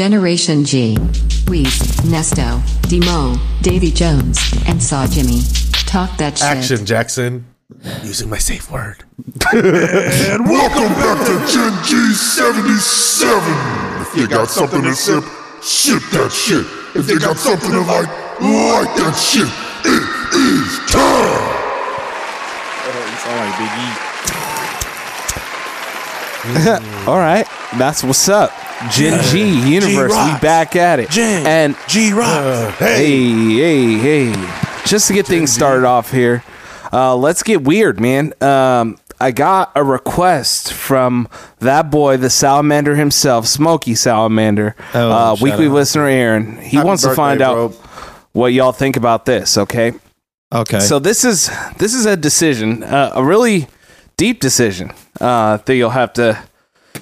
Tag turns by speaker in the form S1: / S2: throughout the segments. S1: Generation G. Weez, Nesto, Demo, Davy Jones, and Saw Jimmy. Talk that shit.
S2: Action, Jackson. Using my safe word.
S3: And welcome back to Gen G77. If you got something to sip, sip that shit. If you got something to like, like that shit. It is time.
S4: It's all like Biggie.
S5: All right, that's what's up. Gen G Universe, we
S2: G-Rocks.
S5: back at it.
S2: Gen
S5: and
S2: G Rock.
S5: hey, hey, hey, just to get things started off here, uh, let's get weird, man. Um, I got a request from that boy, the salamander himself, Smoky Salamander,
S4: Oh,
S5: uh,
S4: shout
S5: weekly
S4: out.
S5: listener Aaron. He
S4: Happy
S5: wants to
S4: birthday,
S5: find out
S4: bro.
S5: what y'all think about this. Okay,
S4: Okay.
S5: so this is this is a decision, uh, a really deep decision uh, that you'll have to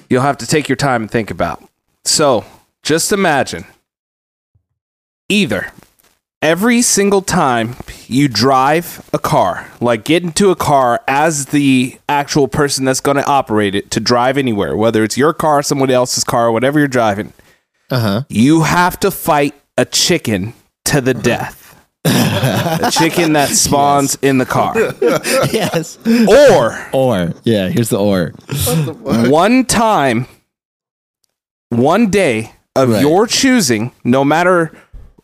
S5: you'll have to take your time and think about. So just imagine either every single time you drive a car, like get into a car as the actual person that's going to operate it to drive anywhere, whether it's your car, someone else's car, whatever you're driving,
S4: Uh-huh.
S5: you have to fight a chicken to the death. a chicken that spawns in the car.
S4: yes.
S5: Or
S4: Or. Yeah, here's the or.
S5: one time, one day of
S4: Right.
S5: your choosing, no matter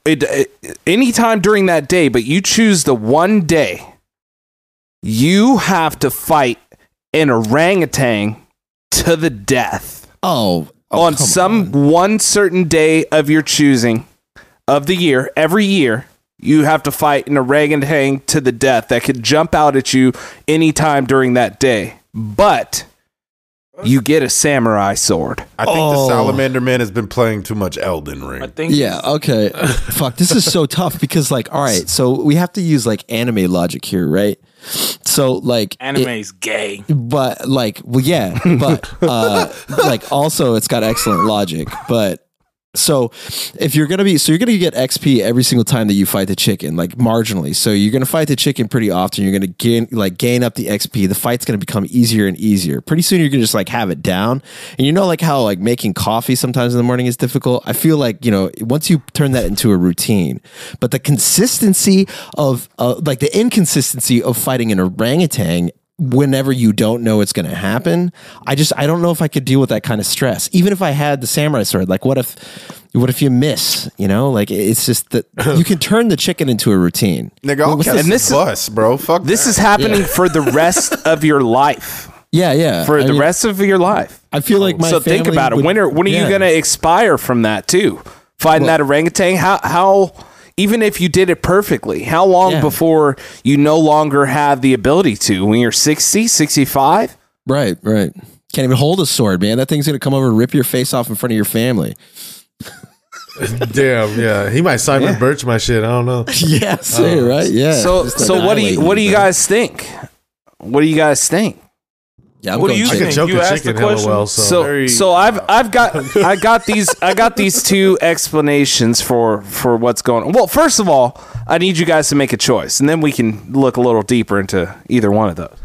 S5: it, it, any time during that day, but you choose the one day, you have to fight an orangutan to the death
S4: Oh. oh,
S5: on
S4: come
S5: some one certain day of your choosing of the year. Every year, you have to fight an orangutan to the death that could jump out at you anytime during that day. But you get a samurai sword.
S2: I think
S4: Oh.
S2: the Salamander Man has been playing too much Elden Ring.
S6: I think
S4: Yeah, okay. Fuck, this is so tough because like all right, so we have to use like anime logic here, right? So like
S6: anime
S4: it-
S6: is gay.
S4: but like well yeah, but uh like also it's got excellent logic, but so if you're gonna be so you're gonna get XP every single time that you fight the chicken, like marginally. So you're gonna fight the chicken pretty often. You're gonna gain like gain up the XP. The fight's gonna become easier and easier. Pretty soon you're gonna just like have it down. And you know like how like making coffee sometimes in the morning is difficult. I feel like you know once you turn that into a routine, but the consistency of uh, like the inconsistency of fighting an orangutan whenever you don't know it's going to happen i just i don't know if i could deal with that kind of stress even if i had the samurai sword like what if what if you miss you know like it's just that you can turn the chicken into a routine
S2: Nigga, I'll
S4: What's
S2: catch
S4: this?
S5: And this is-
S2: the bus, bro. Fuck
S5: This
S2: that.
S5: is happening for the rest of your life.
S4: yeah yeah
S5: For
S4: I
S5: the
S4: mean,
S5: rest of your life.
S4: i feel like my
S5: so think
S4: family
S5: about it.
S4: would-
S5: When are when are you
S4: yeah.
S5: going to expire from that too? Fighting that orangutan. How how even if you did it perfectly, how long
S4: Yeah.
S5: before you no longer have the ability to? When you're 60, 65?
S4: right right can't even hold a sword man that thing's going to come over and rip your face off in front of your family
S2: Damn, yeah. He might Simon Birch my shit. I don't know.
S4: yeah see, right yeah
S5: Oh. so
S4: Just
S5: so what do
S4: annihilate
S5: you what do you
S4: bro.
S5: guys think? What do you guys think?
S4: yeah, I'm
S6: what do
S4: going
S6: you
S2: I
S4: chicken.
S2: could
S6: think?
S2: joke a
S6: asked the
S2: chicken
S6: question.
S2: LOL. So,
S5: So so I've I've got I got these I got these two explanations for for what's going on. Well, first of all, I need you guys to make a choice and then we can look a little deeper into either one of those.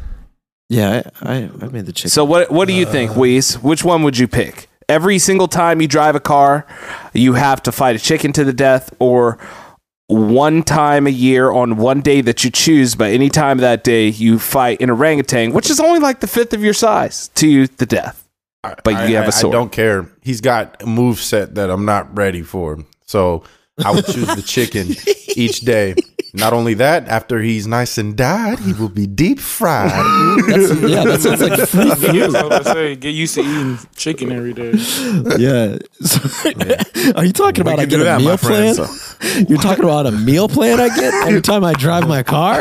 S4: yeah I, I i made the chicken
S5: So what what do
S2: Uh,
S5: you think, Weez? Which one would you pick? Every single time you drive a car, you have to fight a chicken to the death, or one time a year on one day that you choose, but any time of that day you fight an orangutan, which is only like the fifth of your size, to the death. but you have
S2: a
S5: a sword.
S2: I don't care. He's got a move set that I'm not ready for. So I would choose the chicken each day. Not only that, after he's nice and died, he will be deep fried.
S4: That's- yeah that sounds like free
S6: Yeah, so I was about to say, get used to eating chicken every day.
S4: Yeah. So- Are you talking about I
S2: can
S4: get
S2: do
S4: a
S2: that, my
S4: meal plan?
S2: friend,
S4: You're talking about a meal plan I get every time I drive my car?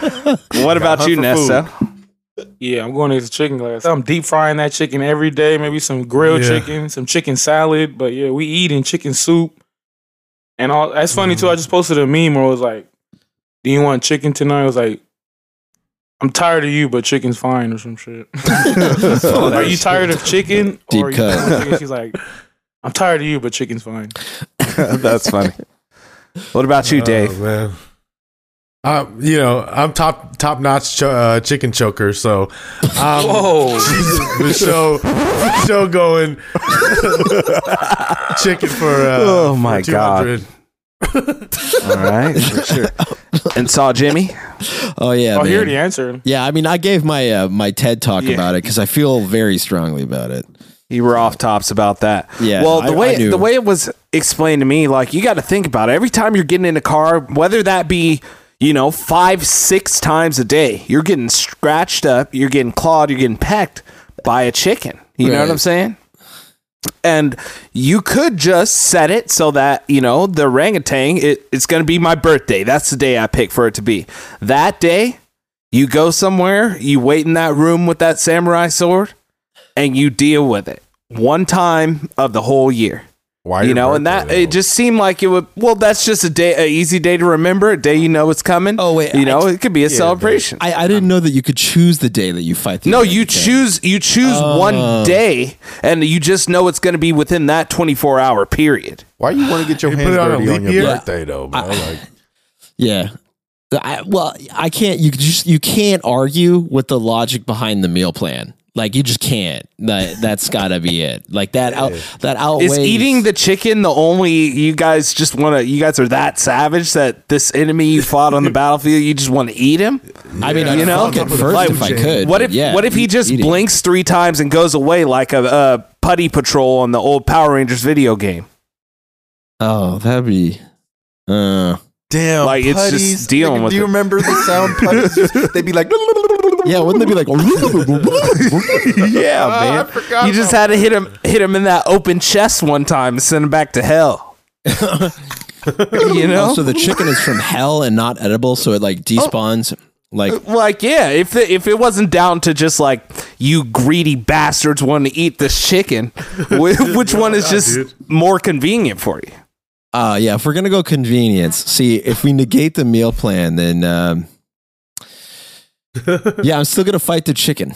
S5: What about
S2: hunt
S5: you,
S2: for
S5: Nessa?
S6: Yeah, I'm going to the chicken class. I'm deep frying that chicken every day. Maybe some grilled
S2: Yeah.
S6: chicken, some chicken salad. But yeah, we eating chicken soup. And all that's funny
S4: Mm-hmm.
S6: too. I just posted a meme where it was like, "Do you want chicken tonight?" I was like, "I'm tired of you, but chicken's fine" or some shit. Are you tired of chicken?
S4: Deep
S6: or are you
S4: cut.
S6: tired of chicken? She's like, "I'm tired of you, but chicken's fine."
S2: Uh, Oh,
S5: That's funny. What about you, Dave?
S2: man.
S7: Uh, you know, I'm top top notch ch- uh, chicken choker, so um,
S6: Oh,
S7: the show the show going chicken for uh,
S5: Oh, my
S7: for 200.
S5: All right, for sure. And saw Jimmy.
S4: Oh yeah.
S6: oh, here
S4: man.
S6: the answer.
S4: Yeah, I mean, I gave my uh, my TED talk
S5: Yeah.
S4: about it because I feel very strongly about it.
S5: You were off tops about that.
S4: Yeah,
S5: Well,
S4: I-
S5: the
S4: I
S5: way
S4: knew.
S5: the way it was explained to me, like you got to think about it. Every time you're getting in a car, whether that be you know five six times a day, you're getting scratched up, you're getting clawed, you're getting pecked by a chicken. You know
S4: Right.
S5: what I'm saying? And you could just set it so that, you know, the orangutan, it, it's going to be my birthday. That's the day I pick for it to be. That day, you go somewhere, you wait in that room with that samurai sword, and you deal with it one time of the whole year.
S2: Why
S5: You
S2: your
S5: know, and that
S2: birthday,
S5: it
S2: though?
S5: just seemed like it would. Well, that's just a day, an easy day to remember, a day you know it's coming.
S4: Oh, wait,
S5: you
S4: I-
S5: know, it could be a celebration.
S4: I, I didn't know that you could choose the day that Oh. you fight. The
S5: No,
S4: American
S5: you
S4: King.
S5: choose you choose one day, and you just know it's going to be within that twenty four hour period.
S2: why you want to get your
S7: You put
S2: hands
S7: it on a
S2: dirty on
S7: leap
S2: your
S7: year?
S2: birthday though, man? like,
S4: Yeah. I, well, I can't. You just you can't argue with the logic behind the meal plan. Like you just can't. That that's got to be it. Like that out that outweighs
S5: Is eating the chicken the only you guys just want to? You guys are that savage that this enemy you fought on the battlefield, you just want to eat him.
S4: I mean, you
S5: you know?
S4: know, fuck it first
S5: Like,
S4: if I could.
S5: What
S4: but
S5: if
S4: yeah,
S5: what if he just
S4: eating.
S5: blinks three times and goes away like a, a putty patrol on the old Power Rangers video game?
S4: Oh, that'd be. Uh,
S2: damn,
S5: Like, it's just
S2: putties.
S5: dealing
S2: Nigga,
S5: with
S2: Do you
S5: it.
S2: remember the sound putties? They'd be like,
S4: yeah, wouldn't it be like?
S5: Yeah, man. you just had to hit him hit him in that open chest one time and send him back to hell. you know,
S4: so the chicken is from hell and not edible, so it like despawns. Like
S5: like yeah, if it, if it wasn't down to just like you greedy bastards wanting to eat this chicken, wh- which one is just
S7: dude.
S5: more convenient for you?
S4: Uh yeah, if we're gonna go convenience, see if we negate the meal plan, then um, yeah, I'm still gonna fight the chicken.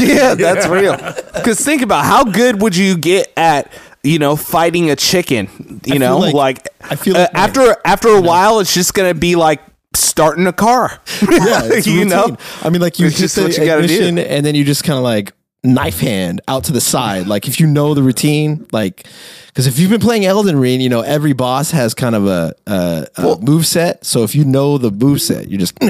S5: yeah, that's real. Because think about how good would you get at you know fighting a chicken? You
S4: feel
S5: know,
S4: like-
S5: like,
S4: I feel
S5: uh,
S4: like-
S5: after after a while, it's just gonna be like starting a car.
S4: yeah, it's
S5: You
S4: routine.
S5: know?
S4: I mean, like you
S5: It's
S4: hit
S5: just
S4: the
S5: what you gotta do.
S4: ignition, and then you just kind of like knife hand out to the side. Like if you know the routine, like because if you've been playing Elden Ring, you know every boss has kind of a, a, a move set. So if you know the move set, you just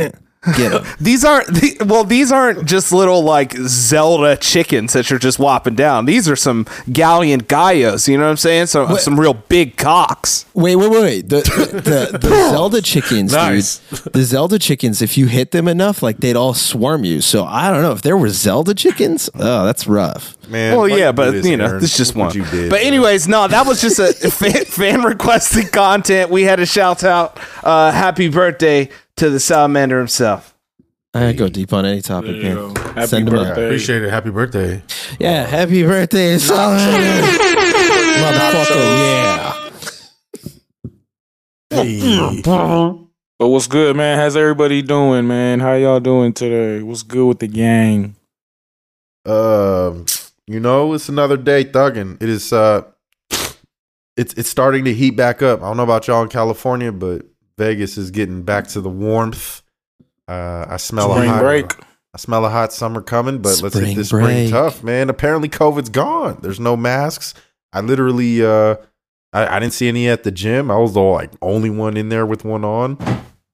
S4: get him.
S5: These aren't the, well. These aren't just little like Zelda chickens that you're just whopping down. These are some galleon gallos. You know what I'm saying? Some some real big cocks.
S4: Wait, wait, wait, wait. The, the, the Zelda chickens,
S7: Nice.
S4: dude. The Zelda chickens, if you hit them enough, like they'd all swarm you. So I don't know. If there were Zelda chickens, oh, that's rough.
S2: man.
S5: well,
S2: why
S5: yeah,
S2: do
S5: but
S2: this,
S5: you know,
S2: Aaron?
S5: it's just
S2: Look
S5: one.
S2: what you did,
S5: but
S2: man.
S5: anyways, no, that was just a fan, fan requested content. We had a shout out. Uh, happy birthday to the salamander himself.
S4: I go deep on any topic, man.
S6: Happy
S4: Send 'em up.
S6: birthday.
S7: Appreciate it. Happy birthday.
S4: Yeah, happy birthday, Solomon. Motherfucker, yeah.
S6: But what's good, man? How's everybody doing, man? How y'all doing today? What's good with the gang?
S2: Um, you know, it's another day thugging. It is uh it's it's starting to heat back up. I don't know about y'all in California, but Vegas is getting back to the warmth. Uh I smell a
S6: Spring
S2: hot
S6: break.
S2: I smell a hot summer coming, but let's
S4: Spring
S2: hit this
S4: break.
S2: spring tough, man. Apparently COVID's gone. There's no masks. I literally uh I, I didn't see any at the gym. I was the like only one in there with one on.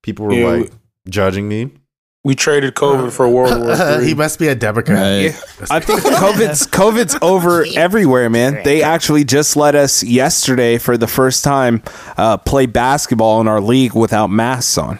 S2: People were
S6: Yeah,
S2: like judging me.
S6: We traded COVID for World War
S7: he
S6: III.
S7: must be a Democrat.
S4: Right.
S5: I think COVID's COVID's over everywhere, man. They actually just let us yesterday for the first time uh, play basketball in our league without masks on.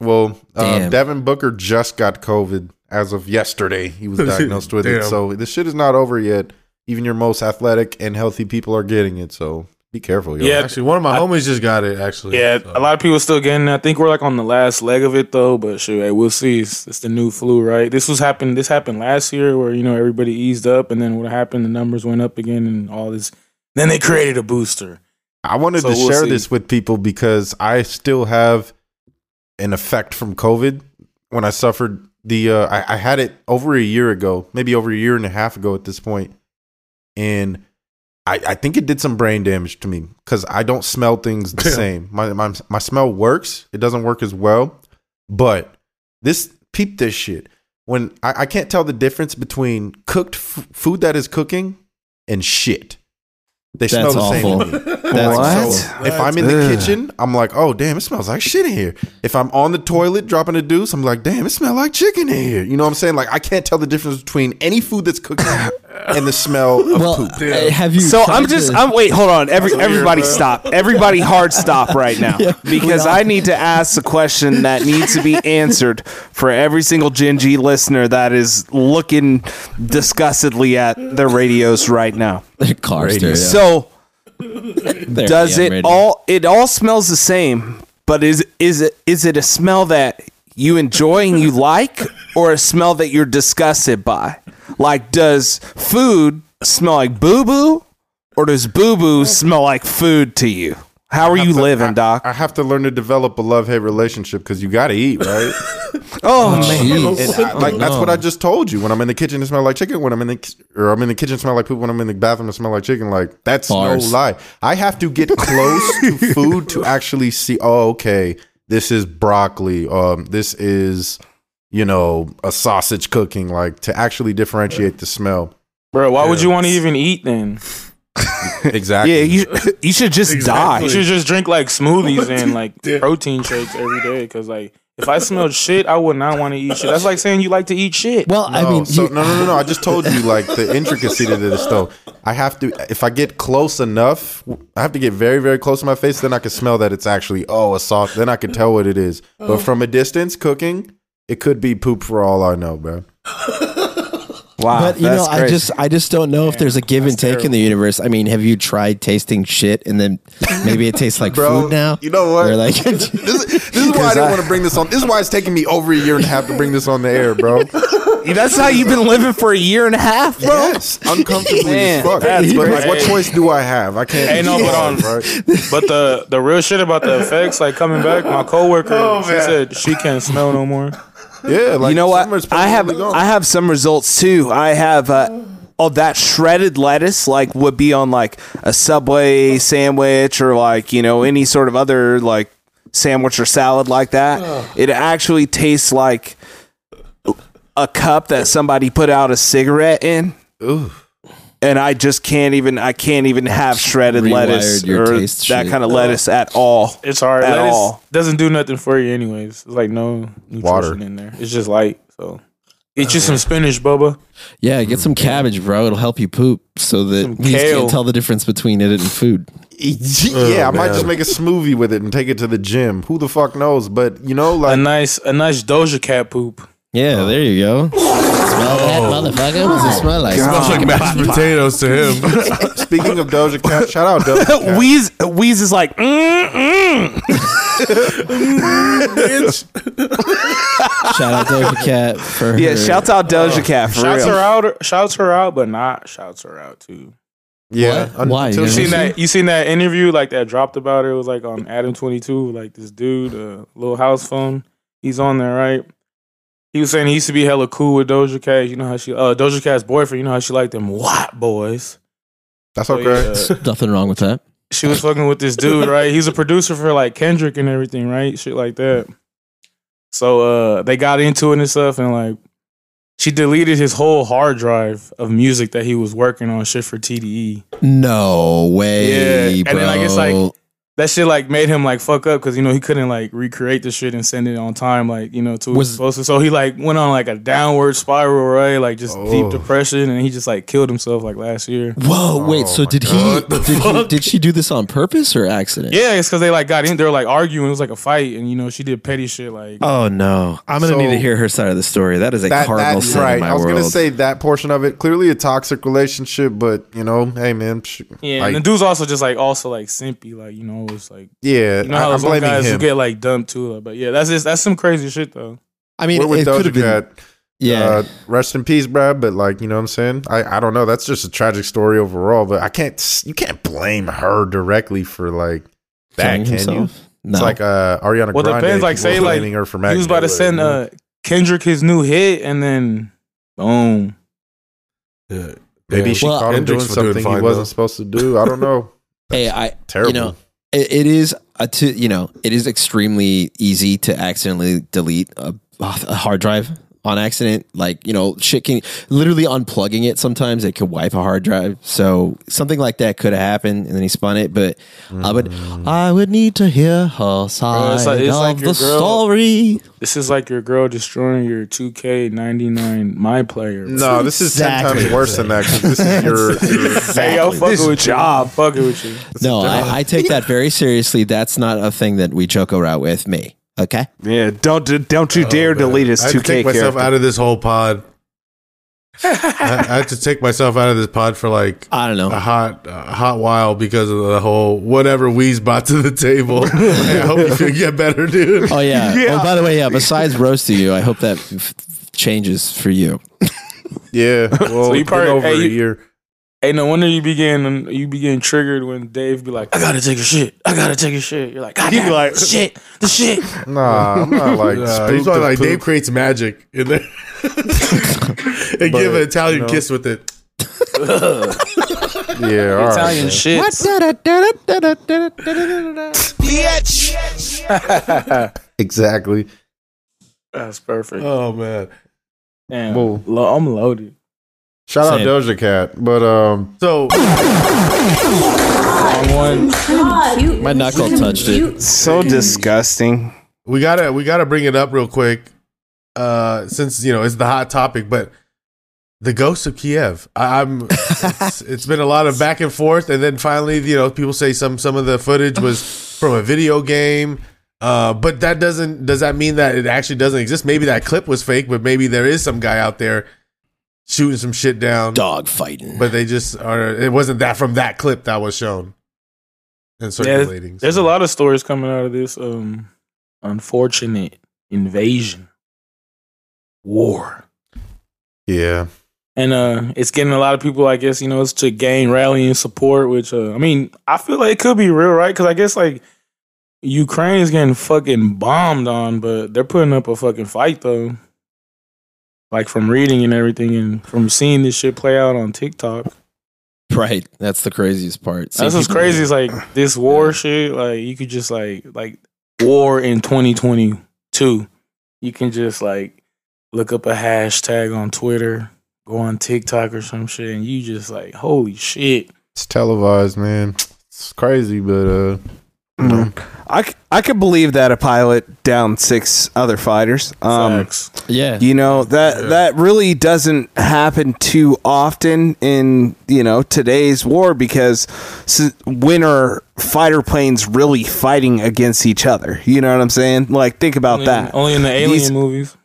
S2: Well, uh,
S4: Damn.
S2: Devin Booker just got COVID as of yesterday. He was diagnosed with it.
S7: Damn.
S2: So this shit is not over yet. Even your most athletic and healthy people are getting it. So be careful, yo.
S6: Yeah.
S7: Actually, one of my homies just got it. Actually,
S6: Yeah,
S7: so.
S6: a lot of people still getting. it. I think we're like on the last leg of it though. But shoot, hey, we'll see. It's, it's the new flu, right? This was happened. This happened last year, where you know everybody eased up, and then what happened? The numbers went up again, and all this. Then they created a booster.
S2: I wanted
S6: So
S2: to
S6: we'll
S2: share
S6: see.
S2: this with people because I still have an effect from COVID when I suffered the. Uh, I, I had it over a year ago, maybe over a year and a half ago at this point, and I, I think it did some brain damage to me because I don't smell things the same. My, my my smell works; it doesn't work as well. But this peep this shit. When I, I can't tell the difference between cooked f- food that is cooking and shit. They smell
S4: That's
S2: the
S4: awful.
S2: same. to me.
S4: That's
S5: What?
S4: awful.
S2: If I'm in the kitchen, I'm like, oh damn, it smells like shit in here. If I'm on the toilet dropping a deuce, I'm like, damn, it smells like chicken in here. You know what I'm saying? Like I can't tell the difference between any food that's cooked and the smell of
S4: Well,
S2: poop.
S4: uh, have you?
S5: So
S4: tried
S5: I'm just
S4: to-
S5: I'm wait, hold on. Every everybody stop. Everybody hard stop right now. Because I need to ask the question that needs to be answered for every single Gen G listener that is looking disgustedly at their radios right now.
S4: car stereo.
S5: So
S4: There,
S5: does
S4: yeah,
S5: it
S4: radio.
S5: all it all smells the same, but is is it is it a smell that you enjoy and you like or a smell that you're disgusted by? Like does food smell like boo-boo or does boo-boo smell like food to you? How are you living, doc?
S2: I have to learn to develop a love hate relationship because you gotta eat, right?
S5: oh, man.
S2: And
S4: Jeez.
S2: I- like that's what I just told you. When I'm in the kitchen, it smell like chicken. When I'm in the ki- or I'm in the kitchen, it smell like poop. When I'm in the bathroom, it smell like chicken. Like that's
S4: Bars.
S2: no lie. I have to get close to food to actually see. Oh, okay, this is broccoli. Um, this is you know a sausage cooking. Like to actually differentiate the smell.
S6: Bro, why would you want to even eat then?
S2: Exactly.
S5: Yeah, you you should just
S6: You
S5: die.
S6: should just drink like smoothies and like protein shakes every day. Cause like if I smelled shit, I would not want to eat shit. That's like saying you like to eat shit.
S4: well, I
S2: No,
S4: mean,
S2: so
S4: you-
S2: no, no, no, no. I just told you like the intricacy to this though. I have to if I get close enough, I have to get very, very close to my face. Then I can smell that it's actually oh a sauce. Then I can tell what it is. But from a distance, cooking it could be poop for all I know, bro.
S5: Wow.
S4: but you
S5: that's
S4: know, I
S5: crazy.
S4: just I just don't know if there's a give and take in the universe. I mean, have you tried tasting shit and then maybe it tastes like
S2: Bro,
S4: food now?
S2: you know what?
S4: You're like,
S2: This, this is why I didn't want to bring this on. This is why it's taking me over a year and a half to bring this on the air, bro.
S5: that's how you've been living for a year and a half, bro.
S2: Yes, uncomfortable as
S5: Man,
S2: fuck.
S5: that's
S2: But like, what
S6: crazy.
S2: choice do I have? I can't.
S6: Hey, no, but on-
S2: bro.
S6: But the the real shit about the effects, like coming back, my coworker, she said she can't smell no more.
S2: Yeah, like
S5: you know
S2: summer's
S5: what? I have
S2: probably gone.
S5: I have some results too. I have uh, oh that shredded lettuce like would be on like a subway sandwich or like you know any sort of other like sandwich or salad like that. It actually tastes like a cup that somebody put out a cigarette in. And I just can't even I can't even have shredded
S4: Rewired
S5: lettuce
S4: your
S5: or
S4: taste
S5: that
S4: shape.
S5: kind of lettuce at all.
S6: It's hard.
S5: At
S6: Lettuce
S5: all.
S6: doesn't do nothing for you anyways. It's like no nutrition
S2: Water.
S6: in there. It's just light. So eat you some spinach, Bubba.
S4: yeah, get some cabbage, bro. It'll help you poop so that you just
S6: kale.
S4: can't tell the difference between it and food.
S6: Oh,
S2: yeah, I might just make a smoothie with it and take it to the gym. Who the fuck knows? But you know,
S6: A
S2: like
S6: nice a nice Doja Cat poop.
S4: Yeah, there you go. Smell that motherfucker. What's Oh. it smell like?
S7: Smells like mashed potatoes to him.
S2: speaking of Doja Cat, shout out Doja Cat.
S5: Wheeze, Wheeze is like, mm, mm.
S4: Shout out Doja Cat for
S5: yeah.
S4: her-
S5: Shouts out Doja Cat for
S6: Oh, Shouts
S5: real.
S6: her out shouts her out, but not shouts her out too.
S2: yeah,
S4: What? Why?
S2: until
S4: You
S6: You
S2: she-
S6: seen that you seen that interview like that dropped about her? It was like on Adam twenty two, like this dude, uh little house phone. He's on there, right? He was saying he used to be hella cool with Doja Cat. You know how she uh Doja Cat's boyfriend, you know how she liked them white boys.
S2: That's
S6: So,
S2: okay.
S6: yeah, uh,
S4: Nothing wrong with that.
S6: she was fucking with this dude, right? He's a producer for like Kendrick and everything, right? Shit like that. So uh they got into it and stuff and like she deleted his whole hard drive of music that he was working on shit for E. TDE.
S4: No way,
S6: Yeah,
S4: bro.
S6: and then, like, it's like- That shit like made him like fuck up because you know he couldn't like recreate the shit and send it on time, like, you know, to
S4: Was-
S6: was, supposed to. So he like went on like a downward spiral, right? Like just
S2: Oh.
S6: deep depression and he just like killed himself like last year.
S4: Whoa, wait.
S2: Oh
S4: So
S2: my
S4: did he, did he? Did she do this on purpose or accident?
S6: Yeah, it's cause they like got in, they were like arguing, it was like a fight, and you know, she did petty shit like
S4: Oh no, I'm gonna
S2: So-
S4: need to hear her side of the story. That is a
S2: That,
S4: cardinal
S2: that's
S4: sin in
S2: right.
S4: my
S2: I was gonna
S4: world.
S2: say that portion of it. Clearly a toxic relationship, but you know, hey man, psh,
S6: Yeah,
S2: like,
S6: and the dude's also just like also like simpy, like you know, it's like
S2: yeah.
S6: you know
S2: I,
S6: how
S2: am
S6: those one
S2: blaming
S6: guys
S2: him.
S6: who get like dumped too. Like, but yeah, that's just, that's some crazy shit though.
S4: I mean,
S2: We're
S4: it
S2: with
S4: could
S2: Doja
S4: have been.
S2: Cat.
S4: yeah,
S2: Uh, rest in peace, bruh. But like, you know what I'm saying? I, I don't know. That's just a tragic story overall. But I can't. You can't blame her directly for like that,
S4: killing
S2: can you?
S4: himself? No.
S2: It's like uh, Ariana
S6: Well,
S2: Grande.
S6: depends, like,
S2: people
S6: say, like,
S2: blaming her for
S6: he was about to
S2: Magnolia,
S6: send
S2: you know?
S6: uh, Kendrick his new hit, and then boom.
S2: Maybe she
S4: Well,
S2: caught him doing
S7: Hendrix was doing
S2: something he
S7: fine,
S2: wasn't
S7: though.
S2: supposed to do. I don't know.
S4: hey, I
S2: Terrible.
S4: You know, it, it is a t- you know it is extremely easy to accidentally delete a, a hard drive on accident like you know shit can literally unplugging it sometimes it could wipe a hard drive so something like that could have happened and then he spun it but i would i would need to hear her side
S6: like- Mm. it's
S4: of
S6: like
S4: the
S6: your girl-
S4: story
S6: This is like your girl destroying your 2K99 my player.
S2: No, this is ten
S4: Exactly.
S2: times worse than that. 'cause This is your, your
S6: Hey, yo, fuck
S5: This
S6: with job. you. Fuck with you.
S4: no I, I take that very seriously that's not a thing that we joke around with me okay
S5: Yeah, don't don't
S6: Oh,
S5: you dare delete his
S7: I had to
S5: two K
S7: take myself
S5: character.
S7: out of this whole pod. I, I had to take myself out of this pod for like
S4: i don't know
S7: a hot a hot while because of the whole whatever we's brought to the table. I hope you feel get better, dude.
S4: Oh yeah. Oh, by the way, yeah. Besides roast to you, I hope that f- f- changes for you.
S2: yeah. Well,
S6: you probably-
S2: you probably over
S6: hey,
S2: a
S6: you-
S2: year.
S6: Hey, no wonder you begin you begin triggered when Dave be like, I gotta take a shit. I gotta take a shit. You're like, God damn,
S7: like-
S6: the shit, the shit.
S2: Nah, I'm not like.
S7: Uh,
S2: spooked
S7: he's probably
S2: or
S7: like Dave
S2: pooped.
S7: creates magic in there. and give an Italian
S2: you know.
S7: kiss with it.
S2: Yeah, all
S6: Italian
S2: right.
S6: shit.
S2: Exactly.
S6: That's perfect.
S7: Oh man.
S6: Damn,
S2: Whoa.
S6: Lo- I'm loaded.
S2: Shout
S4: Same.
S2: out Doja Cat, but um,
S7: So
S6: Wrong one.
S4: My knuckle touched it.
S5: so disgusting.
S7: we gotta we gotta bring it up real quick. Uh since you know it's the hot topic, but the ghost of Kiev. I, I'm it's, it's been a lot of back and forth and then finally, you know, people say some some of the footage was from a video game. Uh, but that doesn't does that mean that it actually doesn't exist? Maybe that clip was fake, but maybe there is some guy out there shooting some shit down.
S4: Dog fighting.
S7: but they just are it wasn't that from that clip that was shown and
S6: Yeah,
S7: circulating
S6: there's a lot of stories coming out of this um unfortunate invasion war.
S2: yeah,
S6: And uh it's getting a lot of people I guess, you know, it's to gain rallying support which uh, I mean, I feel like it could be real, right? Cuz I guess like Ukraine is getting fucking bombed on, but they're putting up a fucking fight though. Like from reading and everything and from seeing this shit play out on TikTok.
S4: Right. That's the craziest part.
S6: That's what's crazy. Is like this war shit. Like you could just like like war in 2022. You can just like look up a hashtag on Twitter, go on TikTok or some shit, and you just like holy shit.
S2: it's televised, man. It's crazy, but uh,
S5: I, c- I could believe that a pilot down six other fighters. Um,
S6: Facts.
S4: Yeah.
S5: you know that that really doesn't happen too often in you know today's war because s- when are fighter planes really fighting against each other? You know what I'm saying? Like think about
S6: only,
S5: that.
S6: only in the alien
S5: These-
S6: movies.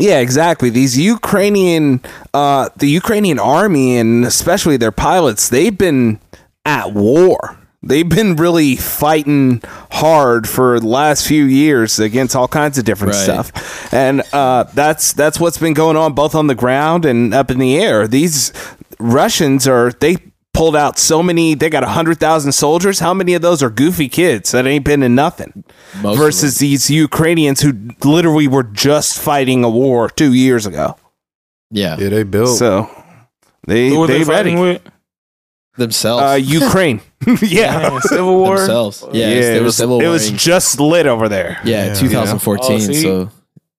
S5: Yeah, exactly. These Ukrainian, uh, the Ukrainian army and especially their pilots, they've been at war. They've been really fighting hard for the last few years against all kinds of different
S4: Right.
S5: stuff, and uh, that's that's what's been going on both on the ground and up in the air. These Russians are they pulled out so many. They got hundred thousand soldiers. How many of those are goofy kids that ain't been in nothing?
S4: Most of
S5: versus these Ukrainians who literally were just fighting a war two years ago.
S4: yeah.
S2: yeah, they built.
S5: So they
S6: Oh. Who were
S5: they,
S6: they, fighting
S5: ready.
S6: with?
S4: Themselves.
S5: Uh, Ukraine, yeah.
S6: Man, Civil War.
S4: Themselves. Yeah.
S5: Yeah,
S4: it's-
S5: it,
S4: they were
S5: was,
S4: civil
S5: it was
S4: warring.
S5: just lit over there.
S4: yeah,
S2: Yeah.
S4: 2014.
S6: Oh, see?
S4: so
S6: And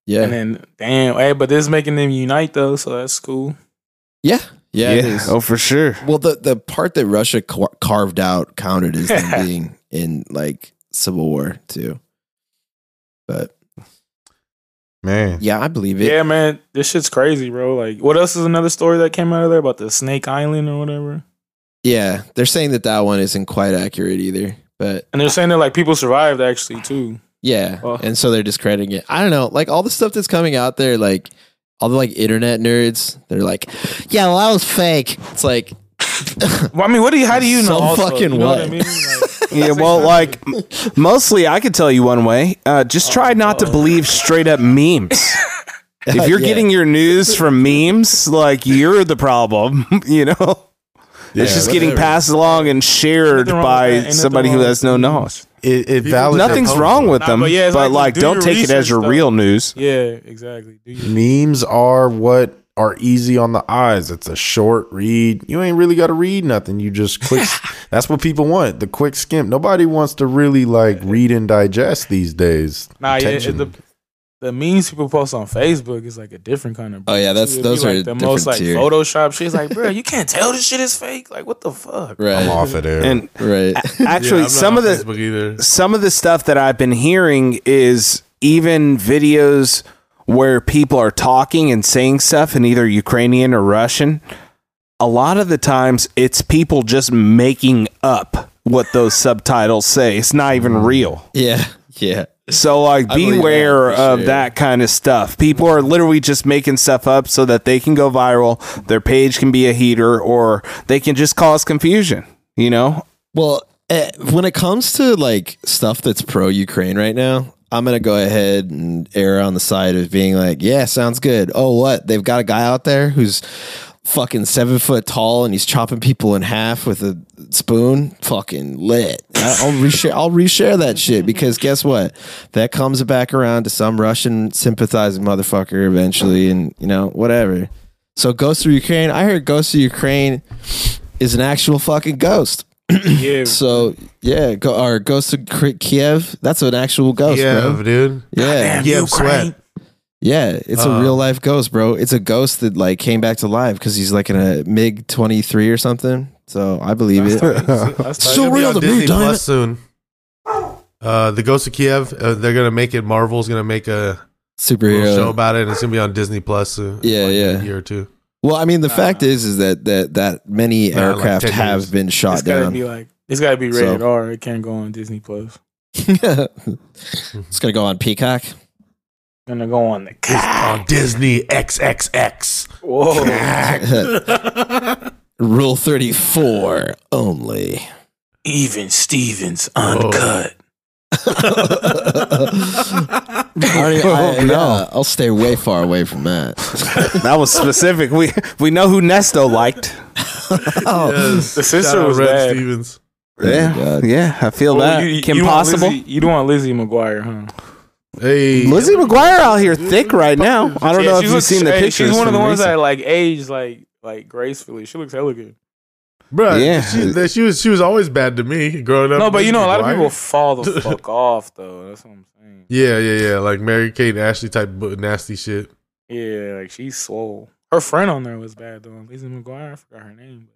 S4: yeah.
S6: then damn, hey, but this is making them unite though, so that's cool.
S4: Yeah. Yeah. it
S5: Yeah,
S4: is.
S5: oh for sure.
S4: Well, the the part that Russia car- carved out counted as them being in like civil war too. But
S2: man,
S4: yeah, I believe it.
S6: yeah, man, this shit's crazy, bro. Like, what else is another story that came out of there about the Snake Island or whatever?
S4: yeah, they're saying that that one isn't quite accurate either. But
S6: And they're saying that like people survived actually too.
S4: Yeah.
S6: Oh.
S4: And so they're discrediting it. I don't know. Like all the stuff that's coming out there, like all the like internet nerds, they're like, yeah, well, that was fake. It's like,
S6: Well, I mean, what do you? How do you know?
S4: So
S6: also?
S4: fucking
S6: You know
S4: what?
S6: Like,
S5: Yeah, well, like m- mostly, I could tell you one way. Uh, just
S6: Oh,
S5: try not to believe straight up memes.
S7: Uh,
S5: If you're
S4: Yeah.
S5: getting your news from memes, like you're the problem, you know. it's just getting
S4: whatever.
S5: passed along and shared
S6: Nothing wrong with that.
S5: by
S6: Ain't nothing
S5: somebody
S6: wrong
S5: who
S6: with
S5: has no knowledge.
S2: it, it validates
S5: Nothing's wrong with
S6: Nah,
S5: them,
S6: but
S5: but,
S6: yeah, it's like,
S5: like,
S6: do
S5: don't
S6: your
S5: take it as
S6: research,
S5: your
S6: though.
S5: real news.
S6: yeah, exactly. Do you-
S2: memes are what are easy on the eyes. It's a short read. You ain't really got to read nothing. You just click. that's what people want. The quick skim. Nobody wants to really like read and digest these days.
S6: Nah, yeah,
S2: Attention.
S6: the the memes people post on Facebook is like a different kind of.
S4: Oh, yeah, that's-
S6: It'd be,
S4: those are
S6: like the most
S4: different
S6: like
S4: tier.
S6: Photoshop shit. It's like, bro, you can't tell this shit is fake. Like, what the fuck?
S2: I'm
S4: Right.
S2: off of there.
S5: And
S4: Right.
S7: Yeah,
S5: actually,
S7: I'm not
S5: some
S7: on
S5: of the
S7: Facebook either.
S5: some of the stuff that I've been hearing is even videos where people are talking and saying stuff in either Ukrainian or Russian. A lot of the times, it's people just making up what those subtitles say. It's not even real.
S4: Yeah. Yeah.
S5: So, like,
S4: Mm. I believe that,
S5: beware
S4: for
S5: of
S4: sure.
S5: that kind of stuff. People are literally just making stuff up so that they can go viral, their page can be a heater, or they can just cause confusion. You know,
S4: Well, eh, when it comes to like stuff that's pro Ukraine right now, I'm gonna go ahead and err on the side of being like, yeah, sounds good. Oh, what? They've got a guy out there who's fucking seven foot tall and he's chopping people in half with a spoon. Fucking lit. I- I'll reshare. I'll reshare that shit because guess what? That comes back around to some Russian sympathizing motherfucker eventually, and you know whatever. So, Ghost of Ukraine. I heard Ghost of Ukraine is an actual fucking ghost.
S6: Yeah,
S4: So yeah, go, or Ghost of K- Kiev. That's an actual ghost,
S7: Yeah,
S4: bro.
S7: dude.
S4: Yeah,
S6: Damn,
S7: Yeah,
S6: Ukraine.
S7: sweat.
S4: yeah. It's
S7: Uh,
S4: a real life ghost, bro. It's a ghost that like came back to life because he's like in a Mig twenty three or something. So I believe it.
S6: That's
S4: So
S7: It'll be
S4: real
S7: on
S4: to me,
S7: Disney
S4: damn
S7: Plus
S4: it.
S7: soon. Uh, the Ghost of Kiev. Uh, they're gonna make it. Marvel's gonna make a little show
S4: Superhero.
S7: about it, and it's gonna be on Disney Plus. Soon, in,
S4: Yeah,
S7: like,
S4: yeah.
S7: A year or two.
S4: Well, I mean, the fact is, is that that that many
S7: Yeah, like
S4: aircraft
S7: 10
S4: have
S7: years.
S4: been shot
S6: it's gotta
S4: down.
S6: be like it's gotta be
S4: So-
S6: rated R. It can't go on Disney Plus.
S4: it's gonna go on Peacock.
S6: Gonna go on the cat.
S7: On Disney XXX.
S6: Whoa,
S4: Rule thirty four only.
S6: even Stevens uncut.
S4: Already,
S5: Oh,
S4: I, yeah, I'll stay way far away from that.
S5: that was specific. we we know who Nesto liked.
S4: Oh
S7: Yes.
S6: The sister
S7: Shout out
S6: was
S7: Red
S6: bad.
S7: Stevens.
S5: Yeah, yeah, I feel
S6: Oh,
S5: that. Kim Possible.
S6: Want Lizzie, you don't want Lizzie McGuire, huh?
S7: Hey,
S5: Lizzie McGuire out here thick right now. I don't know if you've seen the pictures.
S6: She's one of
S5: from
S6: the ones
S5: recent-
S6: that like aged like like gracefully. She looks hella good.
S7: bro.
S5: Yeah.
S7: she, that- she was she was always bad to me growing up.
S6: No, but you know, a lot of
S7: Why?
S6: people fall the fuck off though. That's what I'm saying.
S7: Yeah, yeah, yeah. Like Mary Kate and Ashley type bu- nasty shit.
S6: Yeah, like she's swole. Her friend on there was bad though. Lizzie McGuire, I forgot her name.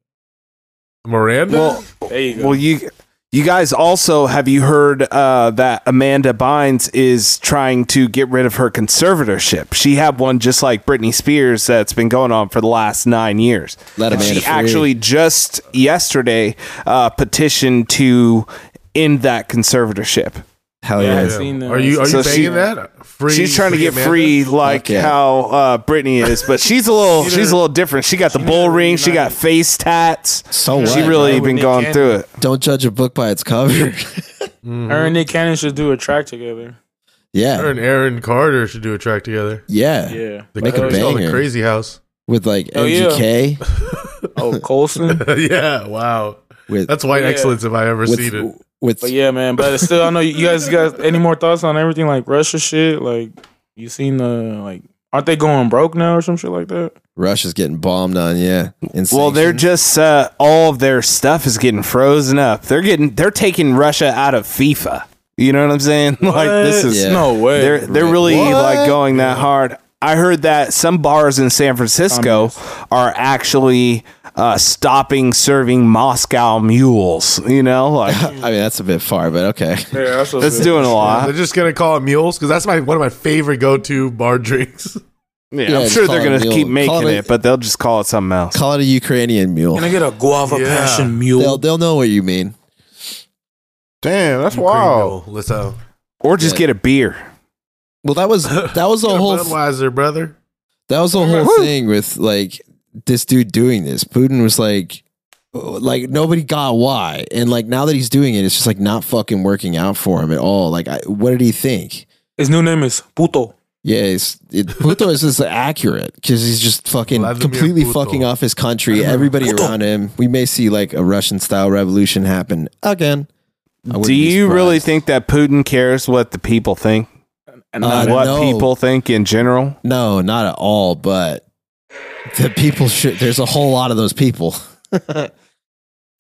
S7: Miranda.
S5: Well,
S6: But there you go.
S5: well, you you guys also have you heard uh, that Amanda Bynes is trying to get rid of her conservatorship? She had one just like Britney Spears that's been going on for the last nine years.
S4: Let
S5: And she
S4: Amanda free.
S5: actually just yesterday uh, petitioned to end that conservatorship.
S4: Hell
S6: Yeah,
S4: yeah!
S6: I
S7: Yeah.
S6: seen that.
S7: Are you are
S5: So
S7: you
S5: she-
S7: banging that? Free,
S5: she's trying to get
S7: Amanda?
S5: free like
S4: Fuck yeah.
S5: how uh Britney is, but she's a little she's a little different. She got the bull ring, she got face tats.
S4: So
S5: She
S4: what?
S5: really
S6: Right,
S5: been
S6: Nick
S5: going
S6: Cannon.
S5: through it.
S4: Don't judge a book by its cover.
S6: Her and Nick Cannon should do a track together.
S7: Her
S4: yeah,
S7: and Aaron Carter should do a track together.
S4: yeah,
S6: Yeah.
S7: The
S4: Make a
S7: it's called
S4: banger.
S7: The Crazy House.
S4: With like
S6: Oh, yeah.
S4: MGK,
S6: Oh, Colson.
S7: yeah. Wow.
S4: with
S7: That's white
S6: Yeah.
S7: excellence if I ever seen it.
S4: with with
S6: But yeah, man. But still, I know you guys got any more thoughts on everything like Russia shit. Like you seen the like, aren't they going broke now or some shit like that?
S4: Russia's getting bombed on. Yeah, Insane.
S5: Well, they're just uh, all of their stuff is getting frozen up. They're getting they're taking Russia out of FIFA. You know what I'm saying? Like this
S6: What?
S5: is
S4: Yeah.
S6: no way.
S5: they're they're really like going that hard. I heard that some bars in San Francisco are actually uh, stopping serving Moscow mules. You know, like
S4: I mean that's a bit far, but okay.
S6: yeah, that's what
S5: it's doing a lot.
S7: They're just gonna call it mules because that's my one of my favorite go to bar drinks.
S5: Yeah,
S4: Yeah,
S5: I'm
S4: just
S5: sure
S4: call
S5: they're
S4: it
S5: going to
S4: mule.
S5: keep making
S4: Call
S5: it,
S4: it-
S5: but they'll just call it something else.
S4: Call it a Ukrainian mule.
S6: Can I get a guava
S7: Yeah.
S6: passion
S4: They'll
S6: mule?
S4: they'll know what you mean.
S2: Damn, that's wild.
S7: Mule, Let's go.
S5: Or just
S4: Yeah.
S5: get a beer.
S4: Well, that was that was a
S7: Get a
S4: whole
S7: Budweiser, brother.
S4: that was the whole thing with like this dude doing this. Putin was like, oh, like nobody got why, and like now that he's doing it, it's just like not fucking working out for him at all. Like, I, what did he think?
S6: His new name is Puto.
S4: Yeah, it's, it, Puto is just accurate because he's just fucking
S7: Vladimir
S4: completely
S7: Puto.
S4: fucking off his country. Everybody around him. We may see like a Russian style revolution happen again. I wouldn't
S5: Do
S4: be
S5: you really
S4: surprised.
S5: think that Putin cares what the people think?
S6: And
S4: Uh,
S5: what
S4: no.
S5: people think in general?
S4: No, not at all. But The people should. There's a whole lot of those people.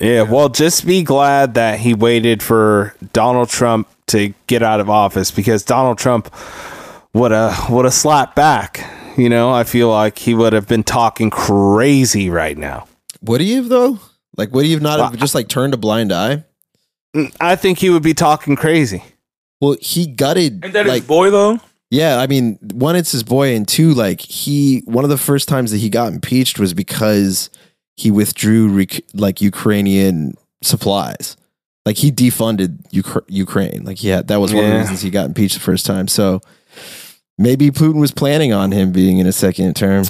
S5: Yeah, well, just be glad that he waited for Donald Trump to get out of office because Donald Trump would have would have slapped back. You know, I feel like he would have been talking crazy right now.
S4: Would he have though? Like, would he have not have
S5: Well,
S4: just like turned a blind eye?
S5: I think he would be talking crazy.
S4: Well, he gutted.
S6: Ain't that
S4: like,
S6: his boy though?
S4: Yeah, I mean, one, it's his boy, and two, like he, one of the first times that he got impeached was because he withdrew rec- like Ukrainian supplies. Like he defunded Ukra- Ukraine. Like he had that was one of the
S5: Yeah.
S4: reasons he got impeached the first time. So maybe Putin was planning on him being in a second term.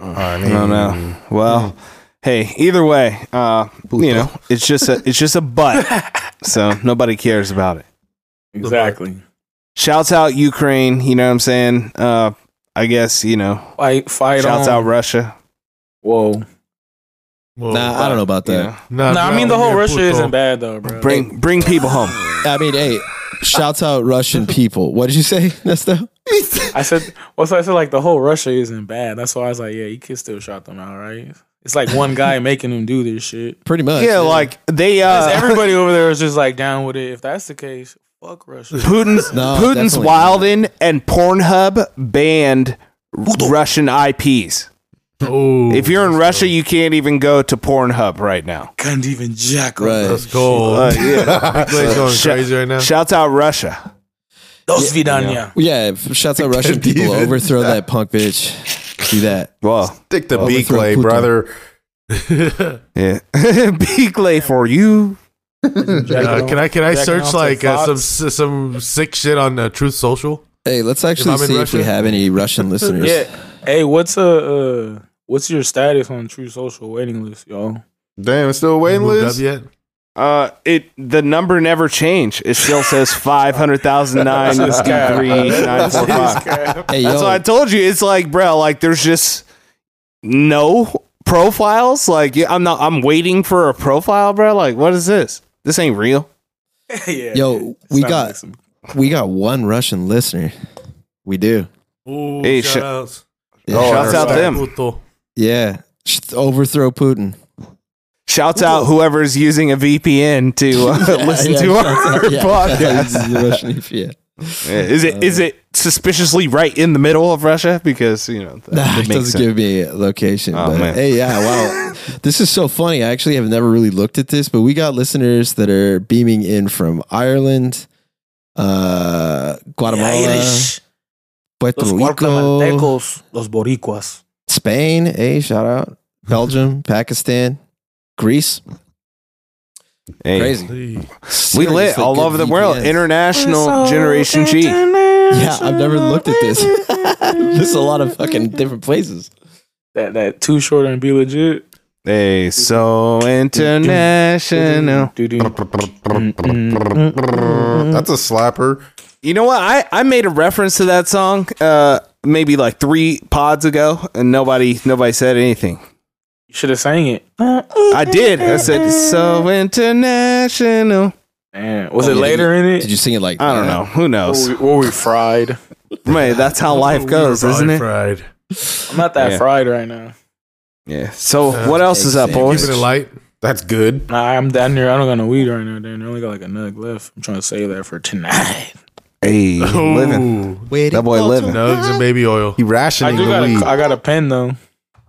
S2: I
S5: I don't know.
S4: Hmm.
S5: Well, hey, either way, uh, you know, it's just a it's just a butt, so nobody cares about it.
S6: Exactly.
S5: Shouts out Ukraine. You know what I'm saying? Uh, I guess you know.
S6: Fight, fight
S5: Shouts
S6: on.
S5: out Russia.
S6: Whoa.
S7: Well,
S4: Nah, I don't know about
S5: you
S4: that.
S5: know.
S6: No, I mean the whole Russia isn't bad though, bro.
S5: Bring bring people home.
S4: I mean, hey, shouts out Russian people. What did you say, Nesto?
S6: I said, well, so I said like the whole Russia isn't bad. That's why I was like, yeah, you could still shout them out, right? It's like one guy making them do this shit.
S4: Pretty much.
S5: Yeah, like they
S6: 'Cause
S5: uh
S6: everybody over there is just like down with it. If that's the case, fuck Russia.
S5: Putin's
S4: No,
S5: Putin's eh?
S4: definitely
S5: Wildin and Pornhub banned Russian IPs.
S7: Oh,
S5: If you're in Russia, you can't even go to Pornhub right now.
S6: Couldn't even jack up
S4: Right.
S7: that's cold.
S5: Uh, yeah.
S7: Everybody's going
S5: Sh-
S7: crazy right now.
S5: Shouts out Russia.
S6: Those Vidania.
S4: yeah. if- Shouts out Russian people. Overthrow that punk bitch. Do that.
S5: Whoa.
S2: Stick the
S4: Overthrow
S2: beak lay,
S4: Putin.
S2: brother.
S5: Yeah. Big lay for you.
S7: Uh, can I can I
S6: Jack
S7: search
S6: off to
S7: like uh, some
S6: Fox.
S7: s- some sick shit on uh, Truth Social?
S4: Hey, let's actually
S7: I'm in
S4: see if we
S7: Russia-
S4: have any Russian listeners.
S6: Yeah. Hey, what's uh, uh what's your status on True Social waiting list, y'all?
S2: Damn, it's still a waiting
S7: Moved
S2: list.
S7: up yet?
S5: Uh, it the number never changed. It still says five hundred thousand nine
S6: This guy.
S5: three nine four five.
S4: Hey, yo,
S5: That's why I told you. It's like, bro, like there's just no profiles. Like yeah, I'm not. I'm waiting for a profile, bro. Like what is this? This ain't real.
S6: yeah.
S4: Yo, we
S6: Sound
S4: got-
S6: like some-
S4: we got one Russian listener. We do.
S7: Oh, Ooh,
S5: Hey,
S7: shout
S5: sh-
S7: outs.
S4: Yeah.
S2: Oh,
S5: Shouts out
S2: Alright.
S5: them.
S7: Puto.
S4: Yeah. Sh- Overthrow Putin.
S5: Shouts out whoever's using a VPN to uh, listen
S4: Yeah,
S5: to
S4: shouts
S5: our
S4: out- yeah,
S5: podcast.
S4: shouts out to the Russian EPA.
S5: Is it is it suspiciously right in the middle of Russia? Because you know that,
S4: Nah,
S5: that
S4: it doesn't
S5: makes sense.
S4: give me a location.
S5: Oh,
S4: but,
S5: man.
S4: Hey, yeah, wow. this is so funny. I actually have never really looked at this, but we got listeners that are beaming in from Ireland, uh, Guatemala,
S6: Irish.
S4: Puerto
S6: Los
S4: Rico,
S6: guatemaltecos, los boricuas.
S4: Spain. Hey, shout out. Belgium, Pakistan, Greece.
S5: Hey,
S4: Crazy.
S5: We lit
S4: Seriously,
S5: all
S4: good
S5: over the world.
S4: VPNs.
S5: International Generation G.
S4: Yeah, I've never looked at this. this is a lot of fucking different places.
S6: That that too short and be legit.
S5: Hey, so international.
S6: Doo-doo.
S5: Mm,
S2: That's a slapper.
S5: You know what? I, I made a reference to that song uh maybe like three pods ago and nobody nobody said anything.
S6: You should have sang it.
S5: I did. I said so international.
S6: Man, was
S4: Oh,
S6: it
S4: yeah,
S6: later in
S4: Did
S6: it?
S4: you sing it like
S5: I don't
S4: that?
S5: know. Who knows?
S6: Were we, were we fried?
S5: Man, Oh, that's how life goes, isn't it?
S7: Fried.
S6: I'm not that
S5: Yeah.
S6: fried right now.
S5: Yeah. So what else is up,
S4: Exactly.
S5: boys?
S7: Keeping it light.
S2: That's good.
S6: Nah, I'm down near. I don't got no weed right now. Damn, I only got like a nug left. I'm trying to save that for tonight.
S5: Hey, living.
S7: Ooh,
S4: Waiting
S5: That boy
S4: all
S5: living.
S7: nugs and baby oil.
S2: He
S6: I
S2: rationing
S6: do got.
S2: the weed.
S6: A, I got a pen though.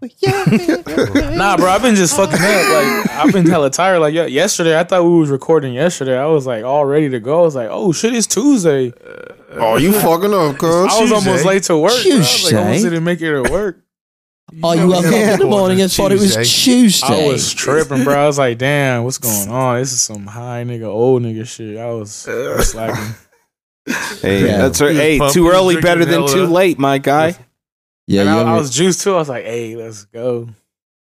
S4: tonight.
S6: Nah, bro, I've been just fucking up. Like I've been hella tired. Like yeah, yesterday, I thought we was recording yesterday. I was like all ready to go. I was like, oh shit, it's Tuesday.
S2: oh, you fucking up, cuz.
S6: I was almost late to work. bro. I was like,
S4: Tuesday?
S6: I almost didn't make it to work.
S4: Oh, you woke up in the morning and thought it was Tuesday.
S6: I was tripping, bro. I was like, damn, what's going on? This is some high nigga, old nigga shit. I was slacking.
S5: Hey,
S4: Yeah.
S5: that's right.
S7: He was
S5: Hey,
S7: pumped. He
S5: too
S7: was
S5: early
S7: drinking
S5: better than
S7: vanilla.
S5: too late, my guy.
S4: yeah,
S6: and
S4: you
S6: I, I
S4: ever-
S6: was juiced too. I was like, hey, let's go.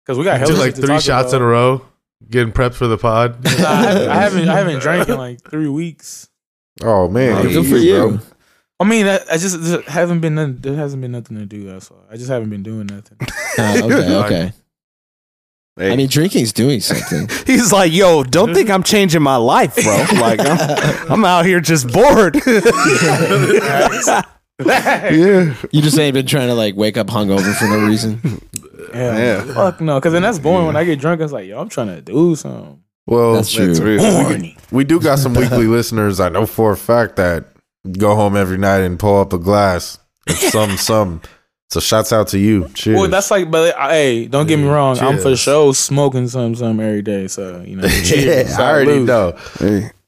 S6: Because we got hella
S7: Do
S6: shit
S7: like
S6: to
S7: three
S6: talk
S7: shots
S6: about.
S7: in a row, getting prepped for the pod.
S6: Nah, I, haven't, I haven't, I haven't drank in like three weeks.
S2: Oh man,
S5: Hey,
S4: good for you.
S2: bro.
S6: I mean, I, I just there haven't been. Nothing, there hasn't been nothing to do. That's why I just haven't been doing nothing.
S4: Oh, okay, okay.
S5: Hey.
S4: I mean, drinking's doing something.
S5: He's like, yo, don't think I'm changing my life, bro. Like, I'm, I'm out here just bored.
S2: yeah.
S4: You just ain't been trying to like wake up hungover for no reason.
S6: Yeah.
S2: Yeah.
S6: Fuck no, because then that's boring. When I get drunk, it's like, yo, I'm trying to do something.
S2: Well,
S4: That's true.
S2: real.
S6: Horny.
S2: We do got some weekly listeners. I know for a fact that go home every night and pull up a glass. of Some, some. So, shouts out to you. Cheers.
S6: Well, that's like, but uh, hey, don't get me wrong. I'm for
S2: Cheers.
S6: sure smoking some, some every day. So you know, cheers.
S2: yeah, I already
S6: Salute.
S2: know.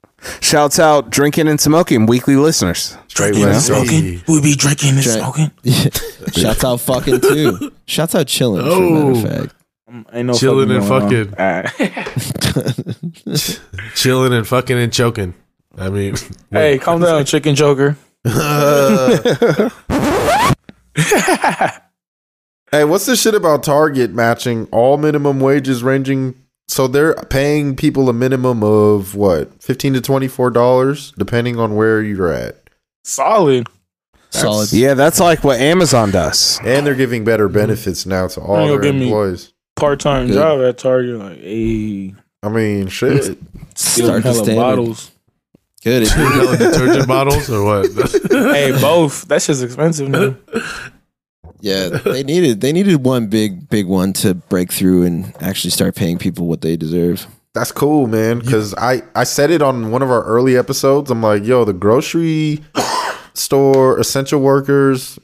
S5: Shouts out drinking and smoking weekly listeners.
S2: Straight West. Coast.
S6: Smoking, we be drinking and
S4: Drink.
S6: smoking.
S4: Shouts out fucking too. Shouts out chilling.
S7: Oh.
S4: For a matter of fact.
S6: Mm, Ain't no
S7: Chilling and
S6: going on.
S7: fucking. Chilling and fucking and choking. I mean,
S6: Hey, calm down, Chicken Joker.
S2: Hey, what's this shit about Target matching all minimum wages ranging? So they're paying people a minimum of what, fifteen to twenty-four dollars, depending on where you're at,
S6: Solid.
S4: Solid.
S5: Yeah, that's like what Amazon does.
S2: and they're giving better benefits now to all
S6: You'll
S2: their
S6: give me-
S2: employees.
S6: Part time
S4: Good.
S6: job at Target. Like, hey,
S2: I mean, shit.
S4: Start the
S6: hella
S4: standard.
S6: bottles.
S4: Good. If you-
S7: Vanilla detergent bottles or what?
S6: hey, both. That shit's expensive now.
S4: yeah, they needed they needed one big big one to break through and actually start paying people what they deserve.
S2: That's cool, man. Because I I said it on one of our early episodes. I'm like, yo, the grocery store essential workers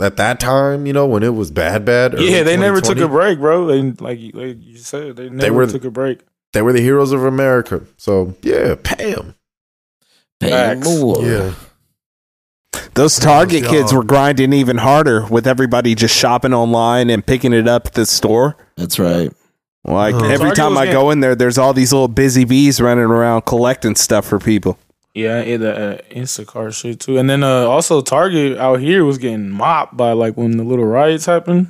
S2: at that time, you know, when it was bad, bad. early
S6: Yeah, they never took a
S2: 2020,
S6: break, bro. They like, you- like you said, they never
S2: were-
S6: took a break.
S2: They were the heroes of America. So yeah, pay them.
S4: Pay
S6: Facts.
S4: more.
S7: yeah.
S5: Those Target
S7: Yeah.
S5: kids were grinding even harder with everybody just shopping online and picking it up at the store.
S4: That's right.
S5: Like
S7: Oh.
S5: every
S6: Uh-huh. Target
S5: time
S6: was
S5: I
S6: getting-
S5: go in there, there's all these little busy bees running around collecting stuff for people.
S6: Yeah, it, uh, Instacart shit too, and then uh, also Target out here was getting mopped by like when the little riots happened.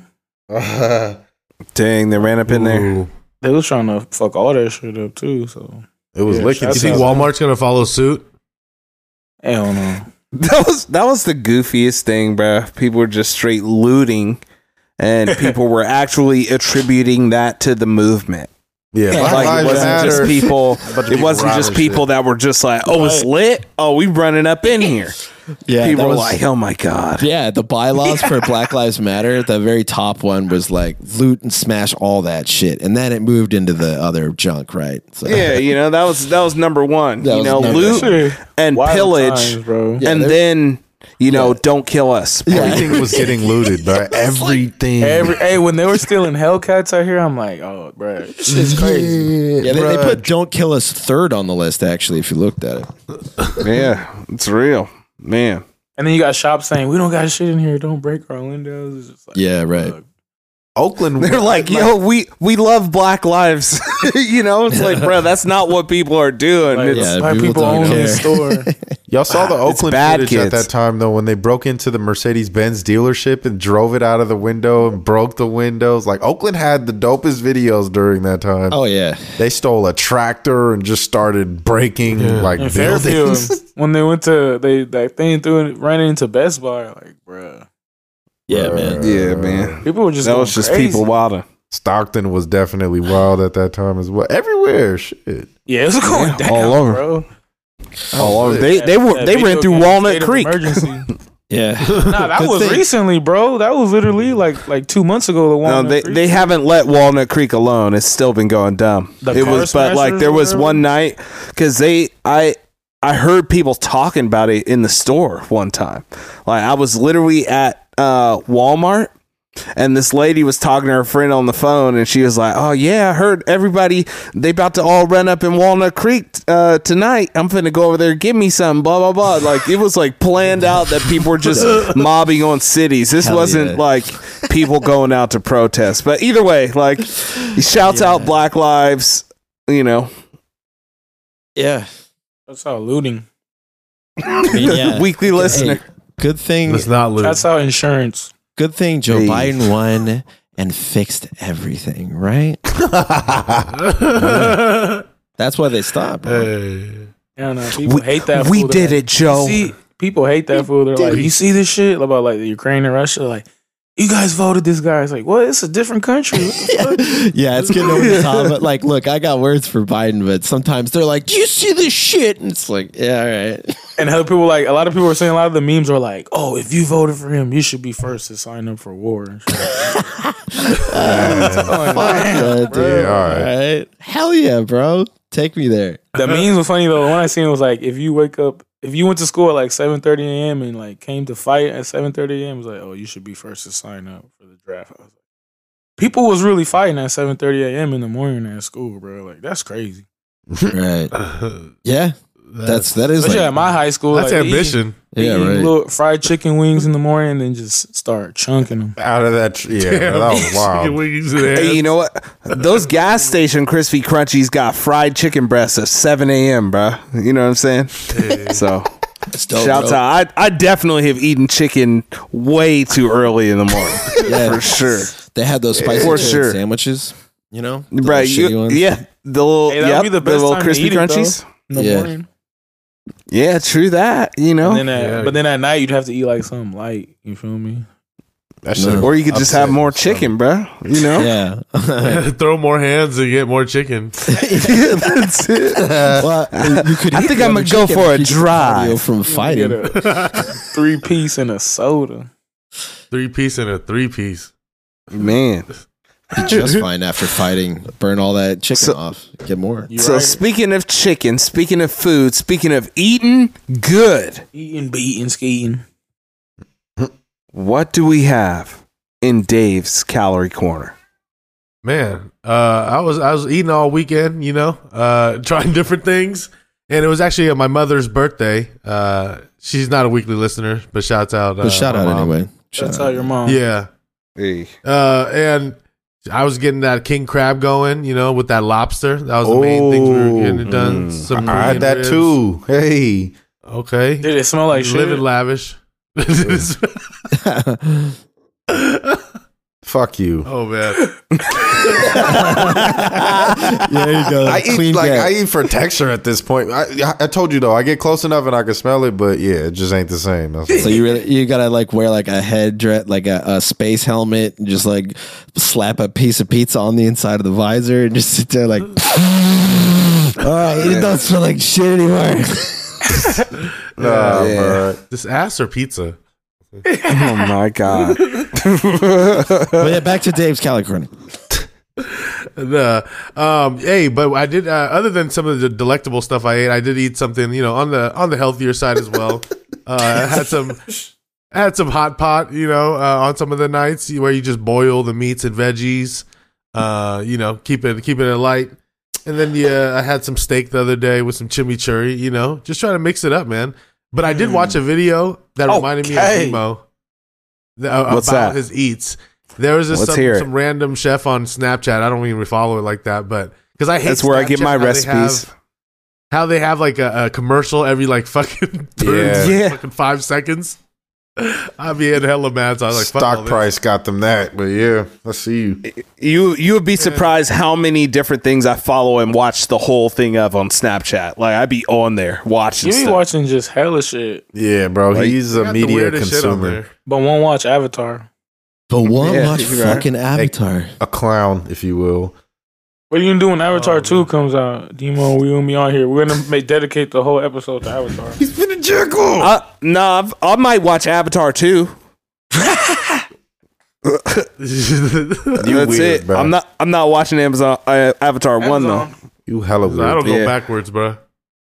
S5: Dang, they ran up in there.
S7: Ooh.
S6: They was trying to fuck all that shit up too. So
S2: It was
S6: Yeah,
S2: licking.
S7: You think
S6: That's how-
S7: Walmart's gonna follow suit?
S6: hell no.
S5: That was that was the goofiest thing, bro. People were just straight looting, and people were actually attributing that to the movement.
S2: Yeah, Black
S5: Like it
S2: Lives
S5: wasn't
S2: Matter.
S5: just people.
S2: bunch of
S5: It wasn't just
S2: robbing shit.
S5: people that were just like, "Oh, it's lit. Oh, we running up in here."
S4: Yeah,
S5: people
S4: that
S5: were
S4: was-
S5: like, "Oh my god."
S4: Yeah, the bylaws for Black Lives Matter, the very top one was like loot and smash all that shit. And then it moved into the other junk, right? So,
S5: Yeah, you know that was that was number one.
S4: That
S5: you
S4: was
S5: know,
S4: number
S5: loot
S6: one.
S5: and
S6: Wild
S5: pillage,
S6: times, bro.
S5: and
S4: Yeah,
S5: then you know, don't kill us.
S2: Everything was getting looted, but everything.
S6: Every hey, when they were stealing Hellcats out here, I'm like, oh, bro, this shit's crazy.
S4: Yeah, they, they put Don't Kill Us third on the list, actually, if you looked at it.
S5: yeah, it's real, man.
S6: And then you got shops saying, we don't got shit in here. Don't break our windows. It's just like,
S4: Yeah, right.
S6: fuck.
S2: Oakland.
S5: They're like, yo, we we love Black Lives. you know, it's like, bro, that's not what people are doing.
S6: Like,
S5: It's-
S4: yeah,
S6: why
S4: people
S6: people
S4: don't
S6: own this store?
S2: y'all saw the Oakland
S5: Ah, bad
S2: footage at
S5: kids.
S2: that time though when they broke into the Mercedes Benz dealership and drove it out of the window and broke the windows. Like Oakland had the dopest videos during that time.
S4: Oh, yeah.
S2: They stole a tractor and just started breaking like
S6: In Fairfield,
S2: buildings.
S6: when they went to they that thing through and ran into Best Buy, like, bruh.
S4: Yeah, man.
S5: yeah, man.
S6: people were just
S5: That was just people wilding.
S2: Stockton was definitely wild at that time as well. Everywhere, shit.
S6: Yeah, it was going
S5: Yeah,
S6: down,
S5: all over.
S6: bro.
S5: All over. They they were
S6: That
S5: they
S6: video
S5: ran through
S6: game,
S5: Walnut
S6: State of
S5: Creek.
S6: Emergency.
S4: Yeah.
S6: nah, that
S4: Good
S6: was
S4: thing.
S6: recently, bro. That was literally like like two months ago. The
S5: No,
S6: Walnut
S5: they
S6: Creek.
S5: they haven't let Walnut Creek alone. It's still been going dumb.
S6: The
S5: it
S6: car
S5: was, but like
S6: smashers
S5: there
S6: or
S5: was
S6: whatever?
S5: one night because they I I heard people talking about it in the store one time. Like I was literally at uh, Walmart. And this lady was talking to her friend on the phone, and she was like, "Oh yeah, I heard everybody they about to all run up in Walnut Creek uh, tonight. I'm finna go over there, give me some, blah blah blah." Like it was like planned out that people were just mobbing on cities. This
S4: Hell
S5: wasn't
S4: yeah.
S5: like like people going out to protest. But either way, like shouts out Black Lives, you know.
S4: Yeah.
S6: That's how looting.
S4: I mean, yeah.
S5: Weekly listener.
S4: Hey, good thing.
S7: Let's not lose.
S6: That's how insurance.
S4: Good thing Joe
S5: Hey.
S4: Biden won and fixed everything, right? That's why they stopped. bro.
S7: Hey.
S6: Yeah, no, people hate that.
S5: we
S6: fool. They're
S5: did
S6: like,
S5: it, Joe.
S6: See, people hate that fool. They're like, you see this shit about like the Ukraine and Russia. Like, you guys voted this guy. It's like, what? It's a different country. What the fuck?
S4: yeah, it's getting over the top. But like, look, I got words for Biden, but sometimes they're like, "Do you see this shit?" And it's like, "Yeah, all right."
S6: and other people like a lot of people are saying a lot of the memes are like, oh, if you voted for him, you should be first to sign up for war. and shit.
S4: Fuck that, dude.
S2: Yeah, all right.
S4: Alright. Hell yeah, bro. Take me there.
S6: the memes was funny though. The one I seen was like, if you wake up, if you went to school at like seven thirty a.m. and like came to fight at seven thirty a.m., it was like, oh, you should be first to sign up for the draft. I was like, people was really fighting at seven thirty a.m. in the morning at school, bro. Like that's crazy.
S4: Right. Yeah. That's that is
S6: But yeah,
S4: like,
S6: at my high school,
S7: that's
S6: like, they eat-
S7: ambition.
S6: they
S4: yeah,
S6: eat
S4: right.
S6: Little fried chicken wings in the morning, and then just start chunking them.
S2: Out of that, tr- yeah, that was
S7: Chicken
S2: wild.
S7: wings in the
S5: Hey, you
S7: ass.
S5: know what? Those gas station crispy crunchies got fried chicken breasts at 7 a.m., bruh. You know what I'm saying? So,
S4: It's dope,
S5: shout
S4: bro.
S5: out. I, I definitely have eaten chicken way too early in the morning.
S4: Yeah.
S5: for sure.
S4: They had those spicy
S5: For
S4: chicken
S5: sure.
S4: sandwiches. You know, The
S5: Bruh,
S4: little shitty
S5: you,
S4: ones.
S5: yeah. The little,
S6: Hey, that'd
S5: yep,
S6: be the
S5: the
S6: best
S5: little
S6: time to
S5: crispy
S6: eat it, though.
S5: crunchies.
S6: In the
S4: Yeah.
S6: morning.
S5: yeah, true that, you know?
S6: And then at,
S7: Yeah.
S6: But then at night, you'd have to eat like something light. You feel me?
S2: That shit
S5: or you could just have
S2: upset
S5: more
S2: my stomach.
S5: chicken, bruh. You know?
S4: yeah.
S7: Throw more hands and get more chicken.
S5: That's it.
S4: well, you could.
S5: I
S4: eat
S5: think
S4: the
S5: I'ma
S4: other
S5: go
S4: chicken
S5: for a
S4: if you get
S5: drive.
S4: cardio from
S6: Get
S4: fighting.
S6: a three piece and a soda.
S7: Three piece and a three piece.
S5: Man.
S4: Be just fine after fighting. Burn all that chicken
S5: So-
S4: off. Get more.
S6: You
S5: So,
S6: right.
S5: speaking of chicken, speaking of food, speaking of eating good,
S6: eating, beating, skating.
S5: what do we have in Dave's calorie corner?
S7: Man, uh, I was I was eating all weekend, you know, uh, trying different things, and it was actually at my mother's birthday. Uh, she's not a weekly listener, but shouts out. Uh,
S4: But shout
S7: my
S4: out
S7: mom.
S4: anyway. Shout
S6: That's
S4: out.
S6: how your mom.
S7: Yeah,
S5: Hey.
S7: uh, and I was getting that king crab going, you know, with that lobster. That was the main thing we were getting it done.
S5: Mm.
S7: Some
S2: Oh, I had
S7: Korean
S2: that
S7: ribs.
S2: too. Hey,
S7: Okay,
S6: Did it smell like shit?
S7: living lavish.
S2: fuck you.
S7: oh man,
S4: there you go.
S2: I eat
S4: Clean
S2: like
S4: gap.
S2: I eat for texture at this point. I, I told you though, I get close enough and I can smell it, but yeah, it just ain't the same. That's
S4: so you really you gotta like wear like a head dress, like a, a space helmet, and just like slap a piece of pizza on the inside of the visor, and just sit there like. All right, it don't smell like shit anymore.
S2: nah,
S5: Yeah.
S2: bruh.
S7: this ass or pizza?
S5: Oh my god.
S4: but yeah, back to Dave's Calicorn.
S7: the um hey but i did uh, other than some of the delectable stuff i ate i did eat something you know on the on the healthier side as well uh I had some I had some hot pot you know uh, on some of the nights where you just boil the meats and veggies uh you know keep it keeping it light and then yeah i had some steak the other day with some chimichurri you know just trying to mix it up man but i did watch a video that reminded me of
S5: Mm. Okay.
S7: Nemo th- uh,
S5: What's
S7: about
S5: that?
S7: his eats there was this
S5: Let's
S7: some,
S5: hear it.
S7: some random chef on Snapchat. I don't even follow it like that, but because I hate
S5: That's where I get
S7: Snapchat,
S5: my
S7: how they
S5: recipes.
S7: have- How they have like a, a commercial every like fucking
S2: Yeah.
S7: yeah.
S5: Yeah.
S7: fucking five seconds. I be in hella mad. So I was like, fuck all
S2: Stock
S7: this.
S2: price got them that, but yeah, let's see you.
S5: You you would be surprised how many different things I follow and watch the whole thing of on Snapchat. Like I'd be on there watching
S6: You be
S5: stuff.
S6: watching just hella shit,
S2: Yeah, bro,
S5: Like,
S2: he's
S7: They
S2: a
S7: got the
S2: media
S7: weirdest shit on
S2: consumer,
S7: there.
S6: but won't watch Avatar.
S4: But one
S5: Yeah,
S4: watch
S5: you're right.
S4: fucking Avatar.
S2: a clown, if you will.
S6: What are you gonna do when Avatar
S7: Oh,
S6: 2 comes out? Demo, we gonna be on here. We're gonna make, dedicate the whole episode to Avatar.
S2: He's been a jerkle.
S5: Uh, nah, I've- I might watch Avatar too.
S2: You
S5: That's
S2: weird,
S5: it.
S2: bro.
S5: I'm not I'm not watching Amazon uh, Avatar one though.
S6: Amazon.
S2: you hella
S7: I don't
S2: weird.
S7: go
S5: Yeah.
S7: backwards, bro.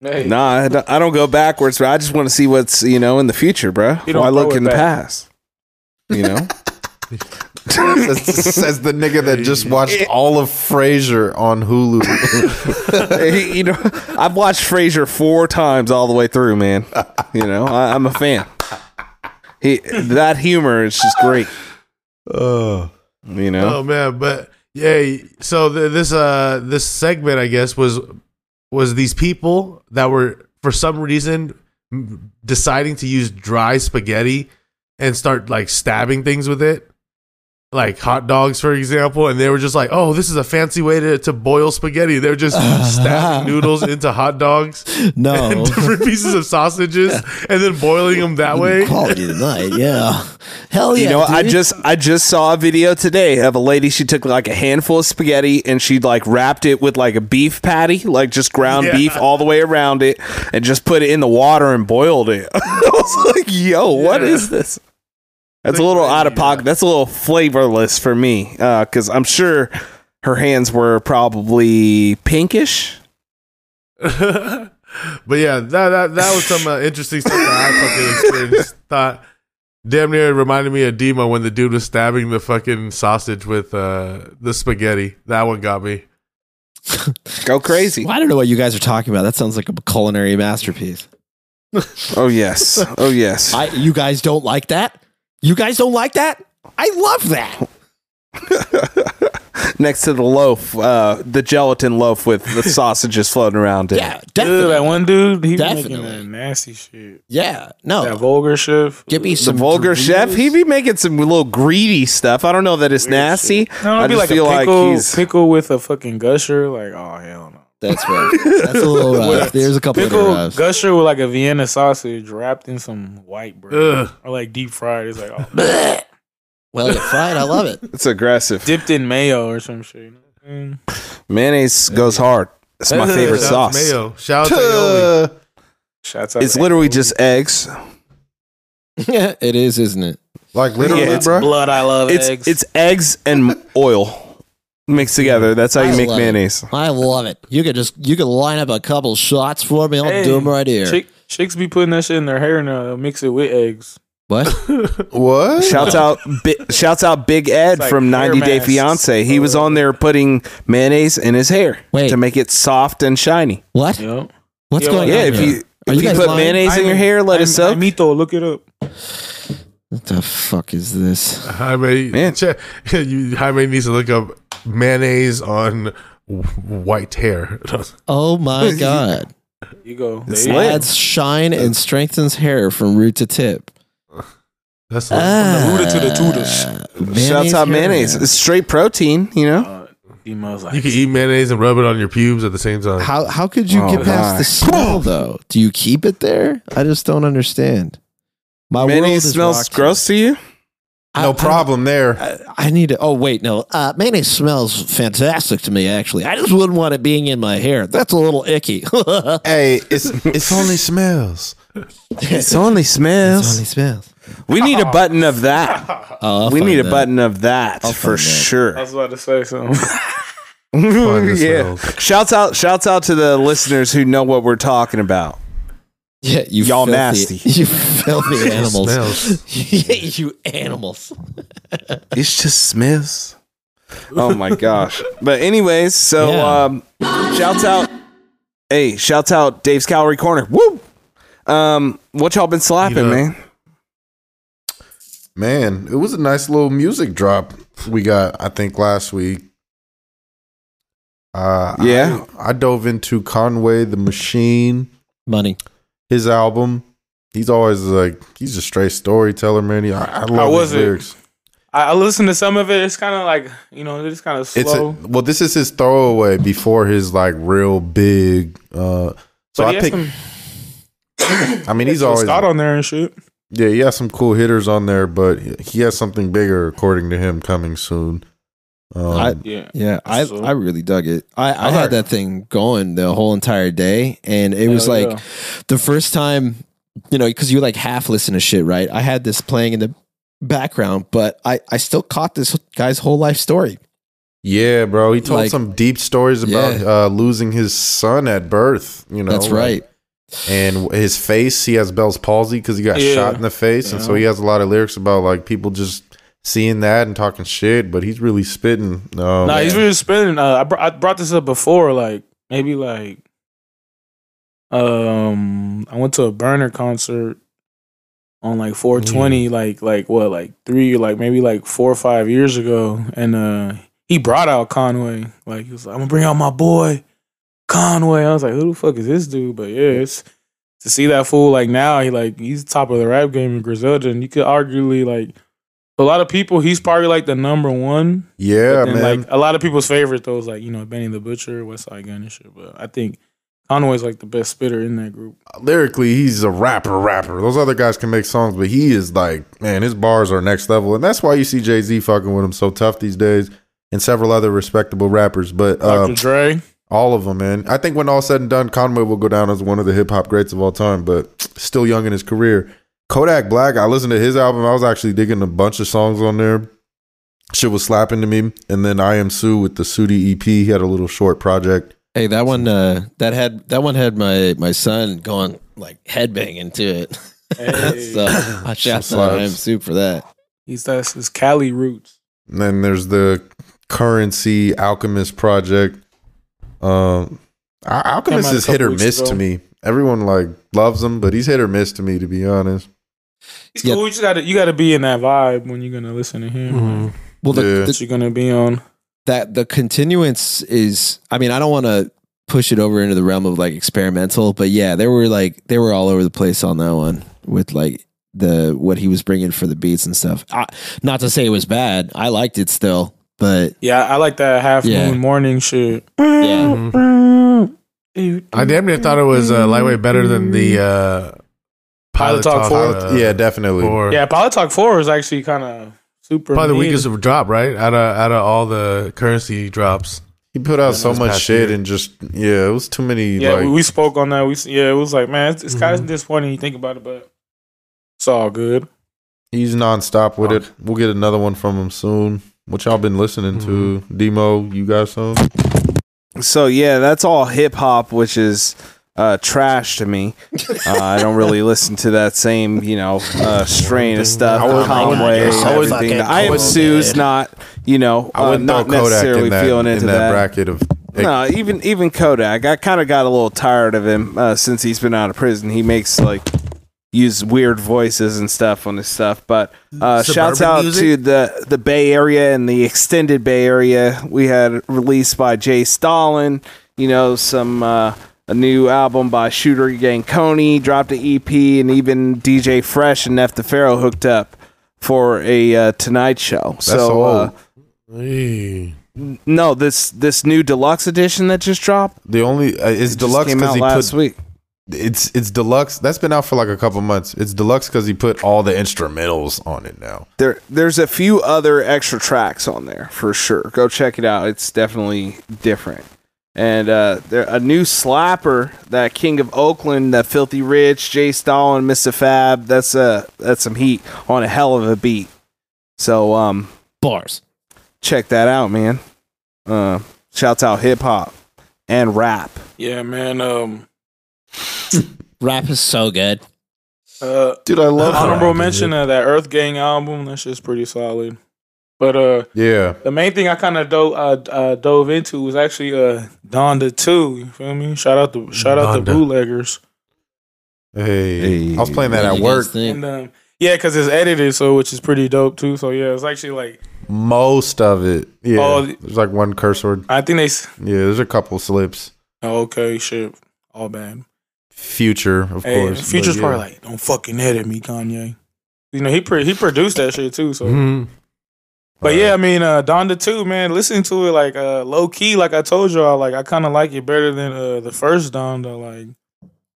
S6: Hey,
S5: Nah, I don't, I don't go backwards, bro. I just want to see what's you know in the future, bro.
S6: You don't
S5: Why look
S6: go
S5: in the
S6: back.
S5: past? You know,
S2: says, says the nigga that just watched all of Frasier on Hulu.
S5: Hey, you know, I've watched Frasier four times all the way through, man. You know, I, I'm a fan. He that humor is just great.
S2: oh,
S5: You know,
S7: Oh man, but yeah. So th- this uh this segment, I guess, was was these people that were for some reason m- deciding to use dry spaghetti and start like stabbing things with it. like hot dogs, for example, and they were just like, "Oh, this is a fancy way to, to boil spaghetti." They're just stacking noodles into hot dogs and
S4: No.
S7: different pieces of sausages, and then boiling them that way.
S4: Quality tonight, yeah. Hell yeah.
S5: You know, I
S4: dude.
S5: just I just saw a video today of a lady. She took like a handful of spaghetti and she like wrapped it with like a beef patty, like just ground
S7: Yeah.
S5: beef all the way around it, and just put it in the water and boiled it. I was like, "Yo, what is this?" That's a little out of pocket. That's a little flavorless for me because I'm sure her hands were probably pinkish.
S7: But yeah, that that, that was some uh, interesting stuff that I fucking experienced. Thought damn near reminded me of Demo when the dude was stabbing the fucking sausage with uh, the spaghetti. That one got me.
S5: Go crazy!
S4: Well, I don't know what you guys are talking about. That sounds like a culinary masterpiece.
S5: Oh yes! Oh yes!
S4: I you guys don't like that? You guys don't like that? I love that.
S5: Next to the loaf, uh, the gelatin loaf with the sausages floating around it.
S4: Yeah,
S6: Dude,
S4: definitely.
S6: that one dude, he was making
S4: Definitely.
S6: that nasty shit.
S4: yeah,
S5: Oh.
S6: That
S4: no.
S6: vulgar shit.
S4: Give me
S5: the
S4: some
S5: vulgar
S4: Doritos.
S5: chef, he be making some little greedy stuff. I don't know that it's nasty.
S6: No, it'd
S5: I
S6: be
S5: just
S6: like
S5: feel
S6: a
S5: like
S6: pickle,
S5: he's
S6: pickle with a fucking gusher. Like, oh hell no.
S4: That's right. That's a little rough. There's a couple
S6: Pickle
S4: of roughs.
S6: gusher with like a Vienna sausage wrapped in some white bread
S7: Ugh.
S6: or like deep fried. It's like oh,
S4: well, you fried. I love it.
S5: it's aggressive.
S6: dipped in mayo or some shit. You know? what I mean?
S5: Mayonnaise goes hard. It's my favorite
S7: Shout out to
S5: sauce.
S7: Mayo. Shout out to aioli.
S5: Tuh.
S6: Shots out
S5: It's
S6: to
S5: literally
S6: Aioli.
S5: just eggs.
S4: it is, isn't it?
S2: Like literally,
S5: Yeah.
S2: bro.
S6: blood. I love
S5: It's
S6: eggs.
S5: it's eggs and oil mixed together. That's how you
S4: I
S5: make
S4: love it.
S5: mayonnaise.
S4: I love it. You could just you could line up a couple shots for me. I'll
S6: Hey,
S4: do them right here.
S6: Chick, chicks be putting that shit in their hair now. They'll mix it with eggs.
S4: what?
S2: What?
S5: Shouts out, bi- shouts out, Big Ed
S6: like
S5: from
S6: hair
S5: 90 Day
S6: masks.
S5: Fiance. He was on there putting mayonnaise in his hair
S4: Wait.
S5: to make it soft and shiny.
S4: What?
S6: Yep.
S4: What's
S6: Yeah,
S4: going
S5: Yeah,
S4: on?
S5: if
S4: here?
S5: you
S4: Are
S5: if
S4: you
S5: you,
S4: guys
S5: put
S4: lying?
S5: mayonnaise in your hair, let it soak.
S6: Mito, look it up.
S4: what the fuck is this?
S7: Jaime,
S5: Man.
S7: che- you, Jaime needs to look up mayonnaise on w- white hair.
S4: Oh my god!
S6: You go.
S5: It's
S6: There you
S5: lit.
S6: go.
S4: Adds shine and strengthens hair from root to tip.
S7: That's
S4: Ah,
S6: Rooted to the tutors.
S5: Shouts out
S4: hair
S5: mayonnaise.
S4: mask.
S5: It's straight protein, you know?
S6: Emo's Uh, like,
S7: you can eat mayonnaise and rub it on your pubes at the same time.
S4: How how could you
S5: Oh,
S4: get past
S5: my.
S4: the smell though? Do you keep it there? I just don't understand. My
S5: mayonnaise
S4: world is
S5: smells
S4: rocked.
S5: gross to you?
S4: I-
S2: no
S4: I-
S2: problem there.
S4: I, I need to. Oh wait, no. Uh, mayonnaise smells fantastic to me. Actually, I just wouldn't want it being in my hair. That's a little icky. it
S2: Hey, it's it's only smells.
S5: It's only smells.
S4: only smells.
S5: we need a button of that.
S4: Oh, I'll
S5: we
S4: find
S5: need a
S4: that.
S5: button of that
S4: I'll
S5: for
S4: find that.
S6: I
S5: sure.
S6: was about to say something.
S7: Find the
S5: yeah.
S7: smells.
S5: Shouts out shouts out to the listeners who know what we're talking about.
S4: Yeah, you
S5: Y'all
S4: filthy-
S5: nasty.
S4: You filthy animals.
S7: smells.
S4: you animals.
S5: It's just smells. Oh my gosh. But anyways, so
S4: Yeah.
S5: um shouts out Hey, shouts out Dave's Calorie Corner. Woo! Um, what y'all been slapping,
S7: Eat up.
S5: man?
S2: Man, it was a nice little music drop we got, I think, last week. Uh,
S5: Yeah.
S2: I, I dove into Conway the Machine,
S4: Money.
S2: his album. He's always like, he's a straight storyteller, man. He- I, I love
S6: was
S2: his
S6: it?
S2: lyrics.
S6: I, I listened to some of it. It's kind of like, you know, it's kind of
S2: It's a,
S6: slow.
S2: well, this is his throwaway before his like real big. Uh, so
S6: but
S2: I
S6: he has
S2: picked.
S6: some-
S2: I mean, he's
S6: some
S2: always
S6: Scott on there and shit.
S2: Yeah, he has some cool hitters on there, but he has something bigger, according to him, coming soon. Um,
S4: I-
S6: Yeah.
S4: Yeah, I
S6: So-
S4: I really dug it. I, I had
S2: Alright.
S4: that thing going the whole entire day, and it was
S6: Hell
S4: like
S6: yeah.
S4: the first time, you know, because you like half listen to shit, right? I had this playing in the background, but I I still caught this guy's whole life story.
S2: yeah, bro, he told
S4: Like-
S2: some deep stories about
S4: Yeah.
S2: uh, losing his son at birth. You know,
S4: That's right.
S2: And his face, he has Bell's palsy because he got
S6: Yeah.
S2: shot in the face, and so
S6: Yeah.
S2: he has a lot of lyrics about like people just seeing that and talking shit. But he's really spitting. Um,
S6: nah, he's really spinning. Uh, I, br- I brought this up before, like maybe like, um, I went to a burner concert on like 420, like like what, like three, like maybe like four or five years ago, and uh, he brought out Conway. Like he was like, I'm gonna bring out my boy Conway. I was like, who the fuck is this dude? But yeah, it's. To see that fool like now, he like he's top of the rap game in Griselda, and you could arguably like a lot of people, he's probably like the number one.
S2: Yeah,
S6: But
S2: man.
S6: then, Like a lot of people's favorite though is like you know Benny the Butcher, West Side Gun and shit. But I think Conway's like the best spitter in that group.
S2: lyrically, he's a rapper, rapper. Those other guys can make songs, but he is like, man, his bars are next level, and that's why you see Jay Z fucking with him so tough these days, and several other respectable rappers. But
S6: Dr.
S2: um,
S6: Dre,
S2: all of them, man. I think when all said and done, Conway will go down as one of the hip hop greats of all time, but still young in his career. Kodak Black, I listened to his album. I was actually digging a bunch of songs on there. Shit was slapping to me. And then I Am Sue with the Sudi EP. He had a little short project.
S4: Hey, that one uh that had that one had my my son going like headbanging to it.
S6: Hey.
S4: so I shout
S2: Some
S4: out to
S2: slaps.
S4: him soup for that.
S6: he's that's his Cali roots.
S2: And then there's the Currency Alchemist project. Um, Al- Alchemist
S6: out a
S2: is hit
S6: couple
S2: or
S6: weeks
S2: miss
S6: ago.
S2: to me. Everyone like loves him, but he's hit or miss to me, to be honest.
S6: He's
S4: Yeah.
S6: cool. You just gotta you gotta be in that vibe when you're gonna listen to him. Like,
S4: Well, the,
S2: Yeah.
S4: the
S6: That you're gonna be on.
S4: that the continuance is i mean i don't want to push it over into the realm of like experimental but yeah they were like they were all over the place on that one with like the what he was bringing for the beats and stuff I, not to say it was bad i liked it still but
S6: Yeah, I like that half
S4: Yeah.
S6: moon morning shit.
S4: yeah
S7: I damn near thought it was uh, lightweight better than the uh,
S6: Pilot Talk Four.
S7: uh,
S2: yeah, definitely.
S7: Four.
S6: Yeah, Pilot Talk Four is actually kind of super.
S7: probably the
S6: mid.
S7: weakest drop, right? Out of out of all the currency drops.
S2: He put out so
S7: this
S2: much
S7: past
S2: shit
S7: year.
S2: and just yeah, it was too many.
S6: Yeah,
S2: like,
S6: we, we spoke on that. We s- yeah, it was like man, it's, it's kind of disappointing. when You think about it, but it's all good.
S2: he's nonstop with it. We'll get another one from him soon. What y'all been listening to?
S7: Mm-hmm.
S2: Demo, you guys some?
S5: Uh, So yeah, that's all hip hop, which is uh, trash to me. Uh, I don't really listen to that same, you know, uh, strain of stuff.
S2: I would-
S5: Conway,
S2: I would- I would-
S5: everything.
S2: fucking
S5: I am Sue's not, you know,
S2: I
S5: uh,
S2: wouldn't
S5: not
S2: throw Kodak
S5: necessarily
S2: in that,
S5: feeling into
S2: in that,
S5: that.
S2: bracket of.
S5: No, even even Kodak, I kind of got a little tired of him uh, since he's been out of prison. He makes like use weird voices and stuff on his stuff. But uh, shouts
S7: Suburban
S5: out
S7: music?
S5: to the the Bay Area and the extended Bay Area. We had released by Jay Stalin. You know, some uh, a new album by Shooter Yanconi dropped an EP, and even DJ Fresh and Neff the Pharaoh hooked up for a uh, Tonight Show. so. Uh,
S2: old.
S5: no, this this new deluxe edition that just dropped.
S2: The only uh, it's
S5: It just
S2: deluxe
S5: came
S2: because
S5: out
S2: he
S5: last
S2: put
S5: week.
S2: it's it's deluxe. That's been out for like a couple months. It's deluxe because he put all the instrumentals on it now.
S5: There, there's a few other extra tracks on there for sure. Go check it out. It's definitely different. And uh, there a new slapper that King of Oakland, that Filthy Rich, Jay Stalin, Mr. Fab. That's uh, that's some heat on a hell of a beat. So um,
S4: bars
S5: check that out, man. Uh, shouts out hip hop and rap.
S6: Yeah, man. Um,
S4: rap is so good
S6: uh,
S2: Dude, I love
S6: honorable mention of that Earth Gang album. That shit's pretty solid. But uh,
S2: Yeah,
S6: the main thing I kind of do- uh, uh, dove into was actually uh, Donda Two. You feel me? Shout out to shout out to
S7: Donda.
S6: bootleggers.
S2: hey, I was playing that
S4: What
S2: at
S4: do you guys
S2: work.
S4: think?
S6: And um, yeah, because it's edited, so which is pretty dope too. So yeah, it's actually like
S2: Most of it, yeah.
S6: Oh, the-
S2: there's like one curse word.
S6: I think they. s-
S2: Yeah, there's a couple slips.
S6: Oh, okay, shit, all bad.
S2: Future, of
S6: Hey,
S2: course. but
S6: Future's
S2: yeah.
S6: probably like, don't fucking edit me, Kanye. You know he pro- he produced that shit too. So
S2: Mm-hmm.
S7: Mm-hmm.
S6: But yeah, I mean, uh, Donda too, man. Listening to it like uh, low key, like I told y'all, like I kind of like it better than uh, the first Donda. Like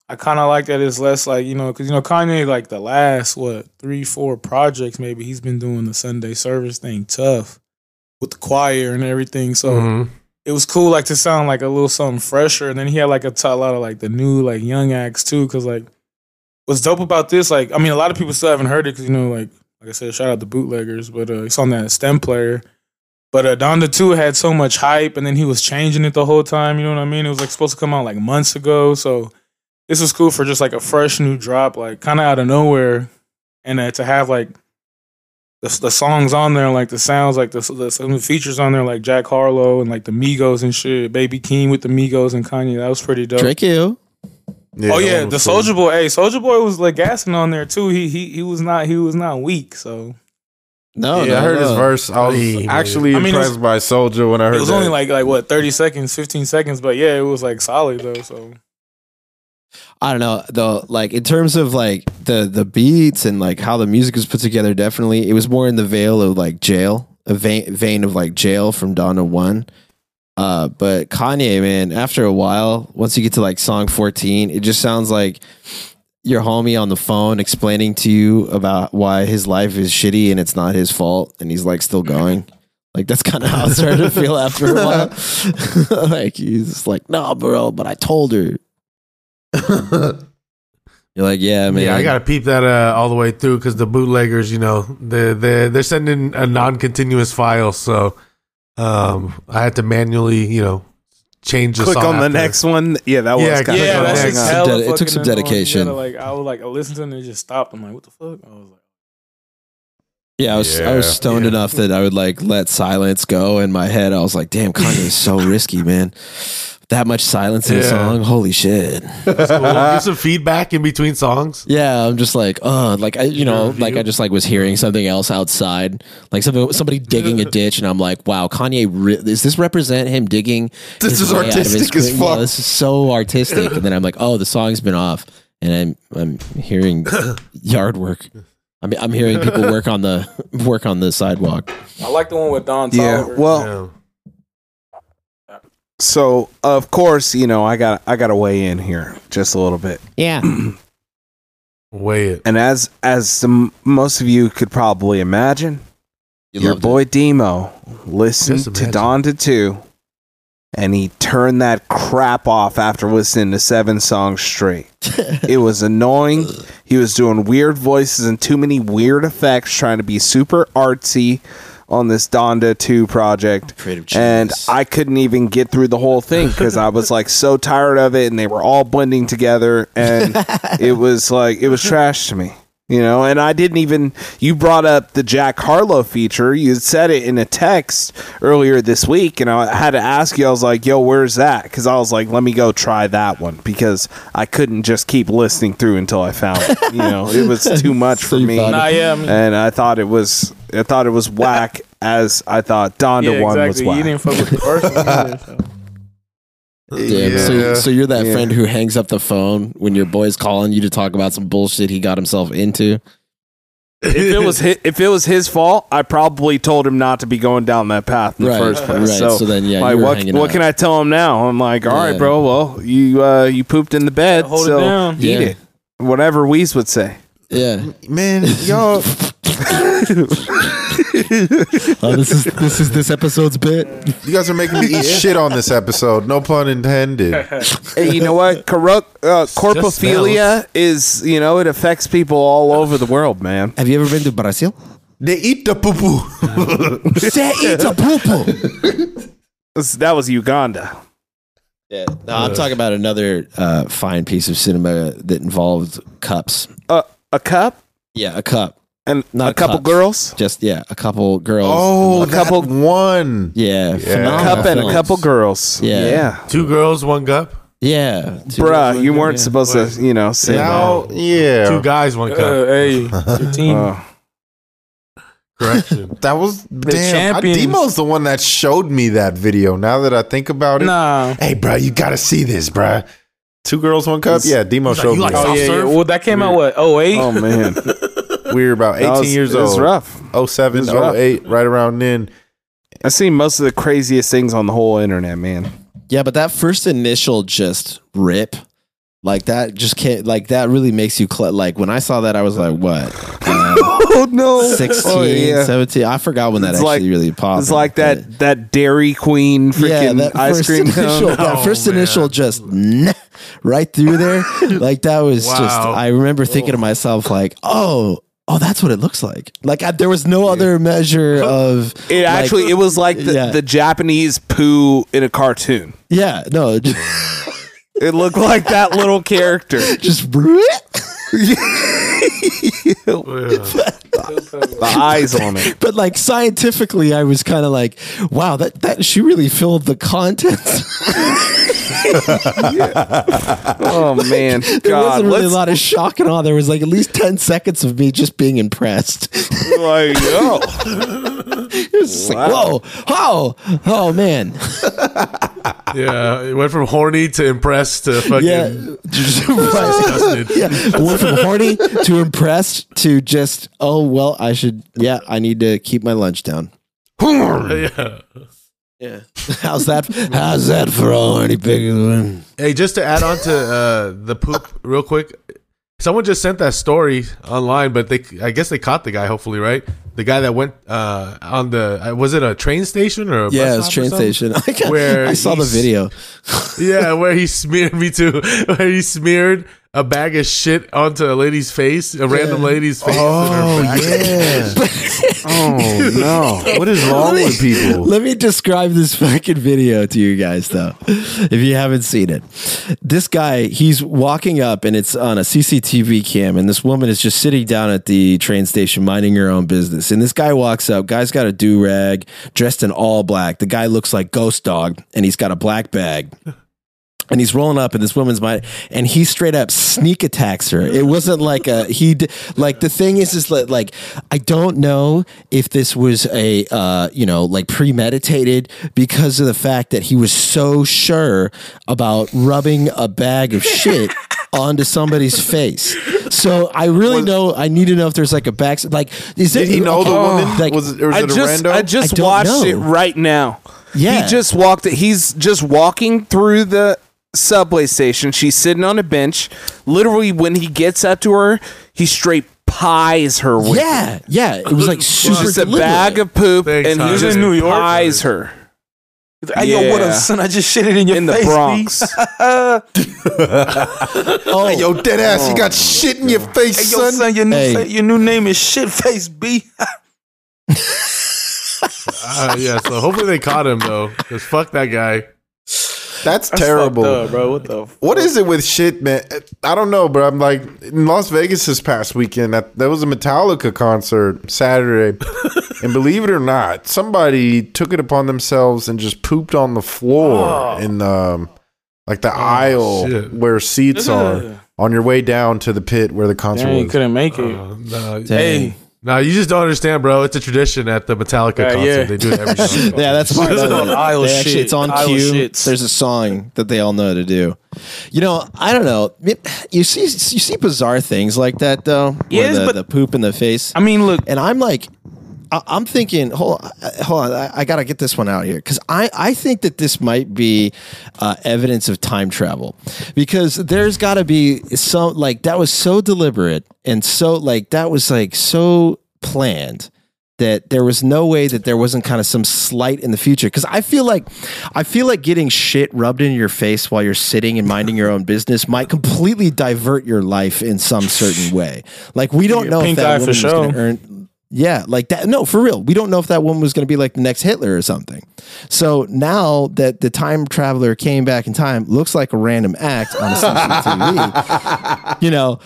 S6: I kind of like that it's less like you know, because you know Kanye like the last what three four projects maybe he's been doing the Sunday service thing tough with the choir and everything. So
S2: Mm-hmm.
S7: Mhm.
S6: it was cool like to sound like a little something fresher. And then he had like a t- a lot of like the new like young acts too, because like what's dope about this, like I mean, a lot of people still haven't heard it because you know, like like I said, shout out the bootleggers, but uh, it's on that stem player. But uh, Donda Two had so much hype, and then he was changing it the whole time. You know what I mean? It was like supposed to come out like months ago, so this was cool for just like a fresh new drop, like kind of out of nowhere, and uh, to have like. The, the songs on there, like the sounds, like the, the some of the features on there, like Jack Harlow and like the Migos and shit, Baby Keem with the Migos and Kanye, that was pretty dope.
S4: drake you
S2: Yeah,
S6: Oh
S2: that
S6: yeah,
S2: one
S6: the
S2: was
S6: Soldier Boy. Hey, Soldier Boy was like gassing on there too. He he he was not he was not weak. So
S4: no
S2: yeah,
S4: no,
S2: I heard his
S4: no.
S2: verse. I was
S7: Hey, man.
S2: actually
S6: I mean, it was-
S2: impressed by Soldier when I heard
S6: it was
S2: that.
S6: only like like what thirty seconds, fifteen seconds. But yeah, it was like solid though. So
S4: I don't know though. Like in terms of like the the beats and like how the music was put together, definitely it was more in the veil of like jail, a vein, vein of like jail from Dawn to One. Uh, but Kanye, man, after a while, once you get to like song fourteen, it just sounds like your homie on the phone explaining to you about why his life is shitty and it's not his fault, and he's like still going. Like that's kind of how it started to feel after a while. like he's just like, no, bro, but I told her. You're like, yeah, man.
S7: yeah, I gotta peep that uh, all the way through because the bootleggers, you know, they they they're sending a non-continuous file, so um, I had to manually, you know, change the
S5: Click
S7: song
S5: on the
S7: after.
S5: next one. Yeah, that
S7: Yeah,
S5: was kind
S7: click
S6: Yeah,
S7: on
S6: that
S7: the
S6: shit's
S7: next.
S6: hella
S4: It took
S6: fucking
S4: some
S6: annoying.
S4: dedication.
S6: Yeah, like I would like listen to it and it just stopped. I'm like, what the fuck? I was like,
S4: yeah, I was, I was
S2: Yeah.
S4: stoned
S7: Yeah.
S4: enough that I would like let silence go in my head. I was like, damn, Kanye is so risky, man. That much silence in a
S7: Yeah.
S4: song, holy shit.
S7: Cool. Give some feedback in between songs.
S4: Yeah, I'm just like, oh, like I, you know, like I just like was hearing something else outside, like something, somebody digging a ditch, and I'm like, wow, Kanye, re- does this represent him digging?
S2: This
S4: his
S2: is
S4: way out of his
S2: artistic as
S4: grave? Yeah,
S2: fuck.
S4: this is so artistic, and then I'm like, oh, the song's been off, and I'm I'm hearing yard work. I mean, I'm hearing people work on the work on the sidewalk.
S6: I like the one with Don.
S5: Yeah.
S6: Toliver.
S5: Well,
S7: Yeah.
S5: so of course, you know, I got I got to weigh in here just a little bit.
S4: Yeah,
S7: Weigh it.
S5: And as as the, m- most of you could probably imagine, your boy Demo listened
S7: Just
S5: to
S7: imagine.
S5: Dawn to Two, and he turned that crap off after listening to seven songs straight. it was annoying. He was doing weird voices and too many weird effects, trying to be super artsy on this Donda 2 project.
S4: Creative
S5: and
S4: genius.
S5: I couldn't even get through the whole thing because I was like so tired of it and they were all blending together and it was like it was trash to me. You know, and I didn't even you brought up the Jack Harlow feature. You had said it in a text earlier this week and I had to ask you I was like, "Yo, where's that?" cuz I was like, "Let me go try that one because I couldn't just keep listening through until I found it." You know, it was too much for
S4: you
S5: me
S4: found it.
S6: nah, yeah, I mean,
S5: and I thought it was I thought it was whack as I thought Donda
S6: yeah,
S5: one
S6: exactly.
S5: was
S6: You
S5: whack.
S6: didn't fuck with the first one. either, so.
S4: Damn. So, so you're that
S5: Yeah.
S4: friend who hangs up the phone when your boy's calling you to talk about some bullshit he got himself into.
S5: If it was his, if it was his fault, I probably told him not to be going down that path in
S4: Right,
S5: the first place.
S4: right,
S5: So,
S4: so then, yeah,
S5: like,
S4: you were
S5: what
S4: hanging
S5: what
S4: out.
S5: can I tell him now? I'm like, all right,
S4: Yeah.
S5: bro. Well, you uh, you pooped in the bed,
S6: Hold it
S5: so
S6: down.
S5: eat
S4: Yeah.
S5: it. Whatever Weez would say.
S4: Yeah.
S2: Man, y'all.
S4: Oh, this is this is this episode's bit.
S2: You guys are making me eat shit on this episode. No pun intended.
S5: Hey, you know what? Corrupt, uh, corpophilia is you know it affects people all over the world, man.
S4: Have you ever been to Brazil?
S2: They eat the poo poo.
S4: Say it's a poo
S5: This- That was Uganda.
S4: Yeah. No, I'm talking about another uh, fine piece of cinema that involved cups.
S5: Uh, a cup
S4: Yeah, a cup.
S5: and
S4: Not
S5: a couple
S4: cups.
S5: girls.
S4: Just yeah, a couple girls.
S2: oh,
S5: A
S2: that
S5: couple-
S2: one.
S4: Oh, yeah, phenomenal
S5: cup and a
S4: films.
S5: couple girls.
S4: Yeah.
S5: yeah.
S7: Two girls, one cup.
S4: Yeah, Two
S5: Bruh,
S4: girls,
S5: you
S4: one
S5: weren't
S4: girl,
S5: supposed to, you know, say
S2: Now,
S7: Two
S2: yeah,
S7: guys, one cup.
S6: Uh, hey, your
S5: that.
S6: team.
S5: Uh,
S7: Correction.
S2: that was damn. I,
S6: champions.
S2: Demo's the one that showed me that video. Now that I think about it,
S6: nah.
S2: hey, bro, you gotta see this, bro. Two girls, one cup. Yeah, Demo showed
S7: you
S2: me.
S7: like
S2: that.
S6: Oh yeah, yeah.
S7: serve?
S6: Well, that came out what? Oh eight.
S5: oh man,
S2: we were about 18
S5: That was-
S2: years
S5: it was
S2: old. Oh,
S5: rough.
S2: 07,
S5: It was rough.
S2: 08, right around then.
S5: I've seen most of the craziest things on the whole internet, man.
S4: Yeah, but that first initial just rip, like that, just can't. Like that really makes you cl- like. When I saw that, I was like, what?
S5: Oh no,
S4: 16,
S5: Oh, yeah.
S4: 17. I forgot when that
S5: It's
S4: actually
S5: like-
S4: really popped.
S5: It's like that that Dairy Queen freaking ice cream
S4: initial,
S5: cone.
S4: that
S7: Oh,
S4: first
S7: man.
S4: initial just nah, right through there. like that was just.
S7: Wow.
S4: I remember thinking to myself like, oh. Oh, that's what it looks like. Like I, there was no other measure of
S5: It
S4: like-
S5: actually it was like the,
S4: Yeah.
S5: the Japanese poo in a cartoon.
S4: yeah, no, just,
S5: It looked like that little character.
S4: just
S5: The eyes on it.
S4: but like scientifically, I was kind of like, wow, that that she really filled the contents.
S5: Oh man, God,
S4: there wasn't really
S5: let's
S4: a lot of shock and awe. There was like at least ten seconds of me just being impressed.
S5: like yo.
S4: It's just like, whoa, oh, oh man.
S7: yeah, it went from horny to impressed to fucking
S4: Yeah. Just impressed. yeah. Went from horny to impressed to just, oh, well, I should, yeah, I need to keep my lunch down.
S7: yeah.
S4: Yeah. How's that? How's that for all horny pickles?
S7: Hey, just to add on to uh, the poop real quick, someone just sent that story online, but they I guess they caught the guy. Hopefully, right? The guy that went uh, on the uh, was it a train station or a bus
S4: Yeah, it's
S7: stop or
S4: train
S7: something?
S4: station. I, got,
S7: Where
S4: I saw the
S7: he's-
S4: video.
S7: Yeah, where he smeared me too. Where he smeared a bag of shit onto a lady's face, a random lady's face. Oh,
S2: Oh no! What is wrong with people?
S4: Let me describe this fucking video to you guys, though, if you haven't seen it. This guy, he's walking up and it's on a CCTV cam, and this woman is just sitting down at the train station minding her own business. And this guy walks up, guy's got a do rag, dressed in all black. The guy looks like Ghost Dog, and he's got a black bag. and he's rolling up in this woman's mind and he straight up sneak attacks her it wasn't like a he d- like the thing is is like, like i don't know if this was a uh you know like premeditated because of the fact that he was so sure about rubbing a bag of shit onto somebody's face so i really know i need to know if there's like a back like is it
S2: Did he know the
S4: okay,
S2: woman? was it, or was
S5: Oh, I
S2: it a
S5: just
S2: rando?
S5: I
S4: I
S5: just
S4: don't
S5: watched
S4: know.
S5: it right now.
S4: Yeah.
S5: He just walked he's just walking through the subway station. She's sitting on a bench. Literally when he gets up to her, he straight pies her with
S4: yeah yeah it was like super
S5: just a
S4: deliberate.
S5: bag of poop
S7: Thanks,
S5: and he
S7: Hunter.
S5: just
S6: In New York?
S5: pies her
S6: Hey, yo, what
S5: Yeah.
S6: up, son? I just shit it in your
S5: in the
S6: face.
S5: Bronx.
S4: oh,
S2: Yo, dead ass! you got shit in your face,
S6: B. Hey, yo,
S2: son.
S6: son, your new,
S4: Hey.
S6: fa- your new name is Shitface B.
S7: uh, yeah. So hopefully they caught him though, because fuck that guy.
S2: That's
S6: That's
S2: terrible,
S6: fucked up, bro. What the? F-
S2: What is it with shit, man? I don't know, bro. I'm like in Las Vegas this past weekend. That there was a Metallica concert Saturday, and believe it or not, somebody took it upon themselves and just pooped on the floor in um like the aisle
S7: Oh. shit.
S2: where seats
S6: Ugh.
S2: are on your way down to the pit where the concert
S6: Dang,
S2: was.
S6: couldn't make it.
S7: Uh, no,
S6: hey,
S7: no, you just don't understand, bro. It's a tradition at the Metallica
S6: Uh,
S7: concert.
S6: yeah.
S7: They do it every time.
S4: Yeah, that's part of
S6: It's
S4: it.
S6: on aisle
S4: They actually-
S6: shit,
S4: It's on
S6: aisle
S4: cue.
S6: shits.
S4: There's a song that they all know to do. You know, I don't know. It- You see, you see bizarre things like that though. where
S6: Yes,
S4: the,
S6: but-
S4: the poop in the face.
S6: I mean, look,
S4: and I'm like, I, I'm thinking, hold on, uh, hold on, I, I gotta get this one out here because I I think that this might be uh, evidence of time travel because there's got to be some like that was so deliberate and so like that was like so planned that there was no way that there wasn't kind of some slight in the future because i feel like i feel like getting shit rubbed in your face while you're sitting and minding your own business might completely divert your life in some certain way like we don't know if
S6: pink
S4: that
S6: eye
S4: woman
S6: for
S4: was going to
S6: sure.
S4: earn yeah like that no for real we don't know if that woman was going to be like the next hitler or something so now that the time traveler came back in time looks like a random act on a CCTV, you know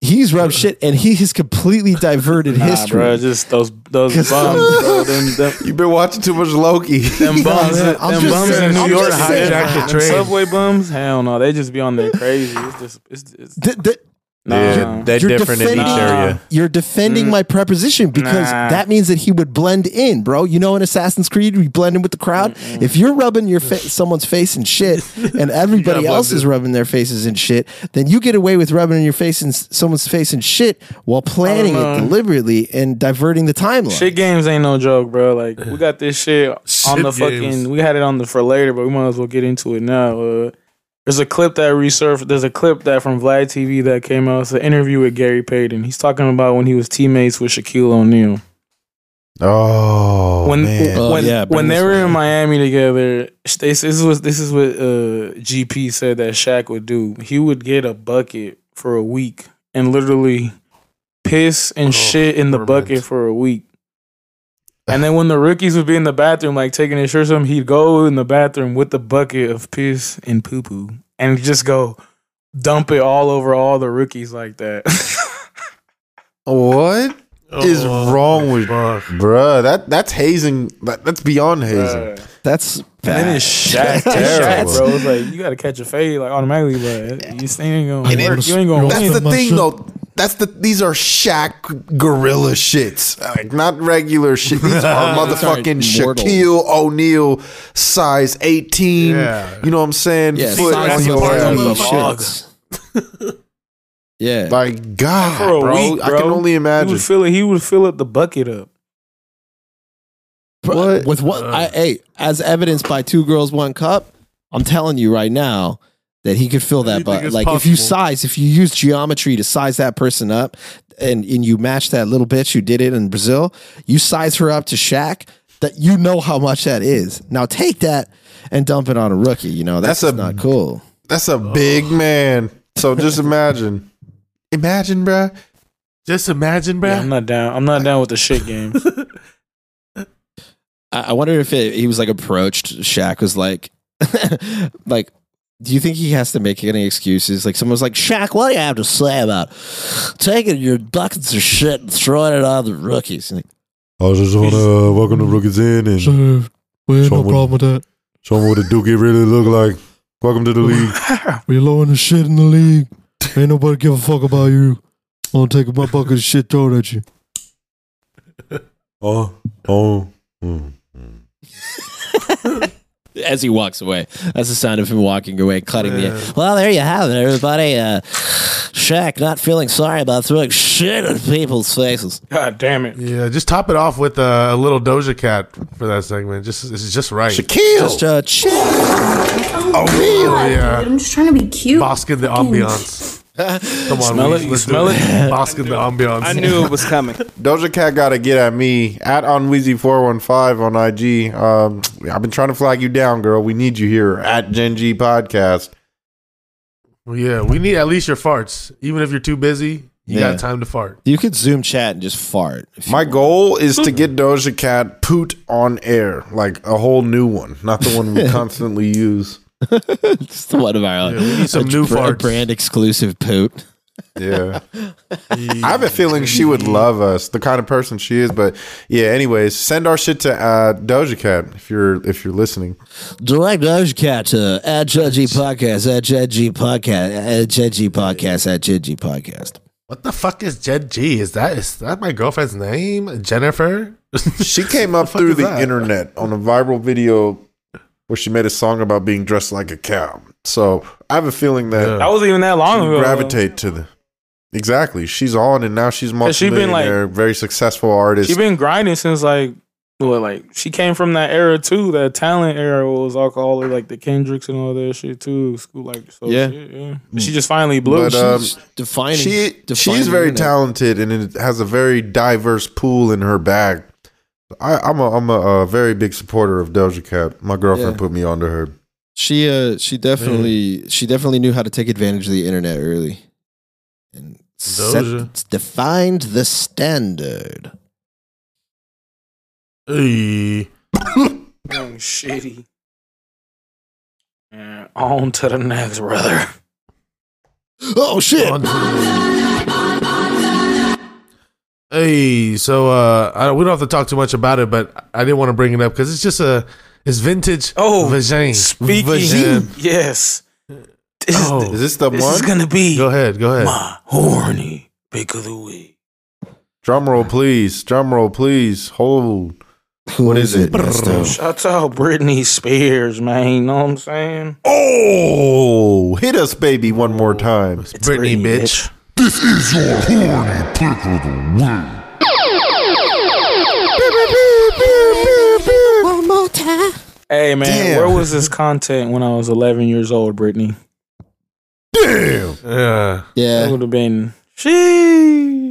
S4: he's rubbed shit and he has completely diverted
S6: nah,
S4: history
S6: bro, just those those bums, bro. Them, them,
S2: You've been watching too much Loki.
S6: them bums,
S4: man, I'm
S6: them
S4: just
S6: bums
S4: saying-
S6: in New
S4: I'm
S6: York
S4: just
S7: saying,
S6: hijack
S7: man.
S6: the train. Subway bums? Hell no, they just be on there crazy. It's just, it's, it's
S4: Th- th-
S6: nah.
S2: Yeah, they're
S4: You're
S2: different in each
S4: defending-
S2: area.
S4: You're defending my preposition because
S6: Mm. Nah.
S4: that means that he would blend in, bro. You know, in Assassin's Creed, we blend in with the crowd. If you're rubbing your fa- someone's face and shit, and everybody else is rubbing their faces and shit, then you get away with rubbing in your face and s- someone's face and shit while planning it deliberately and diverting the timeline.
S6: Shit games ain't no joke, bro. Like we got this shit on
S7: Shit
S6: the fucking.
S7: games.
S6: We had it on the for later, but we might as well get into it now. Uh, there's a clip that resurfaced. There's a clip that from Vlad TV that came out. It's an interview with Gary Payton. He's talking about when he was teammates with Shaquille O'Neal.
S2: Oh
S6: when
S2: man.
S4: Oh,
S6: when
S4: yeah, bring
S6: when they
S4: this
S6: were
S4: one
S6: in
S4: up.
S6: Miami together, this, this was this is what uh, GP said that Shaq would do. He would get a bucket for a week and literally piss and
S2: Oh,
S6: shit in the
S7: ferment.
S6: bucket for a week. And then when the rookies would be in the bathroom, like taking his shirts off, he'd go in the bathroom with the bucket of piss and poo poo and just go dump it all over all the rookies like that.
S2: what is
S7: Oh,
S2: wrong with
S7: fuck.
S2: bruh? That that's hazing. That, that's beyond hazing.
S6: Uh,
S4: That's
S6: And then
S4: bad.
S6: it's Shaq.
S2: That's
S6: Shaq,
S2: terrible.
S6: bro. It's like you gotta catch a fade like automatically, but you ain't gonna
S4: then-
S6: work. You ain't gonna
S2: That's
S6: win.
S2: the thing, though. That's the these are Shaq gorilla shits, like not regular shit. These are motherfucking
S4: These aren't mortal.
S2: Shaquille O'Neal size eighteen.
S7: Yeah.
S2: You know what I'm saying?
S4: Yeah,
S2: Foot
S4: size
S2: on
S4: of
S2: your
S4: part
S2: ass.
S4: of the
S6: ass. Dog.
S4: shits. yeah.
S2: Like God,
S6: For a
S2: bro,
S6: week,
S2: I can
S6: bro.
S2: only
S6: He
S2: imagine.
S6: would fill it. He would fill up the bucket up.
S4: Bro,
S2: What?
S4: With
S7: Uh.
S4: what? I, hey, as evidenced by two girls, one cup. I'm telling you right now that he could fill that
S7: Anything
S4: butt.
S7: is
S4: Like if you
S7: possible.
S4: size, if you use geometry to size that person up, and and you match that little bitch who did it in Brazil, you size her up to Shaq. That you know how much that is. Now take that and dump it on a rookie. You know that's,
S2: That's a-
S4: just not cool.
S2: That's a big
S6: Oh.
S2: man. So just imagine, imagine, bro.
S7: Just imagine, bro.
S6: Yeah, I'm not down. I'm not down with the shit game.
S4: I, I wonder if it, he was like approached. Shaq was like, like, do you think he has to make any excuses? Like someone was like, Shaq, what do you have to say about taking your buckets of shit and throwing it on the rookies? And
S2: I just want to welcome the rookies in and show
S8: Served. We ain't no
S2: Someone-
S8: problem with that.
S2: them what a dookie really look like. Welcome to the league.
S8: We lowering the shit in the league. Ain't nobody give a fuck about you. I'm gonna take my bucket of shit thrown at you.
S2: Oh, oh. mm.
S4: he- as he walks away, that's the sound of him walking away, cutting the. Well, there you have it, everybody. Uh, Shaq not feeling sorry about throwing shit in people's faces.
S6: God damn it.
S7: Yeah, just top it off with uh, a little Doja Cat for that segment. Just it's just right.
S2: Shaquille.
S4: Just uh, shit.
S9: Oh, God,
S7: yeah.
S9: dude, I'm just trying to be cute.
S7: Bask in the ambiance. Come on,
S6: Smell
S7: Weez,
S6: it? You
S7: let's do
S6: smell it?
S7: Bask in the ambiance.
S5: I knew it was coming.
S2: Doja Cat got to get at me at on Weezy four one five on IG. Um, I've been trying to flag you down, girl. We need you here at Gen G Podcast.
S7: Well, yeah, we need at least your farts. Even if you're too busy, you
S4: Yeah.
S7: got time to fart.
S4: You could zoom chat and just fart. if you
S2: My
S4: want.
S2: goal is to get Doja Cat poot on air, like a whole new one, not the one we constantly use.
S4: just one of our.
S7: Yeah, we need some
S4: a
S7: new
S4: br- a
S7: farts.
S4: brand exclusive poot.
S2: Yeah, I have a feeling she would love us, the kind of person she is. But yeah, anyways, send our shit to uh, Doja Cat if you're if you're listening.
S4: Direct Doge Cat to at Judgy Podcast, at Judgy Podcast, at Judgy Podcast, at Judgy Podcast.
S7: What the fuck is Jen G? Is that is that my girlfriend's name? Jennifer?
S2: She came up
S7: fuck
S2: through
S7: is
S2: the
S7: that?
S2: internet on a viral video where she made a song about being dressed like a cow. So I have a feeling that
S6: Uh, That wasn't even that long
S2: you
S6: ago.
S2: gravitate to the. Exactly. She's on and now she's
S6: she been, like-
S2: multimillionaire, very successful
S6: though.
S2: artist.
S6: She been grinding since like what? Like she came from that era too. That talent era where it was alcoholic, like the Kendricks and all that shit too. School like so.
S4: Yeah.
S6: Yeah. yeah. She just finally blew.
S2: But, um,
S4: She's defining,
S2: she
S4: defining
S2: she's very
S4: the internet.
S2: talented and it has a very diverse pool in her bag. I, I'm a I'm a, uh very big supporter of Doja Cat. My girlfriend
S4: Yeah.
S2: put me onto her.
S4: She uh, she definitely she definitely knew how to take advantage of the internet early, and
S7: Doja.
S4: set, defined the standard.
S7: Hey.
S6: Young shitty. And on to the next, brother.
S4: Oh shit!
S7: Hey, so uh, I, we don't have to talk too much about it, but I didn't want to bring it up because it's just a it's vintage.
S6: Oh,
S7: vagine.
S6: Speaking.
S7: Vagine.
S6: Yes. This,
S7: Oh,
S2: Is this the
S6: this
S2: one?
S6: is gonna be
S7: go ahead, go ahead.
S6: my horny pick of the week.
S2: drum roll, please. Drum roll, please. Hold.
S4: What is it?
S6: Shout out Britney Spears, man. You know what I'm saying?
S2: Oh, hit us, baby, one more time.
S7: It's Britney,
S6: Britney,
S7: bitch.
S3: This is your horny pick of the week.
S4: One more time.
S6: Hey man,
S2: Damn.
S6: where was this content when I was 11 years old, Brittany?
S7: Yeah,
S6: That
S4: Yeah,
S6: would have been sheesh.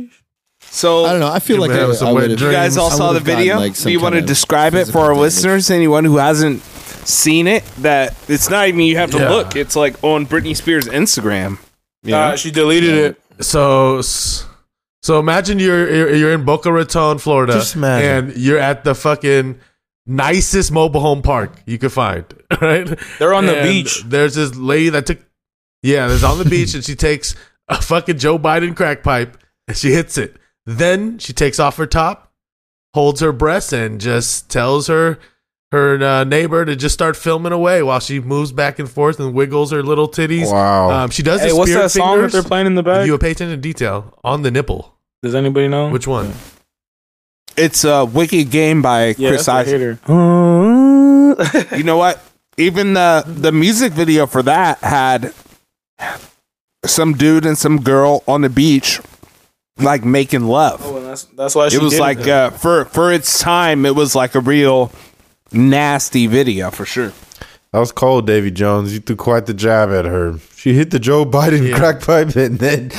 S5: So
S4: I don't know. I feel
S7: You
S4: like
S7: may
S4: I,
S7: have some
S4: I
S7: wet
S4: would've-
S5: You guys all
S4: I
S5: saw the
S4: would've gotten,
S5: video.
S4: like,
S5: Do
S4: some
S5: you
S4: kind
S5: want to
S4: of
S5: describe it for
S4: physical
S5: our
S4: damage.
S5: listeners? Anyone who hasn't seen it, that it's not even you have to
S7: Yeah.
S5: look. It's like on Britney Spears' Instagram. You know?
S6: Uh, she deleted it.
S7: So s- so imagine you're you're you're in Boca Raton, Florida,
S2: Just imagine.
S7: and you're at the fucking nicest mobile home park you could find. Right?
S6: They're on the
S7: And
S6: beach.
S7: There's this lady that took yeah, there's on the beach, and she takes a fucking Joe Biden crack pipe and she hits it. Then she takes off her top, holds her breasts, and just tells her her uh, neighbor to just start filming away while she moves back and forth and wiggles her little titties.
S2: Wow.
S7: Um, she does.
S6: Hey,
S7: the
S6: what's
S7: spirit
S6: that song
S7: fingers.
S6: that they're playing in the
S7: If
S6: back?
S7: You pay attention to detail on the nipple.
S6: Does anybody know?
S7: Which one?
S5: It's a wicked game by
S6: yeah,
S5: Chris
S6: that's a
S5: Isaac.
S6: hitter. Uh,
S5: you know what? Even the the music video for that had some dude and some girl on the beach, like making love.
S6: oh, and that's that's why she
S5: it was
S6: did
S5: like
S6: though.
S5: uh, for for its time, it was like a real nasty video for sure.
S2: That was cold, Davy Jones. You threw quite the jab at her. She hit the Joe Biden crack pipe and then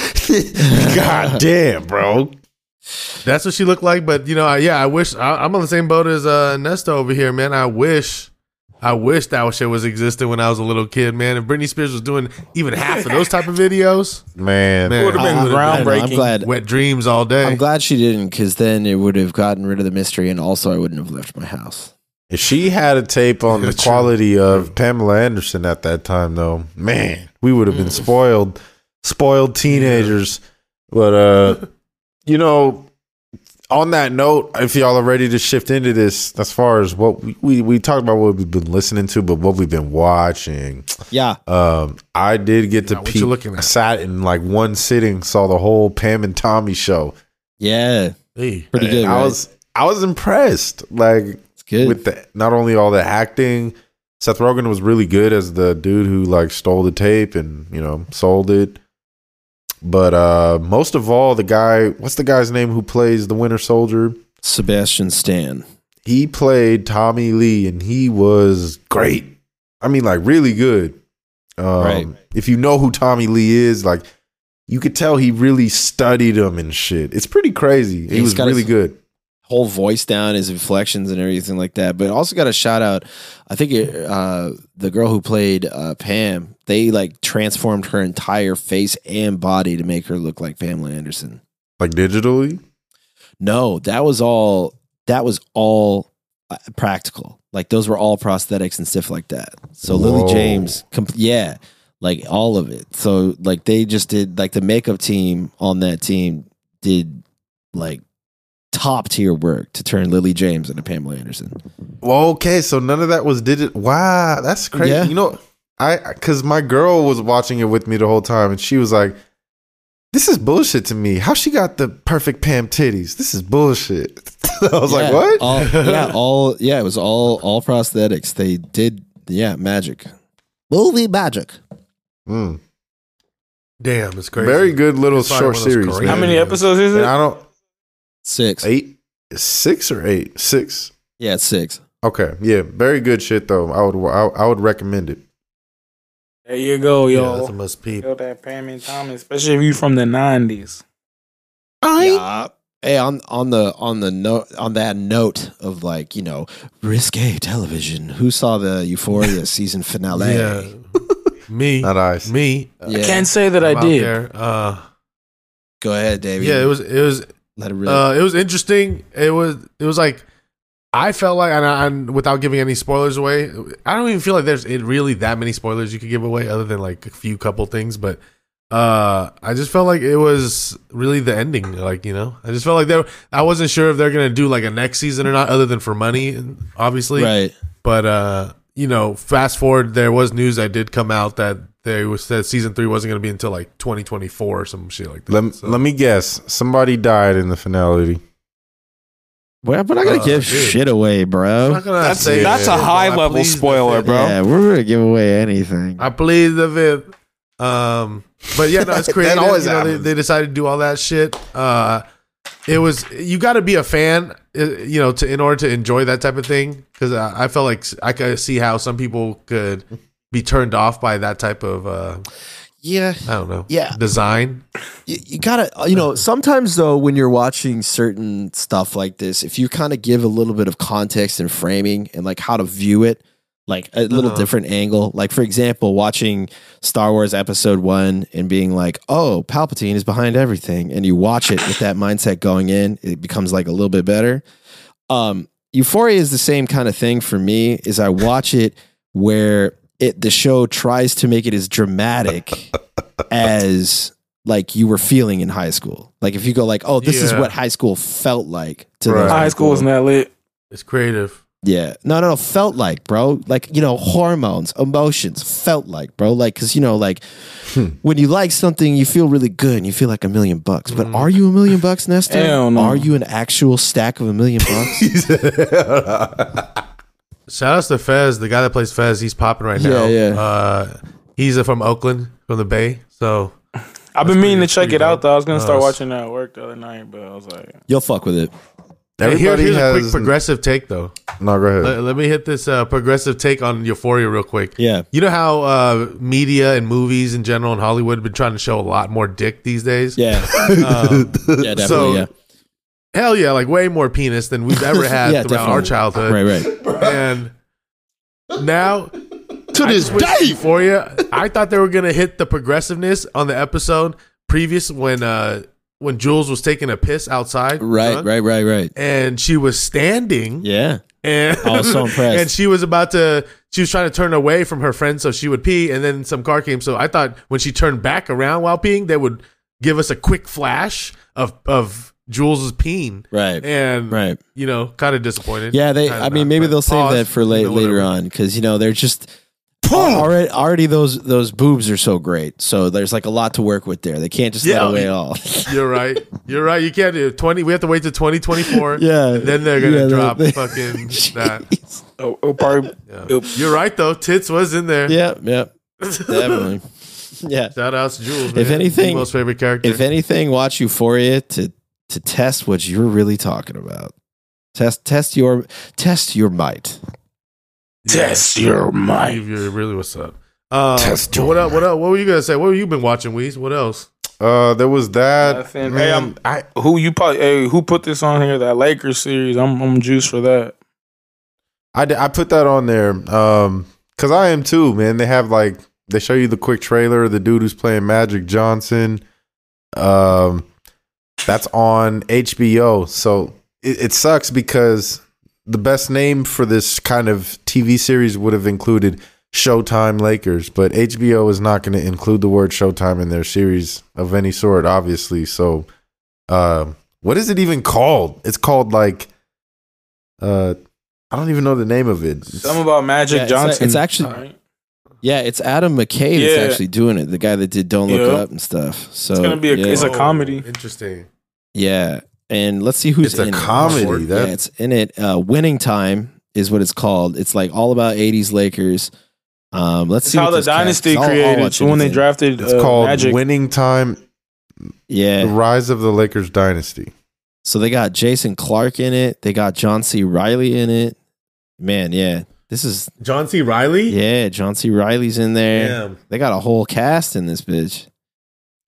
S2: God damn, bro.
S7: That's what she looked like. But you know, I, yeah, I wish I, I'm on the same boat as uh, Nesta over here, man. I wish, I wish that shit was existing when I was a little kid, man. If Britney Spears was doing even half of those type of videos,
S2: Man.
S7: man,
S6: would've been
S7: I would've
S4: I don't know, I'm
S6: Groundbreaking.
S4: glad.
S7: had wet dreams all day.
S4: I'm glad she didn't, because then it would have gotten rid of the mystery, and also I wouldn't have left my house.
S2: If she had a tape on the
S7: True.
S2: quality of Pamela Anderson at that time, though, man, we would have been spoiled, spoiled teenagers. But uh, you know, on that note, Oh, if y'all are ready to shift into this, as far as what we we, we talked about, what we've been listening to, but what we've been watching.
S4: Yeah.
S2: Um, I did get to
S7: Yeah, what you
S2: peep.
S7: looking at?
S2: Sat in like one sitting, saw the whole Pam and Tommy show.
S4: Yeah.
S7: Hey.
S4: Pretty good.
S2: I
S4: right?
S2: was I was impressed. Like
S4: it's good.
S2: with the, not only all the acting, Seth Rogen was really good as the dude who like stole the tape and you know sold it. But uh most of all, the guy, what's the guy's name who plays the Winter Soldier?
S4: Sebastian Stan.
S2: He played Tommy Lee, and he was great. I mean, like really good. Um,
S4: Right.
S2: If you know who Tommy Lee is, like you could tell he really studied him and shit. It's pretty crazy. He
S4: He's
S2: was
S4: got
S2: really
S4: his-
S2: good.
S4: Whole voice down, his inflections and everything like that. But also got a shout out. I think it, uh, the girl who played uh, Pam, they like transformed her entire face and body to make her look like Pamela Anderson.
S2: Like digitally,
S4: No, that was all. That was all uh, practical. Like those were all prosthetics and stuff like that. So
S2: Whoa.
S4: Lily James, com- yeah, like all of it. So like they just did like the makeup team on that team did like top tier work to turn Lily James into Pamela Anderson.
S2: Well, okay, so none of that was did it. Wow, that's crazy.
S4: Yeah.
S2: You know, I because my girl was watching it with me the whole time, and she was like, "This is bullshit to me. How she got the perfect Pam titties? This is bullshit." I was
S4: Yeah, Uh,
S2: like, "What?"
S4: All, yeah, all yeah, it was all all prosthetics. They did yeah magic, movie magic.
S2: Mm.
S7: Damn, it's crazy.
S2: Very good little
S7: It's probably
S2: short
S7: one of those
S2: series.
S7: Korean-
S6: how
S2: man.
S6: many episodes is
S2: And
S6: it?
S2: I don't
S4: Six,
S2: eight, six or eight, six.
S4: yeah, it's six.
S2: Okay, yeah, very good shit though. I would I, I would recommend it.
S6: There you go,
S7: Yeah,
S6: yo.
S7: that's a must peep.
S6: Yo, that Pam and Thomas, especially if you from the nineties.
S4: Yeah. Hey, on on the on the note on that note of like you know risque television. Who saw the Euphoria season finale? Uh,
S7: Yeah, me,
S2: Not eyes.
S7: me.
S4: Yeah.
S6: Can't say that
S7: I'm
S6: i
S7: out
S6: did.
S7: there. Uh,
S4: Go ahead, David.
S7: yeah, it was it was
S4: Let it rip.
S7: Uh, it was interesting. It was it was like I felt like, and, I, and without giving any spoilers away, I don't even feel like there's it really that many spoilers you could give away, other than like a few couple things. But uh, I just felt like it was really the ending. Like you know, I just felt like there. I wasn't sure if they're gonna do like a next season or not, other than for money, obviously.
S4: right.
S7: But uh, you know, fast forward, there was news that did come out that there was that season three wasn't gonna be until like 2024 or some shit like that.
S2: Let
S7: So-
S2: let me guess. Somebody died in the finality.
S4: We're, we're not gonna
S7: Uh,
S4: give
S7: dude.
S4: shit away,
S7: I'm
S4: bro.
S7: not gonna
S5: That's-
S7: say it,
S5: that's a
S7: but
S5: high
S7: I
S5: level
S7: plead the
S5: spoiler,
S7: fifth.
S5: bro.
S4: Yeah, we're gonna give away anything.
S7: I plead the fifth. Um, but yeah, no, it's
S2: That
S7: creative.
S2: always
S7: you know, they,
S2: happens.
S7: they decided to do all that shit. Uh, it was you got to be a fan, uh, you know, to in order to enjoy that type of thing. Because I, I felt like s- I could see how some people could be turned off by that type of uh,
S4: yeah,
S7: I don't know,
S4: Yeah.
S7: design.
S4: you, you gotta uh, you know sometimes though when you're watching certain stuff like this if you kind of give a little bit of context and framing and like how to view it like a little
S7: Uh-huh.
S4: different angle like for example watching star wars episode one and being like oh palpatine is behind everything and you watch it with that mindset going in it becomes like a little bit better um euphoria is the same kind of thing for me is i watch it where it the show tries to make it as dramatic as like you were feeling in high school. Like if you go like, oh, this is
S7: Yeah.
S4: what high school felt like to
S2: Right.
S4: those
S6: High
S4: people.
S6: school was not lit.
S7: It's creative.
S4: Yeah. No, no, no. Felt like, bro. Like, you know, hormones, emotions, felt like, bro. Like, cause you know, like when you like something, you feel really good and you feel like a million bucks. But are you a million bucks, Nestor?
S6: Mm. Hell no.
S4: Are you an actual stack of a million bucks?
S7: Shout outs to Fez, the guy that plays Fez. He's popping right
S4: Yeah,
S7: now.
S4: yeah.
S7: Uh, he's uh, from Oakland, from the Bay. So
S6: I've been meaning to check
S7: pretty
S6: it out
S7: dope.
S6: though. I was gonna start
S7: Nice.
S6: watching that at work the other night, but I was like,
S4: You'll fuck with it.
S7: Hey, here-
S2: Everybody
S7: here's a quick
S2: has-
S7: progressive take, though.
S2: No, go ahead.
S7: Let, let me hit this uh, progressive take on Euphoria real quick.
S4: Yeah.
S7: You know how uh, media and movies in general and Hollywood have been trying to show a lot more dick these days?
S4: Yeah. yeah, definitely.
S7: Um, so-
S4: yeah.
S7: Hell yeah, like way more penis than we've ever had
S4: Yeah,
S7: throughout our
S4: definitely.
S7: childhood.
S4: Right, right.
S7: And now
S3: To this day.
S7: Euphoria. I thought they were gonna hit the progressiveness on the episode previous when uh when Jules was taking a piss outside.
S4: Right,
S7: drunk,
S4: right, right, right.
S7: And she was standing.
S4: Yeah.
S7: And
S4: I was so impressed.
S7: And she was about to she was trying to turn away from her friend so she would pee and then some car came. So I thought when she turned back around while peeing, they would give us a quick flash of of Jules's peeing.
S4: Right.
S7: And
S4: Right.
S7: you know, kind of disappointed.
S4: Yeah, they.
S7: Mm. Kinda
S4: I mean,
S7: not,
S4: maybe
S7: but
S4: they'll save
S7: pause,
S4: that for
S7: you
S4: late,
S7: know,
S4: later
S7: whatever.
S4: on because you know they're just already already those those boobs are so great. So there's like a lot to work with there. They can't just
S7: Yeah.
S4: let away all.
S7: You're right. You're right. You can't do it. twenty. We have to wait till twenty twenty four.
S4: Yeah.
S7: Then they're gonna
S4: Yeah, they-
S7: drop
S4: they-
S7: fucking that.
S4: Jeez.
S6: oh, it'll probably it'll-
S7: You're right though. Tits was in there.
S4: Yeah, yeah, definitely. Yeah.
S7: Shout outs to Jules.
S4: If
S7: man.
S4: anything-
S7: most favorite character.
S4: If anything, watch Euphoria to to test what you're really talking about. Test test your test your might.
S6: test your mind.
S7: Leave your- really what's up. Uh, what else, what else? What were you gonna say? What have you been watching, Weez? What else?
S2: Uh, there was that.
S6: Nothing. Hey,
S2: Man,
S6: I'm- Who you probably? Hey, who put this on here? That Lakers series. I'm I'm juiced for that.
S2: I, di- I put that on there um because I am too, man. They have like they show you the quick trailer. The dude who's playing Magic Johnson, um, that's on HBO. So it, it sucks because the best name for this kind of TV series would have included Showtime Lakers, but HBO is not going to include the word Showtime in their series of any sort, obviously. So, um, what is it even called? It's called like, uh, I don't even know the name of it. It's-
S6: Something about Magic
S4: Yeah, it's a-
S6: Johnson.
S4: it's actually-
S6: All right.
S4: Yeah, it's Adam McKay
S6: Yeah.
S4: that's actually doing it. The guy that did Don't Look
S6: Yeah.
S4: Up and stuff. So
S6: gonna be a-
S4: yeah.
S6: It's a comedy.
S7: Interesting.
S4: Yeah, and let's see who's
S2: It's a
S4: in
S2: comedy,
S4: It.
S2: that-
S4: Yeah, it's in it. Uh, Winning Time is what it's called. It's like all about '80s Lakers. Um, let's
S6: It's
S4: see
S6: how
S4: what
S6: the
S4: this cast-
S6: dynasty
S4: I'll- I'll
S6: created
S4: watch
S6: so when they
S4: anything.
S6: drafted
S2: It's
S6: uh,
S2: called
S6: Magic.
S2: Winning Time: The
S4: Yeah,
S2: Rise of the Lakers Dynasty.
S4: so they got Jason Clark in it. They got John C. Riley in it. Man, yeah, this is
S7: John C. Riley.
S4: yeah. John C. Riley's in there.
S7: Damn.
S4: They got a whole cast in this bitch.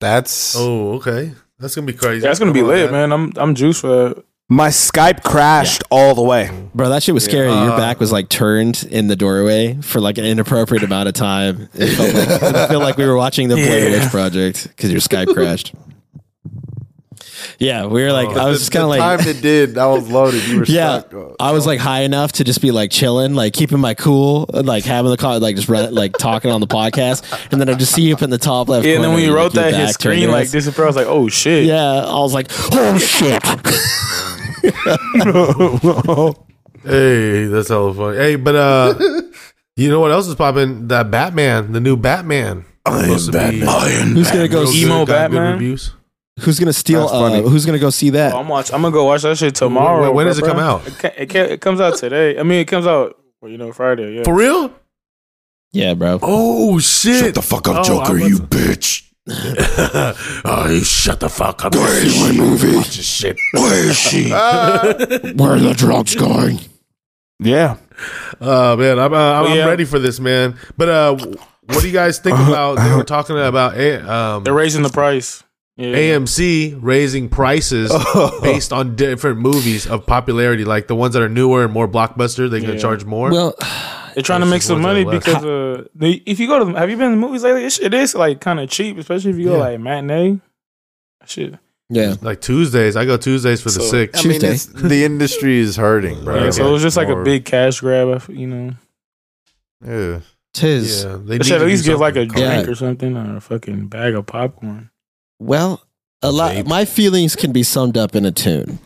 S2: That's
S7: Oh, okay. That's gonna be crazy.
S6: Yeah, that's gonna be
S7: Come on,
S6: lit, man. I'm I'm juiced for that.
S5: My Skype crashed all the way.
S4: Bro, that shit was scary. Your
S7: Uh,
S4: back was like turned in the doorway for like an inappropriate amount of time. It felt like, it felt like we were watching the Blair
S6: Yeah.
S4: Witch Project because your Skype crashed. Yeah, we were
S6: Oh,
S4: like, I was just kind of
S2: time
S4: like,
S2: it did. I was loaded. You were
S4: yeah,
S2: stuck. Uh,
S4: I was like high enough to just be like chilling, like keeping my cool, and, like having the car, like just run, like talking on the podcast, and then I just see you up in the top left.
S6: Yeah, and then
S4: corner,
S6: when you
S4: like,
S6: wrote
S4: your
S6: that,
S4: back
S6: his
S4: turned
S6: screen
S4: to
S6: like
S4: us.
S6: disappeared. I was like, oh shit.
S4: Yeah, I was like, oh shit.
S7: Hey, that's hella funny. Hey, but uh, you know what else is popping? That Batman, the new Batman. I am Batman.
S4: who's gonna go?
S6: Emo Batman?
S7: reviews.
S4: Who's gonna steal?
S2: That's funny.
S4: Uh, who's gonna go see that?
S6: I'm watch. I'm gonna go watch that shit tomorrow.
S7: When- when does
S6: bruh,
S7: it come
S6: bruh.
S7: out?
S6: It, ca- it, ca- it comes out today. I mean, it comes out. Well, you know, Friday. Yeah.
S7: For real?
S4: Yeah, bro.
S7: Oh shit!
S3: Shut the fuck up,
S7: Oh,
S3: Joker,
S7: I'm
S3: you
S7: about
S3: bitch.
S7: oh, you shut the fuck up!
S3: Where is my movie?
S7: Watch this shit.
S3: Where is she?
S4: Where are the drugs going?
S5: Yeah.
S7: Oh man, I'm uh, I'm,
S6: yeah.
S7: I'm ready for this, man. But uh, what do you guys think
S3: Uh-huh,
S7: about? They were talking about a, um,
S6: They're raising the price. Yeah.
S7: AMC raising prices
S3: Oh.
S4: Oh.
S7: based on different movies of popularity, like the ones that are newer and more blockbuster. They're gonna
S6: Yeah.
S7: charge more.
S4: Well,
S6: They're trying to make
S7: Versus
S6: some
S7: ones
S6: money
S7: that are less.
S6: because uh, they, if you go to, have you been to movies lately? It, it is like kind of cheap, especially if you go
S7: Yeah.
S6: like matinee. Shit.
S4: yeah.
S7: like Tuesdays, I go Tuesdays for the
S6: So-
S7: sick.
S2: I mean,
S4: Tuesday.
S2: it's, the industry is hurting, bro.
S7: Yeah,
S6: Yeah, so it was just like a
S2: Or-
S6: big cash grab. I f- You know,
S2: Yeah.
S4: Tis.
S7: Yeah, they
S6: they should
S7: to
S6: at least
S7: do
S6: give like a
S7: something.
S4: Yeah.
S6: drink or something or a fucking bag of popcorn.
S4: Well, a lot. My feelings can be summed up in a tune.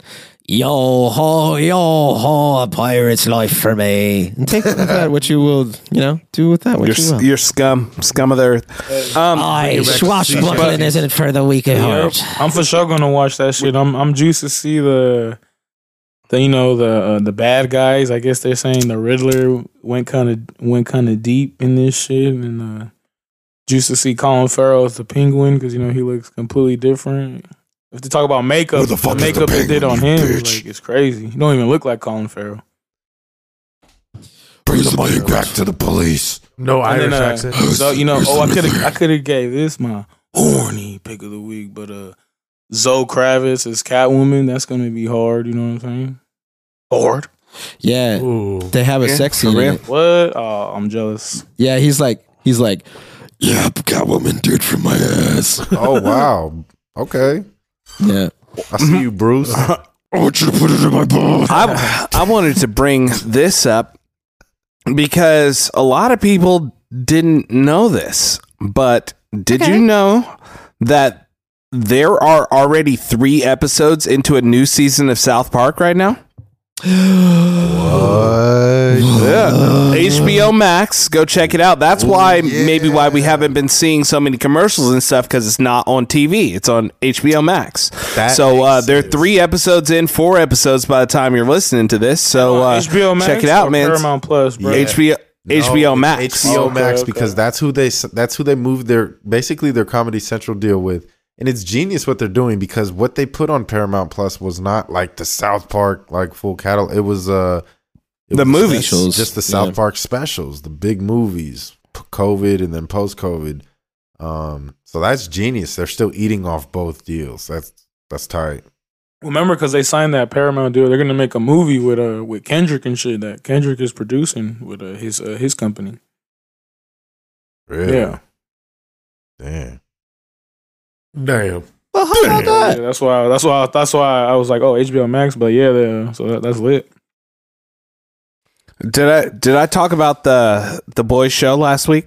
S4: yo ho, yo ho, a pirate's life for me. And take with that what you will, you know, do with that what
S5: You're,
S4: you will.
S5: s- you're scum, scum of the earth. Um,
S4: I swashbuckling isn't for the weak at heart.
S6: I'm for sure gonna watch that shit. I'm I'm juiced to see the, the you know the uh, the bad guys. I guess they're saying the Riddler went kind of went kind of deep in this shit, and uh, juiced to see Colin Farrell as the Penguin because you know he looks completely different. If they talk about makeup,
S3: Where the
S6: the,
S3: fuck is the
S6: makeup they did on him,
S3: Penguin, you
S6: is,
S3: bitch?
S6: like it's crazy. He don't even look like Colin Farrell.
S3: Bring the money back to the police.
S7: No
S6: And
S7: Irish
S6: then, uh,
S7: accent.
S6: So you know,
S3: Here's
S6: oh, I
S3: the
S6: could have
S3: Riddler.
S6: I could have gave this my horny pick of the week, but uh, Zoe Kravitz as Catwoman. That's gonna be hard. You know what I'm saying? Hard.
S4: Yeah.
S7: Ooh.
S4: They have a sex scene. in it.
S6: What? Oh, I'm jealous.
S4: Yeah, he's like he's like
S3: Yeah, Catwoman, dude, from my ass.
S2: Oh wow. Okay.
S4: yeah.
S2: I see you, Bruce.
S3: I want you to put it in my butt.
S5: I, I wanted to bring this up because a lot of people didn't know this, but did you know that there are already three episodes into a new season of South Park right now? Yeah. HBO Max, go check it out. That's why maybe why we haven't been seeing so many commercials and stuff because it's not on TV. It's on HBO Max.
S2: That
S5: so uh,
S2: makes
S5: there are
S2: sense.
S5: three episodes in, four episodes by the time you're listening to this. So uh,
S6: HBO Max
S5: check it out,
S6: or
S5: man.
S6: Paramount Plus, bro.
S2: Yeah.
S5: HBO
S2: No,
S5: HBO Max.
S2: HBO
S6: Okay,
S2: Max
S6: okay.
S2: because that's who they that's who they moved their basically their Comedy Central deal with. And it's genius what they're doing because what they put on Paramount Plus was not like the South Park like full catalog. It was uh it
S5: The
S2: was
S5: movies.
S2: specials, just the South
S4: Yeah.
S2: Park specials, the big movies, p- COVID and then post COVID. Um so that's genius. They're still eating off both deals. That's that's tight.
S6: Remember, because they signed that Paramount deal, they're gonna make a movie with uh with Kendrick and shit that Kendrick is producing with uh, his uh, his company.
S2: Really.
S6: Yeah.
S2: Damn.
S7: Damn.
S4: Well, how about
S6: Yeah,
S4: that?
S6: that's why. That's why. That's why I was like, oh, HBO Max. But yeah, they, uh, so that, that's lit.
S5: Did I did I talk about the the boys show last week?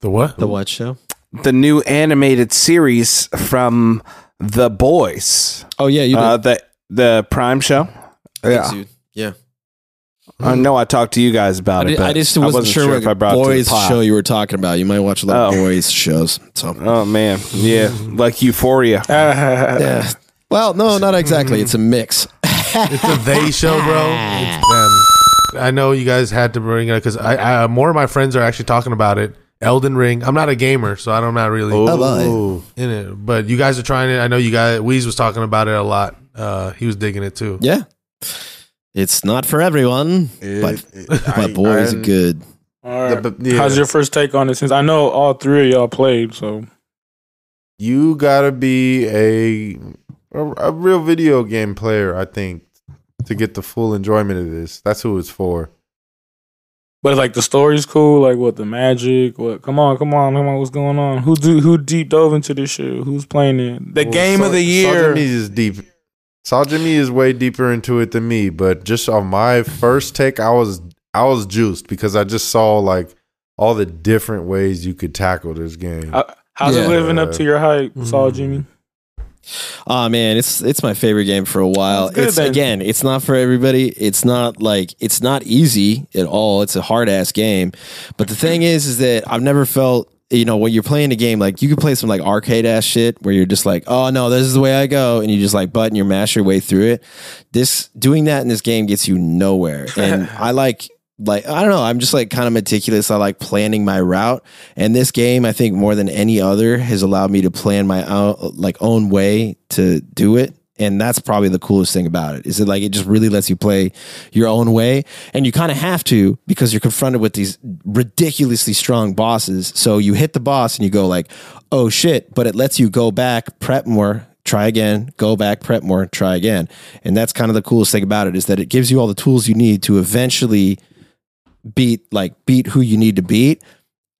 S7: The what?
S4: The what show?
S5: The new animated series from The Boys.
S4: Oh yeah, you did.
S5: Uh, the the Prime show.
S4: Thanks, dude. yeah.
S5: I know I talked to you guys
S4: I,
S5: about it.
S4: did,
S5: but
S4: I just wasn't, sure,
S5: if I
S4: what
S5: brought it to the
S4: boys
S5: pod.
S4: show you were talking about. You might watch a lot of
S5: Oh.
S4: boys shows. So
S5: Oh man, yeah, like Euphoria.
S4: yeah. Well, no, not exactly. It's a mix.
S7: It's a they show, bro. It's them. I know you guys had to bring it because I, I more of my friends are actually talking about it. Elden Ring. I'm not a gamer, so I'm not really
S6: Oh.
S2: Ooh.
S7: in it. But you guys are trying it. I know you guys. Weez was talking about it a lot. Uh, he was digging it too.
S4: Yeah. It's not for everyone, but but boys are good.
S6: All right.
S2: The- but- yeah.
S6: How's your first take on it? Since I know all three of y'all played, so
S2: you gotta be a, a a real video game player, I think, to get the full enjoyment of this. That's who it's for.
S6: but like the story's cool. Like what the magic? What? Come on, come on, come on. What's going on? Who do? Who deep dove into this shit? Who's playing it? The
S4: Oh,
S2: Well,
S6: game
S2: Saw-
S6: of the year.
S2: Saw Jimmy is deep. Saw Jimmy is way deeper into it than me, but just on my first take, I was I was juiced because I just saw like all the different ways you could tackle this game.
S6: Uh, How's
S4: Yeah.
S6: it living up to your hype, Saul
S7: Mm.
S6: Jimmy?
S4: Oh man, it's it's my favorite game for a while.
S6: That's good,
S4: It's
S6: then.
S4: again, it's not for everybody. It's not like it's not easy at all. It's a hard ass game. But the thing is, is that I've never felt you know when you're playing a game like you could play some like arcade ass shit where you're just like oh no this is the way i go and you just like button your mash your way through it this doing that in this game gets you nowhere and i like like i don't know i'm just like kind of meticulous i like planning my route and this game i think more than any other has allowed me to plan my own like own way to do it and that's probably the coolest thing about it is it like it just really lets you play your own way and you kind of have to because you're confronted with these ridiculously strong bosses so you hit the boss and you go like oh shit but it lets you go back prep more try again go back prep more try again and that's kind of the coolest thing about it is that it gives you all the tools you need to eventually beat like beat who you need to beat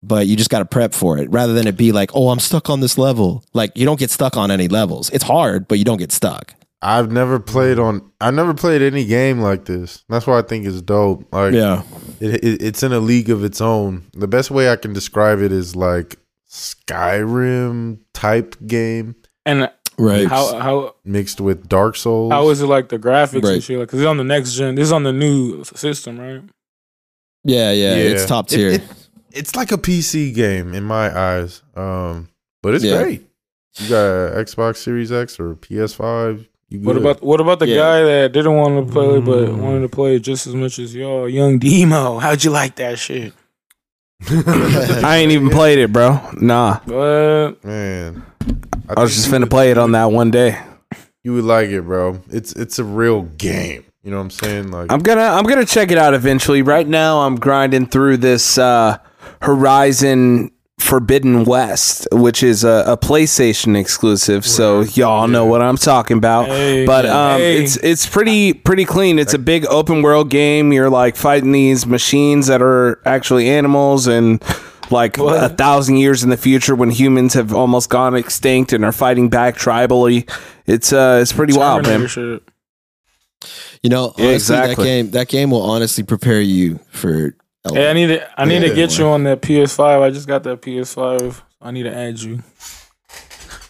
S4: but you just got to prep for it rather than it be like oh i'm stuck on this level like you don't get stuck on any levels it's hard but you don't get stuck
S2: I've never played on I never played any game like this. That's why I think it's dope. Like it, it, it's in a league of its own. The best way I can describe it is like Skyrim type game.
S6: And
S4: Right.
S6: How how
S2: mixed with Dark Souls.
S6: how is it like the graphics
S4: Right.
S6: and shit? Like, cause it's on the next gen. This is on the new system, right?
S4: Yeah, yeah,
S2: Yeah.
S4: It's top tier.
S2: It- it- it's like a PC game in my eyes. Um, but it's
S4: Yeah.
S2: great. You got a Xbox Series X or a PS5. You
S6: What
S2: good.
S6: about what about the
S4: Yeah.
S6: guy that didn't want to play but wanted to play just as much as y'all? Young Demo, how'd you like that shit?
S5: I ain't even played it, bro. Nah,
S6: But
S2: man?
S5: I was
S2: think
S5: just
S2: you
S5: finna
S2: would-
S5: play it on that one day.
S2: You would like it, bro. It's it's a real game. You know what I'm saying? Like
S5: I'm gonna I'm gonna check it out eventually. Right now, I'm grinding through this uh, Horizon Forbidden West, which is a, a PlayStation exclusive. So y'all know what I'm talking about.
S6: Hey.
S5: but um,
S6: Hey.
S5: it's it's pretty pretty clean. It's a big open world game. You're like fighting these machines that are actually animals and. Like a thousand years in the future, when humans have almost gone extinct and are fighting back tribally, it's uh, it's pretty wild,
S6: Terminator
S5: man.
S6: shit.
S4: You know, honestly,
S5: Yeah, exactly.
S4: that game that game will honestly prepare you for. Elden.
S6: Hey, I need to I need
S2: Yeah.
S6: to get you on that PS5. I just got that PS5. I need to add you.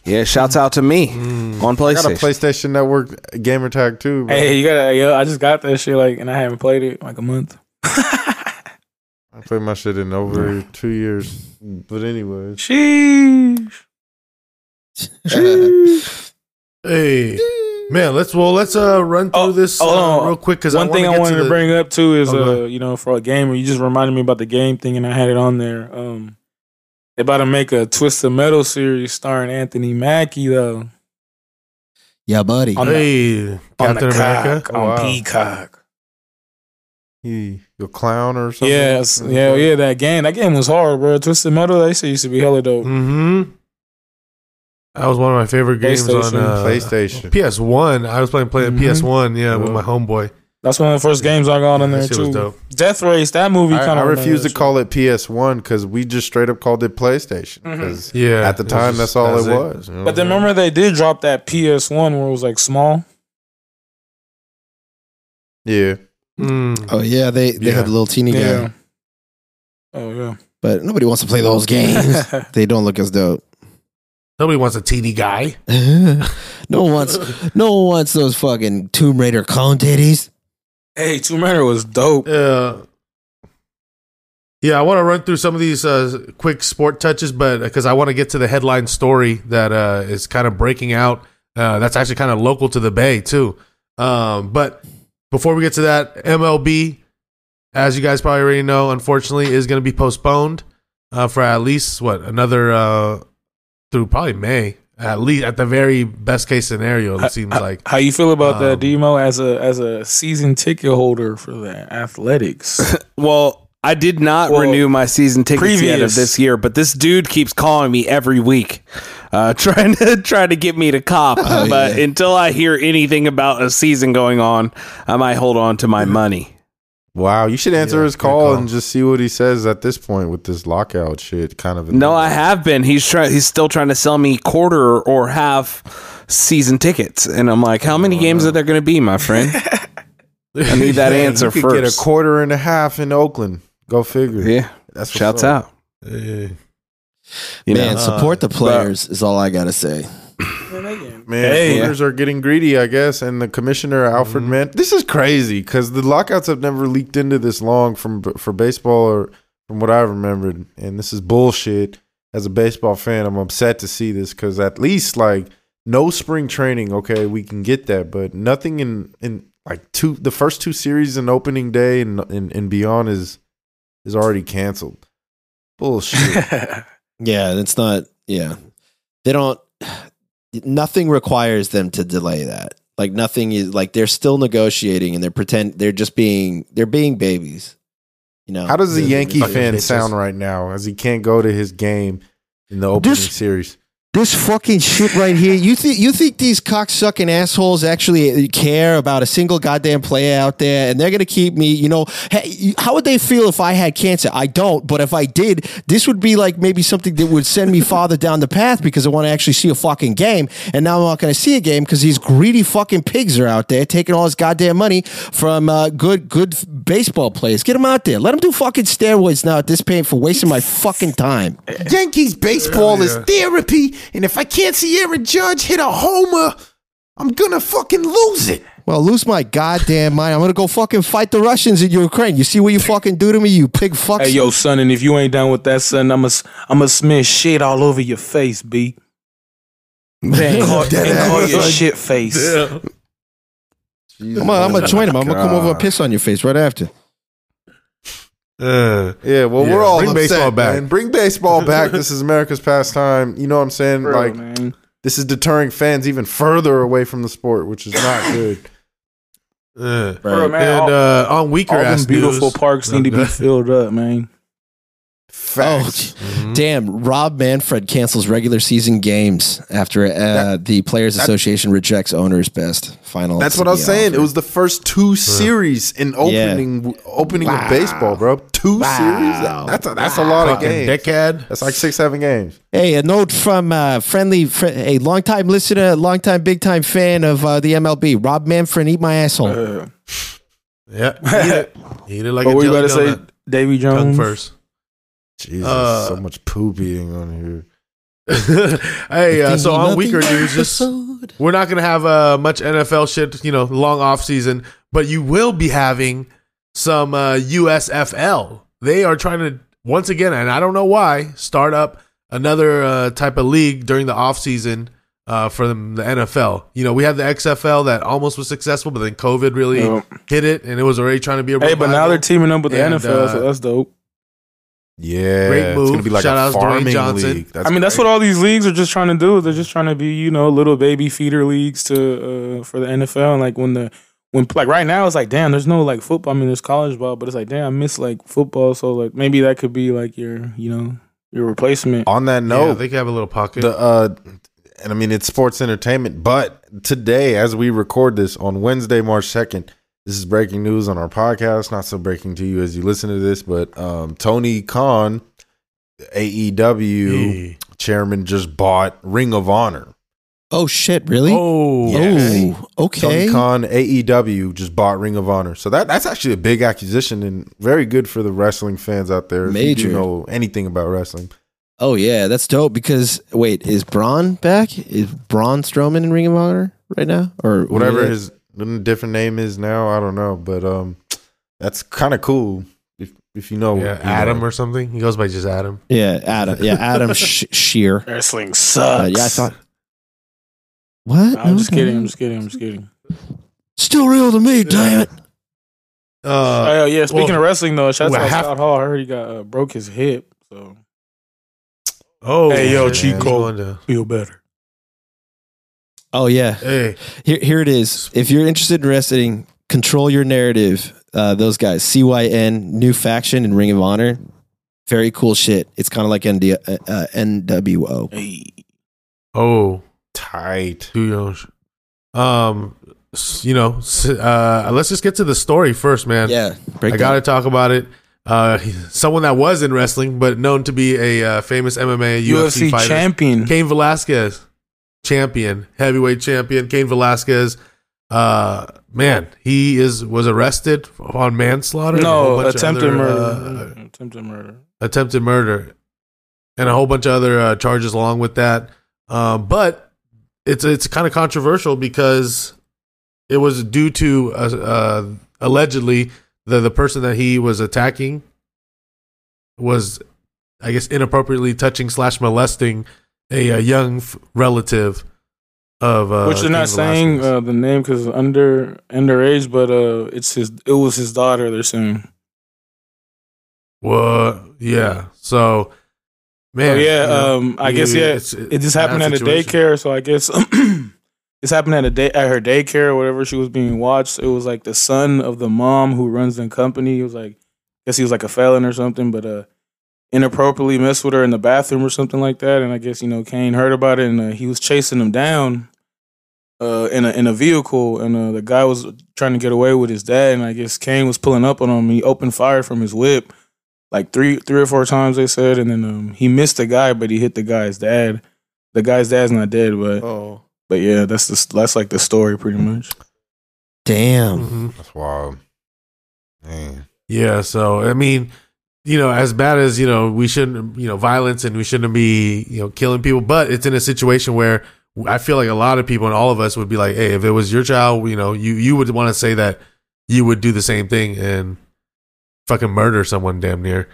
S5: Yeah, shouts out to me on
S2: I got a
S5: PlayStation.
S2: PlayStation Network gamer tag too. Bro.
S6: Hey, you gotta yo, I just got that shit like and I haven't played it in, like a month.
S2: I played my shit in over two years. But anyways,
S6: Sheesh.
S7: Hey, man, let's well let's uh run through
S6: Oh,
S7: this uh,
S6: hold on.
S7: real quick because
S6: One
S7: I
S6: thing I wanted to,
S7: bring.
S6: bring up too
S7: Oh,
S6: is
S7: go
S6: uh, you know, for a gamer, you just reminded me about the game thing and I had it on there. Um they about to make a Twisted Metal series starring Anthony Mackie though.
S4: yeah, buddy.
S6: On the,
S7: Hey,
S6: on the
S7: Captain America.
S6: cock,
S2: Oh,
S6: on
S2: wow.
S6: Peacock.
S2: he your clown or something.
S6: Yes, yeah, yeah, that game. That game was hard, bro. Twisted Metal, they shit used to be hella dope.
S7: Mm-hmm. That was one of my favorite games on
S6: PlayStation.
S7: uh,
S2: PlayStation.
S7: PS One. I was playing playing
S6: Mhm.
S7: PS One, yeah, with
S2: Yeah.
S7: my homeboy.
S6: That's one of the first games I got on
S7: That
S6: there
S7: shit was
S6: too.
S7: dope.
S6: Death Race, that movie
S2: I,
S6: kind
S2: I
S6: of
S2: refuse to call it PS1 because we just straight up called it PlayStation. 'cause
S7: Yeah,
S2: at
S7: it
S2: the
S7: was
S2: time,
S7: just-
S2: that's all
S7: that's
S2: it
S7: it.
S2: was. you know
S6: But then
S2: what I'm
S6: remember they did drop that PS One where it was like small.
S2: saying? yeah,
S7: Mm.
S4: oh yeah, they they
S7: Yeah.
S4: have a little teeny guy,
S6: Oh yeah.
S4: but nobody wants to play those games. they don't look as dope.
S7: Nobody wants a teeny guy.
S4: no one wants no one wants those fucking Tomb Raider clone titties.
S6: hey, Tomb Raider was dope.
S7: Uh, yeah, I want to run through some of these uh, quick sport touches, but because I want to get to the headline story that uh, is kind of breaking out. Uh, that's actually kind of local to the Bay too. Um, but before we get to that, MLB, as you guys probably already know, unfortunately, is going to be postponed uh, for at least what another uh, through probably May. At least at the very best case scenario, it seems
S6: How-
S7: like.
S6: How you feel about
S7: Um,
S6: that demo as a as a season ticket holder for the athletics?
S5: Well, I did not
S6: Well,
S5: renew my season tickets yet of
S6: previous-
S5: this year, but this dude keeps calling me every week, uh, trying to trying to get me to cop.
S2: Oh,
S5: but
S4: yeah.
S5: until I hear anything about a season going on, I might hold on to my money.
S2: wow. You should answer
S7: Yeah,
S2: his
S7: good
S2: call,
S7: call.
S2: and just see what he says at this point with this lockout shit. Kind of.
S5: No, I have been. He's trying. He's still trying to sell me quarter or half season tickets, and I'm like, how many
S2: Oh,
S5: games are there going to be, my friend? I need that answer
S2: You could
S5: first.
S2: get a quarter and a half in Oakland. Go figure.
S5: yeah,
S2: That's what's
S5: shouts
S2: up.
S5: out. You
S4: Man,
S5: know,
S4: support the players is all I gotta say.
S2: Man,
S6: Hey.
S2: owners are getting greedy, I guess, and the commissioner Alfred Mann. This is crazy because the lockouts have never leaked into this long from for baseball or from what I remembered, and this is bullshit. As a baseball fan, I'm upset to see this because at least like no spring training, okay, we can get that, but nothing in in like two the first two series and opening day and and, and beyond is is already canceled. Bullshit.
S4: Yeah, that's not. Yeah, they don't. Nothing requires them to delay that. Like nothing is like they're still negotiating and they're pretend they're just being they're being babies. You know
S2: How does a
S4: They're-
S2: Yankee
S4: they're-
S2: fan
S4: bitches.
S2: sound right now as he can't go to his game in the opening
S4: This-
S2: series?
S4: This fucking shit right here. You think you think these cocksucking assholes actually care about a single goddamn player out there, and they're gonna keep me? You know, hey, you- how would they feel if I had cancer? I don't, but if I did, this would be like maybe something that would send me farther down the path because I want to actually see a fucking game, and now I'm not gonna see a game because these greedy fucking pigs are out there taking all this goddamn money from uh, good good baseball players. Get them out there. Let them do fucking steroids now at this pain for wasting my fucking time.
S2: Yankees baseball is therapy and if I can't see Aaron Judge hit a homer, I'm gonna fucking lose it.
S4: Well, lose my goddamn mind. I'm gonna go fucking fight the Russians in Ukraine. You see what you fucking do to me, you pig fucks.
S6: Hey, yo, son, and if you ain't done with that, son, I'm going I'm to smear shit all over your face, B. And call, and call your shit face.
S4: Come on, I'm gonna join him. I'm gonna come over and piss on your face right after.
S7: Uh,
S2: Yeah, well,
S7: Yeah,
S2: we're all
S7: bring
S2: upset,
S7: baseball back.
S2: man. Bring baseball back. this is America's pastime. You know what I'm saying?
S6: Bro,
S2: like
S6: man.
S2: this is deterring fans even further away from the sport, which is not good.
S7: uh.
S6: Bro, man,
S7: And
S6: all,
S7: uh, on weaker
S6: all
S7: ass
S6: them beautiful
S7: news-
S6: parks need to be filled up, man.
S4: Oh,
S2: Facts.
S7: Mm-hmm.
S4: damn! Rob Manfred cancels regular season games after uh, the Players Association rejects owners' best final.
S2: That's
S4: to
S2: what
S4: be
S2: I was saying. It
S4: offered.
S2: was the first two series in opening opening of baseball, bro. Two series. That- That's a, that's a lot of
S7: Fucking
S2: games.
S7: dickhead.
S2: That's like six, seven games.
S4: Hey, a note from uh, friendly, fr- a longtime listener, longtime big time fan of uh, the MLB. Rob Manfred, eat my asshole.
S6: Uh,
S7: Yeah, eat it. Eat it like
S6: But
S7: a
S6: what you
S7: jelly
S6: about to say,
S7: donut.
S6: Davy
S7: Tongue
S6: Jones?
S7: first.
S2: Jesus,
S7: Uh,
S2: so much poo being on here.
S7: hey, uh, so on weaker news, just we're not gonna have uh, much NFL shit. You know, long off season, but you will be having some uh, USFL. They are trying to once again, and I don't know why, start up another uh, type of league during the off season uh, for the, the NFL. You know, we had the XFL that almost was successful, but then COVID really
S6: Yeah.
S7: hit it, and it was already trying to be a
S6: Uh, Hey, but now
S7: revival.
S6: they're teaming up with the
S7: And,
S6: NFL, so
S7: uh,
S6: that's dope.
S2: Yeah,
S7: Great
S2: It's
S7: move.
S2: gonna be like
S7: Shout
S2: a
S7: out to Dwayne
S2: farming
S7: Johnson.
S2: league.
S6: I mean, that's
S2: great.
S6: what all these leagues are just trying to do. They're just trying to be, you know, little baby feeder leagues to uh, for the NFL. And like when the when like right now, it's like damn, there's no like football. I mean, there's college ball, but it's like damn, I miss like football. So like maybe that could be like your, you know, your replacement.
S2: on that
S7: Yeah,
S2: note.
S7: they could have a little pocket.
S2: the uh and I mean it's sports entertainment, but today as we record this on Wednesday, March 2nd, this is breaking news on our podcast, not so breaking to you as you listen to this, but um Tony Khan E AEW
S7: Yeah.
S2: chairman just bought Ring of Honor.
S4: Oh shit! Really?
S7: Oh,
S2: Yes.
S4: Oh, okay.
S2: Tony Khan AEW just bought Ring of Honor. So that that's actually a big acquisition and very good for the wrestling fans out there. If you
S4: Major.
S2: do know anything about wrestling.
S4: Oh yeah, that's dope. Because wait, is Braun back? Is Braun Strowman in Ring of Honor right now, or
S2: whatever
S4: Yeah.
S2: his different name is now. I don't know, but um, that's kind of cool if if you know you
S7: Yeah,
S2: know.
S7: Adam or something. He goes by just Adam.
S4: Yeah, Adam. Yeah, Adam Sh- Sheer.
S6: Wrestling
S4: Uh,
S6: sucks.
S4: yeah, I Mm-hmm. thought. What?
S6: I'm just
S4: No,
S6: kidding.
S4: no.
S6: I'm just kidding. I'm just kidding.
S4: Still real to me. Damn it.
S7: Uh,
S6: oh yeah, speaking
S7: well,
S6: of wrestling though, shout out
S7: well,
S6: to
S7: half-
S6: Scott Hall. I heard he got uh, broke his hip, so
S7: oh,
S6: Hey, yo,
S7: shit.
S6: Chico. feel better.
S4: Oh yeah.
S7: Hey,
S4: Here, here it is. If you're interested in wrestling, control your narrative. Uh, those guys, CYN, new faction in Ring of Honor. Very cool shit. It's kind of like ND, uh, uh, NWO.
S6: Hey,
S7: oh,
S2: tight.
S7: two years. Um, s- you know, s- uh, let's just get to the story first, man.
S4: Yeah, break
S7: I got to talk about it. Uh, someone that was in wrestling but known to be a uh, famous MMA UFC,
S6: UFC,
S7: fighter,
S6: champion.
S7: Cain Velasquez, champion, heavyweight champion, Cain Velasquez. Uh, man, he is was arrested on manslaughter. and a whole
S6: No,
S7: bunch of
S6: attempted
S7: other,
S6: murder.
S7: uh,
S6: attempted murder.
S7: attempted murder, and a whole bunch of other uh, charges along with that. Um, but it's it's kind of controversial because it was due to uh, uh, allegedly the the person that he was attacking was, I guess, inappropriately touching slash molesting a, uh young f- relative of uh,
S6: Which they're not
S7: Cain
S6: saying
S7: Velasquez.
S6: uh, the name because under underage, but uh, it's his. It was his daughter. They're saying.
S7: well, yeah. So,
S6: Oh
S7: man,
S6: yeah,
S7: you know,
S6: um, I
S7: you-
S6: guess yeah.
S7: it's-
S6: it just happened
S7: that
S6: at a
S7: situation.
S6: daycare, so I guess this happened at a day at her daycare or whatever she was being watched. It was like the son of the mom who runs the company. He was like, I guess he was like a felon or something, but uh, inappropriately messed with her in the bathroom or something like that. And I guess you know Kane heard about it and uh, he was chasing him down. Uh, in a in a vehicle, and uh, the guy was trying to get away with his dad, and I guess Kane was pulling up on him. He opened fire from his whip, like three three or four times they said, and then um, he missed the guy, but he hit the guy's dad. The guy's dad's not dead, but
S4: Oh.
S6: but yeah, that's the that's like the story pretty much.
S4: Damn.
S7: Mhm.
S2: That's wild. Man.
S7: Yeah, so I mean, you know, as bad as you know, we shouldn't, you know, violence and we shouldn't be, you know, killing people. But it's in a situation where I feel like a lot of people and all of us would be like, hey, if it was your child, you know, you you would want to say that you would do the same thing and fucking murder someone damn near.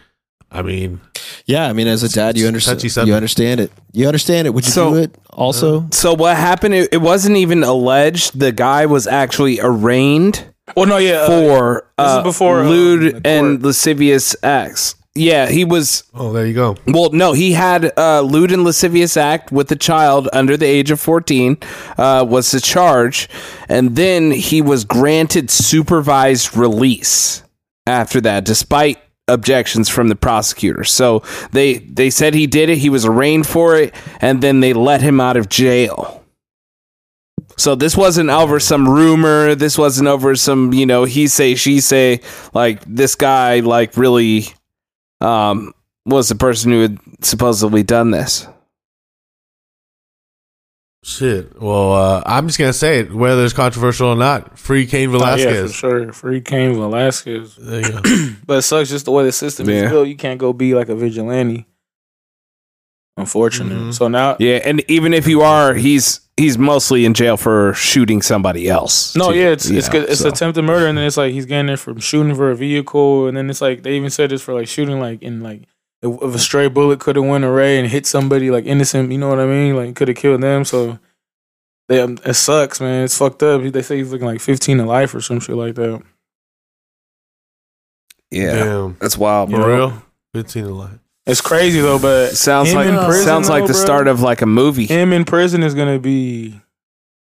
S7: I mean,
S4: Yeah, I mean, as a dad, you understand.
S7: touchy subject.
S4: You understand it. You understand it. Would you
S5: So-
S4: do it? Also,
S5: So what happened? It, it wasn't even alleged. The guy was actually arraigned
S6: Well, no, yeah. uh,
S5: for
S6: this is
S5: uh,
S6: before, uh, the
S5: lewd
S6: court.
S5: and lascivious acts. Yeah, he was.
S7: oh, there you go.
S5: Well, no, he had uh, lewd and lascivious act with a child under the age of fourteen uh, was the charge, and then he was granted supervised release after that, despite objections from the prosecutor. So they they said he did it. He was arraigned for it, and then they let him out of jail. So this wasn't over some rumor. This wasn't over some you know he say she say like this guy like really um was the person who had supposedly done this.
S7: Shit. Well, uh, I'm just gonna say it, whether it's controversial or not. Free Cain Velasquez.
S6: Oh, Yeah, for sure. Free Cain Velasquez.
S7: There you go.
S6: But it sucks just the way the system
S5: Yeah.
S6: is built. You can't go be like a vigilante. Mm-hmm. Unfortunately. So now,
S5: Yeah, and even if you are, he's he's mostly in jail for shooting somebody else.
S6: no,
S5: too,
S6: yeah, it's
S5: you
S6: it's
S5: know,
S6: good- it's
S5: so.
S6: attempted murder, and then it's like he's getting it from shooting for a vehicle, and then it's like they even said this for like shooting like in like if if a stray bullet could have went array and hit somebody like innocent, you know what I mean? Like could have killed them. So they, um, it sucks, man. It's fucked up. They say he's looking like fifteen to life or some shit like that.
S5: yeah.
S7: Damn.
S5: That's wild,
S7: For real? 15 to life.
S6: It's crazy though, but
S5: Sounds
S6: him
S5: like
S6: in prison,
S5: sounds like
S6: though,
S5: the
S6: bro.
S5: start of like a movie.
S6: him in prison is gonna be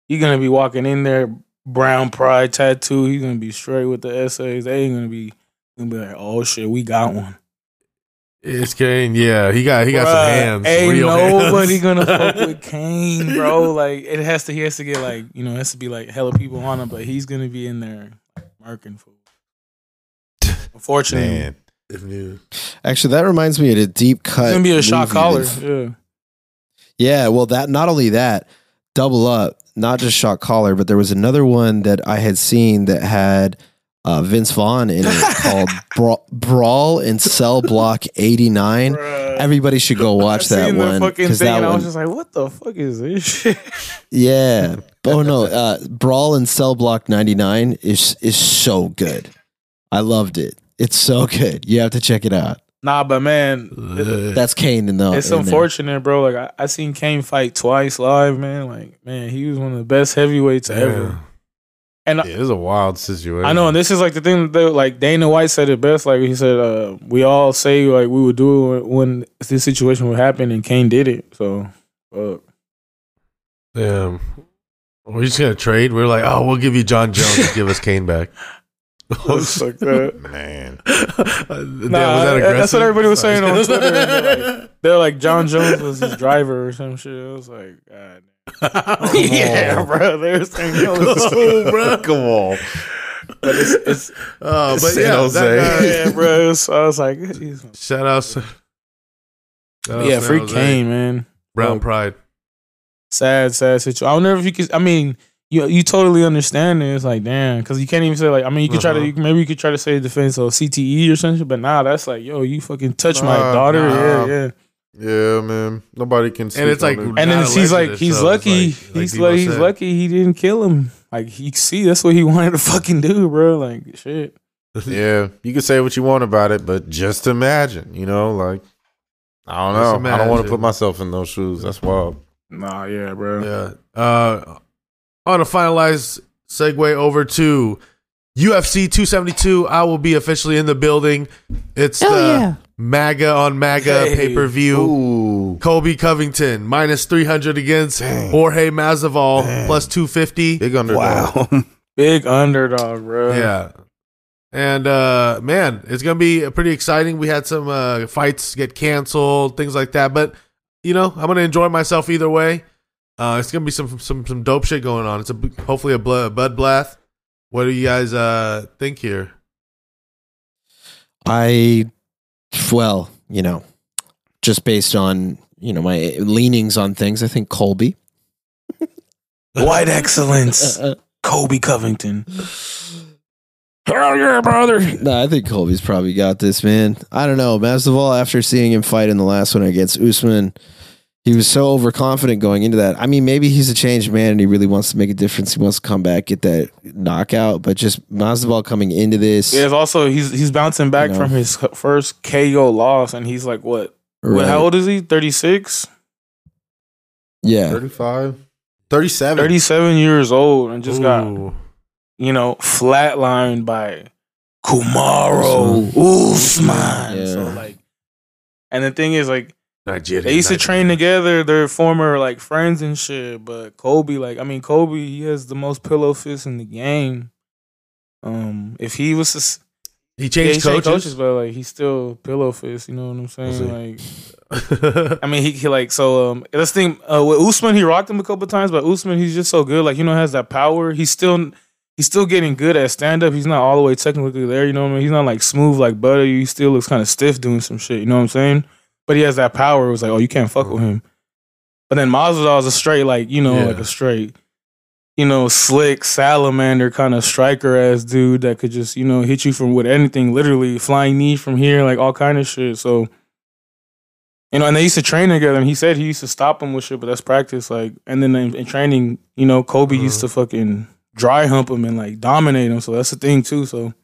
S6: he's gonna be walking in there brown pride tattoo he's gonna be straight with the essays they ain't gonna be gonna be like oh shit we got one
S7: It's Kane. Yeah, he got he got
S6: Bruh,
S7: some hands.
S6: ain't
S7: real
S6: nobody
S7: hands.
S6: gonna fuck with Kane bro like it has to he has to get like you know it has to be like hella people on him but he's gonna be in there like, marking food unfortunately
S2: Man.
S7: If new.
S4: actually, that reminds me of a deep cut.
S6: it's gonna be a shot
S4: movie
S6: caller
S4: that's-
S6: yeah
S4: Yeah, well, that not only that, double up, not just shot collar, but there was another one that I had seen that had uh, Vince Vaughn in it called Bra- Brawl in Cell Block eighty nine. Everybody should go watch
S6: I
S4: that
S6: seen
S4: one
S6: the fucking
S4: because
S6: thing
S4: that
S6: and I
S4: one,
S6: was just like what the fuck is this shit
S4: yeah. Oh no, uh, Brawl in Cell Block ninety nine is is so good. I loved it. It's so good. You have to check it out.
S6: nah but man it-
S4: That's Kane in the.
S6: it's
S4: in there.
S6: unfortunate, bro. Like I, I seen Kane fight twice live, man. Like man, he was one of the best heavyweights ever. And
S2: Yeah, this is a wild situation.
S6: I, I know, and this is like the thing that like Dana White said it best. Like he said, uh, we all say like we would do it when this situation would happen, and Kane did it. So, uh,
S7: Damn. We're just gonna trade. We're like, oh, we'll give you John Jones. give us Kane back.
S6: fuck that.
S2: man.
S7: Damn,
S6: Nah,
S7: was that
S6: that- that's
S7: aggressive?
S6: what everybody was
S7: Sorry.
S6: saying on Twitter. Like, They're like John Jones was his driver or some shit. I was like, God. yeah, bro. They were saying that was cool, bro.
S2: Come on.
S7: Oh, but
S2: San
S7: yeah,
S2: Jose.
S7: That guy,
S6: yeah, bro. It was- I was like, "Jeez."
S7: shout out. Shout out
S6: yeah,
S7: San
S6: free
S7: Jose.
S6: Kane, man.
S7: Brown
S6: Like,
S7: Pride.
S6: sad, sad situation. I don't know if you could. I mean, you you totally understand it. It's like damn, because you can't even say like. I mean, you could try to
S7: Uh-huh.
S6: you, maybe you could try to say defense or CTE E or something, but nah, that's like yo, you fucking touch my
S2: Nah,
S6: daughter.
S2: nah.
S6: Yeah, yeah.
S2: Yeah, man. Nobody can.
S7: And it's like,
S2: and
S6: And then
S7: Not
S6: she's like,
S7: elected,
S6: he's
S7: so it's
S6: lucky.
S7: like- like
S6: he's
S7: Debo
S6: like, he's
S7: said.
S6: lucky he didn't kill him. Like he see, that's what he wanted to fucking do, bro. Like shit.
S2: yeah, you can say what you want about it, but just imagine, you know, like I
S7: Just
S2: don't know. I don't want to
S7: imagine.
S2: put myself in those shoes. That's wild.
S6: Nah, yeah, bro.
S7: Yeah. Uh, on a finalized segue over to UFC 272, I will be officially in the building. It's the MAGA on MAGA
S6: Hey.
S7: pay per view.
S2: Ooh,
S7: Kobe Covington minus 300 against Jorge Masvidal plus 250.
S2: big underdog.
S5: Wow.
S6: Big underdog, bro.
S7: Yeah. And uh man, it's gonna be pretty exciting. We had some uh fights get canceled, things like that. But you know, I'm gonna enjoy myself either way. Uh it's gonna be some some some dope shit going on. It's a hopefully a blood, bud blast. What do you guys uh think here?
S4: I, well, you know, just based on you know my leanings on things, I think Colby.
S6: Uh, White excellence, Kobe Covington.
S4: Hell yeah, brother. No, I think Colby's probably got this, man. I don't know. Masvidal, after seeing him fight in the last one against Usman, he was so overconfident going into that. I mean, maybe he's a changed man and he really wants to make a difference. He wants to come back, get that knockout. But just Masvidal coming into this,
S6: Yeah, it's also he's he's bouncing back
S4: You know.
S6: from his first KO loss, and he's like, what? What?
S4: right.
S6: How old is he? 36?
S4: yeah,
S2: 35, 37.
S6: 37 years old, and just got
S7: Ooh.
S6: you know flatlined by Kumaro Usman. So
S4: Yeah.
S6: like, and the thing is like.
S7: Nigeria.
S6: They used to train together. They're former like friends and shit. But Kobe, like, I mean, Kobe, he has the most pillow fists in the game. Um, if he was to, s-
S7: He
S6: yeah, he
S7: changed
S6: changed coaches,
S7: coaches.
S6: but like, he's still pillow fist. You know what I'm saying? Like,
S7: I
S6: I mean, he, he like so. Um, let's think. Uh, with Usman, he rocked him a couple times, but Usman, he's just so good. Like, you know, has that power. He's still. He's still getting good at stand up. He's not all the way technically there. You know what I mean? He's not like smooth like butter. He still looks kind of stiff doing some shit. You know what I'm saying? But he has that power. It was like, oh, you can't fuck with him. But then Masvidal is a straight, like you know,
S7: Yeah.
S6: like a straight, you know, slick salamander kind of striker ass dude that could just you know hit you from with anything, literally flying knee from here, like all kind of shit. So you know, and they used to train together. And he said he used to stop him with shit, but that's practice. Like, and then in, in training, you know, Kobe used
S7: Mm.
S6: to fucking dry hump him and like dominate him. So that's the thing too. So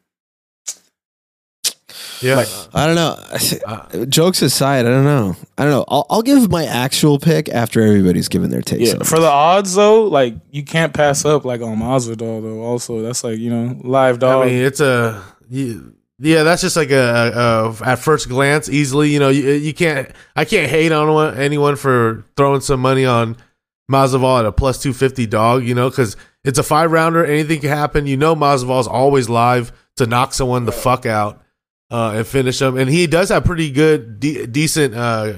S7: yeah.
S4: I don't
S6: Uh,
S4: know. Jokes aside, I don't know. I don't know. I'll, I'll give my actual pick after everybody's given their takes.
S6: yeah,
S4: on it.
S6: for the odds though, like you can't pass up like on Masvidal though. Also, that's like you know live dog.
S7: I mean, it's a you- yeah. That's just like a, a at first glance, easily. You know, you, you can't. I can't hate on one- anyone for throwing some money on Masvidal at a plus two fifty dog. You know, because it's a five rounder. Anything can happen. You know, Masvidal's always live to knock someone the fuck out uh, and finish them. And he does have pretty good, de- decent uh,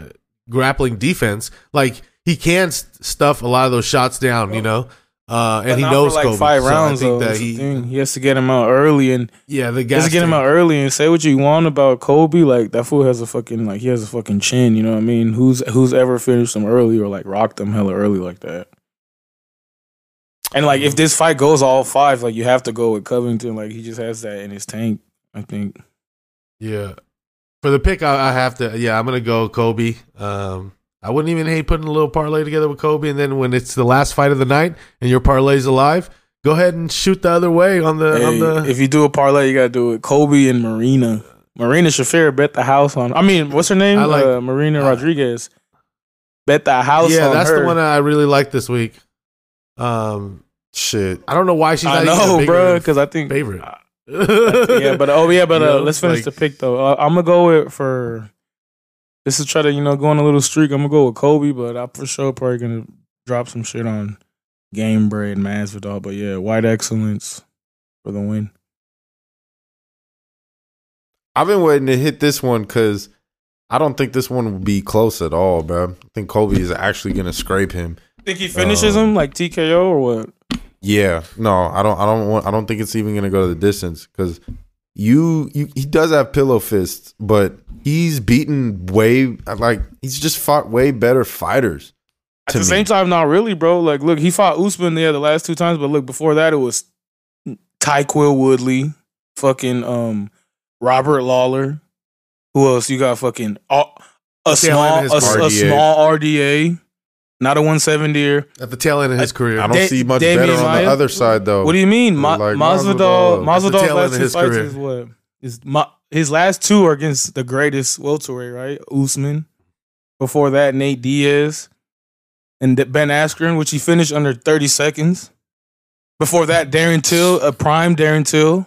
S7: grappling defense. Like he can st- stuff a lot of those shots down. You know. Uh, and
S6: But
S7: he
S6: not
S7: knows
S6: for, like
S7: Kobe,
S6: five
S7: so I
S6: rounds
S7: think
S6: though.
S7: that
S6: That's the
S7: he-
S6: thing. He has to get him out early and
S7: yeah, the guy
S6: Just get him out early and say what you want about Kobe. Like that fool has a fucking like he has a fucking chin. You know what I mean? Who's who's ever finished him early or like rocked them hella early like that? And like if this fight goes all five, like you have to go with Covington. Like he just has that in his tank. I think.
S7: Yeah. For the pick, I, I have to. Yeah, I'm gonna go Kobe. Um, I wouldn't even hate putting a little parlay together with Kobe, and then when it's the last fight of the night and your parlay's alive, go ahead and shoot the other way on the on
S6: Hey,
S7: Uh, the.
S6: if you do a parlay, you gotta do it. Kobe and Marina. Marina Shafir bet the house on. I mean, what's her name?
S7: I like-
S6: uh, Marina
S7: I-
S6: Rodriguez. Bet the house.
S7: yeah,
S6: on
S7: that's
S6: her.
S7: the one I really like this week. Um,
S2: Shit.
S7: I don't know why she's. not
S6: I know, bro.
S7: bro.
S6: Because I think
S7: favorite.
S6: yeah, but oh yeah, but
S7: You
S6: uh,
S7: know,
S6: let's finish
S7: like-
S6: the pick though. Uh, I'm gonna go with for this is try to you know go on a little streak. I'm gonna go with Kobe, but I'm for sure probably gonna drop some shit on Game Bread Masvidal. But yeah, White Excellence for the win.
S2: I've been waiting to hit this one because I don't think this one will be close at all, bro. I think Kobe is actually gonna scrape him.
S6: Think he finishes
S2: Um,
S6: him like TKO or what?
S2: Yeah, no, I don't. I don't want. I don't think it's even gonna go to the distance because you, you, he does have pillow fists, but he's beaten way like he's just fought way better fighters.
S6: At
S2: to
S6: the
S2: me.
S6: same time, not really, bro. Like, look, he fought Usman there the last two times, but look, before that, it was Tyquil Woodley, fucking um, Robert Lawler. Who else? You got fucking uh,
S7: Tail
S6: a small,
S7: end
S6: a,
S7: of his
S6: a
S2: RDA.
S6: small RDA, not a 170er.
S7: at the tail end of his career,
S2: I don't
S6: Da-
S2: see much
S6: Damian
S2: better on
S6: Maia?
S2: the other side
S7: Oh,
S2: though.
S6: What do you mean, Ma-
S2: Like
S6: Masvidal?
S2: Masvidal- That's
S7: the tail
S6: Masvidal's
S7: end
S6: last
S7: of
S6: two
S7: his
S6: fights
S7: career.
S6: is what is Ma- his last two are against the greatest welterweight, right? Usman. Before that, Nate Diaz and D- Ben Askren, which he finished under thirty seconds. Before that, Darren Till, a prime Darren Till.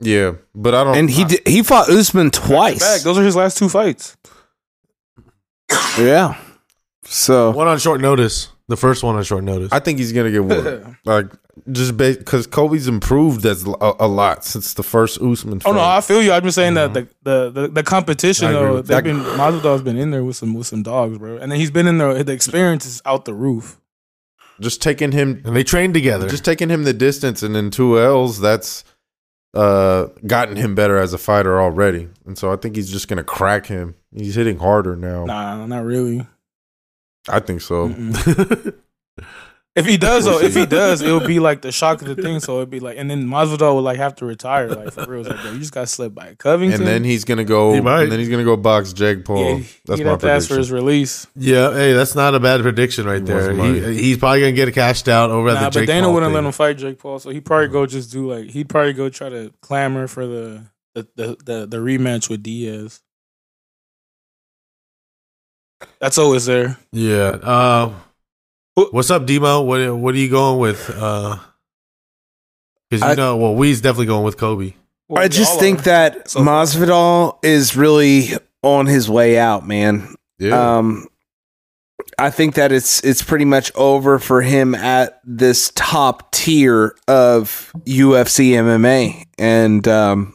S2: yeah, but I don't.
S5: And he did, he fought Usman
S6: Back,
S5: twice.
S6: those are his last two fights.
S5: Yeah. So
S7: one on short notice. The first one on short notice.
S2: I think he's gonna get one. like just because Kobe's improved as l- a, a lot since the first Usman.
S6: Oh no,
S2: fight.
S6: I feel you. I'm just saying that the, the the the competition
S7: Mm-hmm. I agree
S6: though,
S7: with
S6: they've
S2: that.
S6: been Masvidal's been in there with some with some dogs, bro, and then he's been in there. The experience is out the roof.
S2: just taking him,
S7: and they trained together.
S2: just taking him the distance, and then two L's. That's uh gotten him better as a fighter already, and so I think he's just gonna crack him. He's hitting
S7: Oh.
S2: harder now.
S6: Nah, not really.
S2: I think so.
S6: Mm-mm. If he does, though, if he does, it'll be like the shock of the thing. So it'd be like, and then Masvidal would like have to retire, like for real. It's Like, bro, you just got slipped by Covington.
S2: and then he's gonna go.
S7: He might.
S2: and then he's gonna go box Jake Paul.
S6: yeah,
S2: That's
S6: he'd
S2: my
S6: have to ask for
S2: prediction.
S6: his release.
S7: Yeah, hey, that's not a bad prediction right there.
S2: wasn't
S7: He,
S2: right.
S7: he's probably gonna get cashed out over at
S6: Nah,
S7: the Jake
S6: but Dana
S7: Paul
S6: wouldn't let
S7: thing.
S6: him fight Jake Paul, so he'd probably go just do like he'd probably go try to clamor for the the the, the, the rematch with Diaz. That's always there.
S7: Yeah. Uh, what's up, Demo? What What are you going with? Because you
S5: I-
S7: know, well, we's definitely going with Kobe.
S5: I just think that
S6: So-
S5: Masvidal is really on his way out, man.
S2: Yeah.
S5: Um, I think that it's it's pretty much over for him at this top tier of UFC MMA, and um,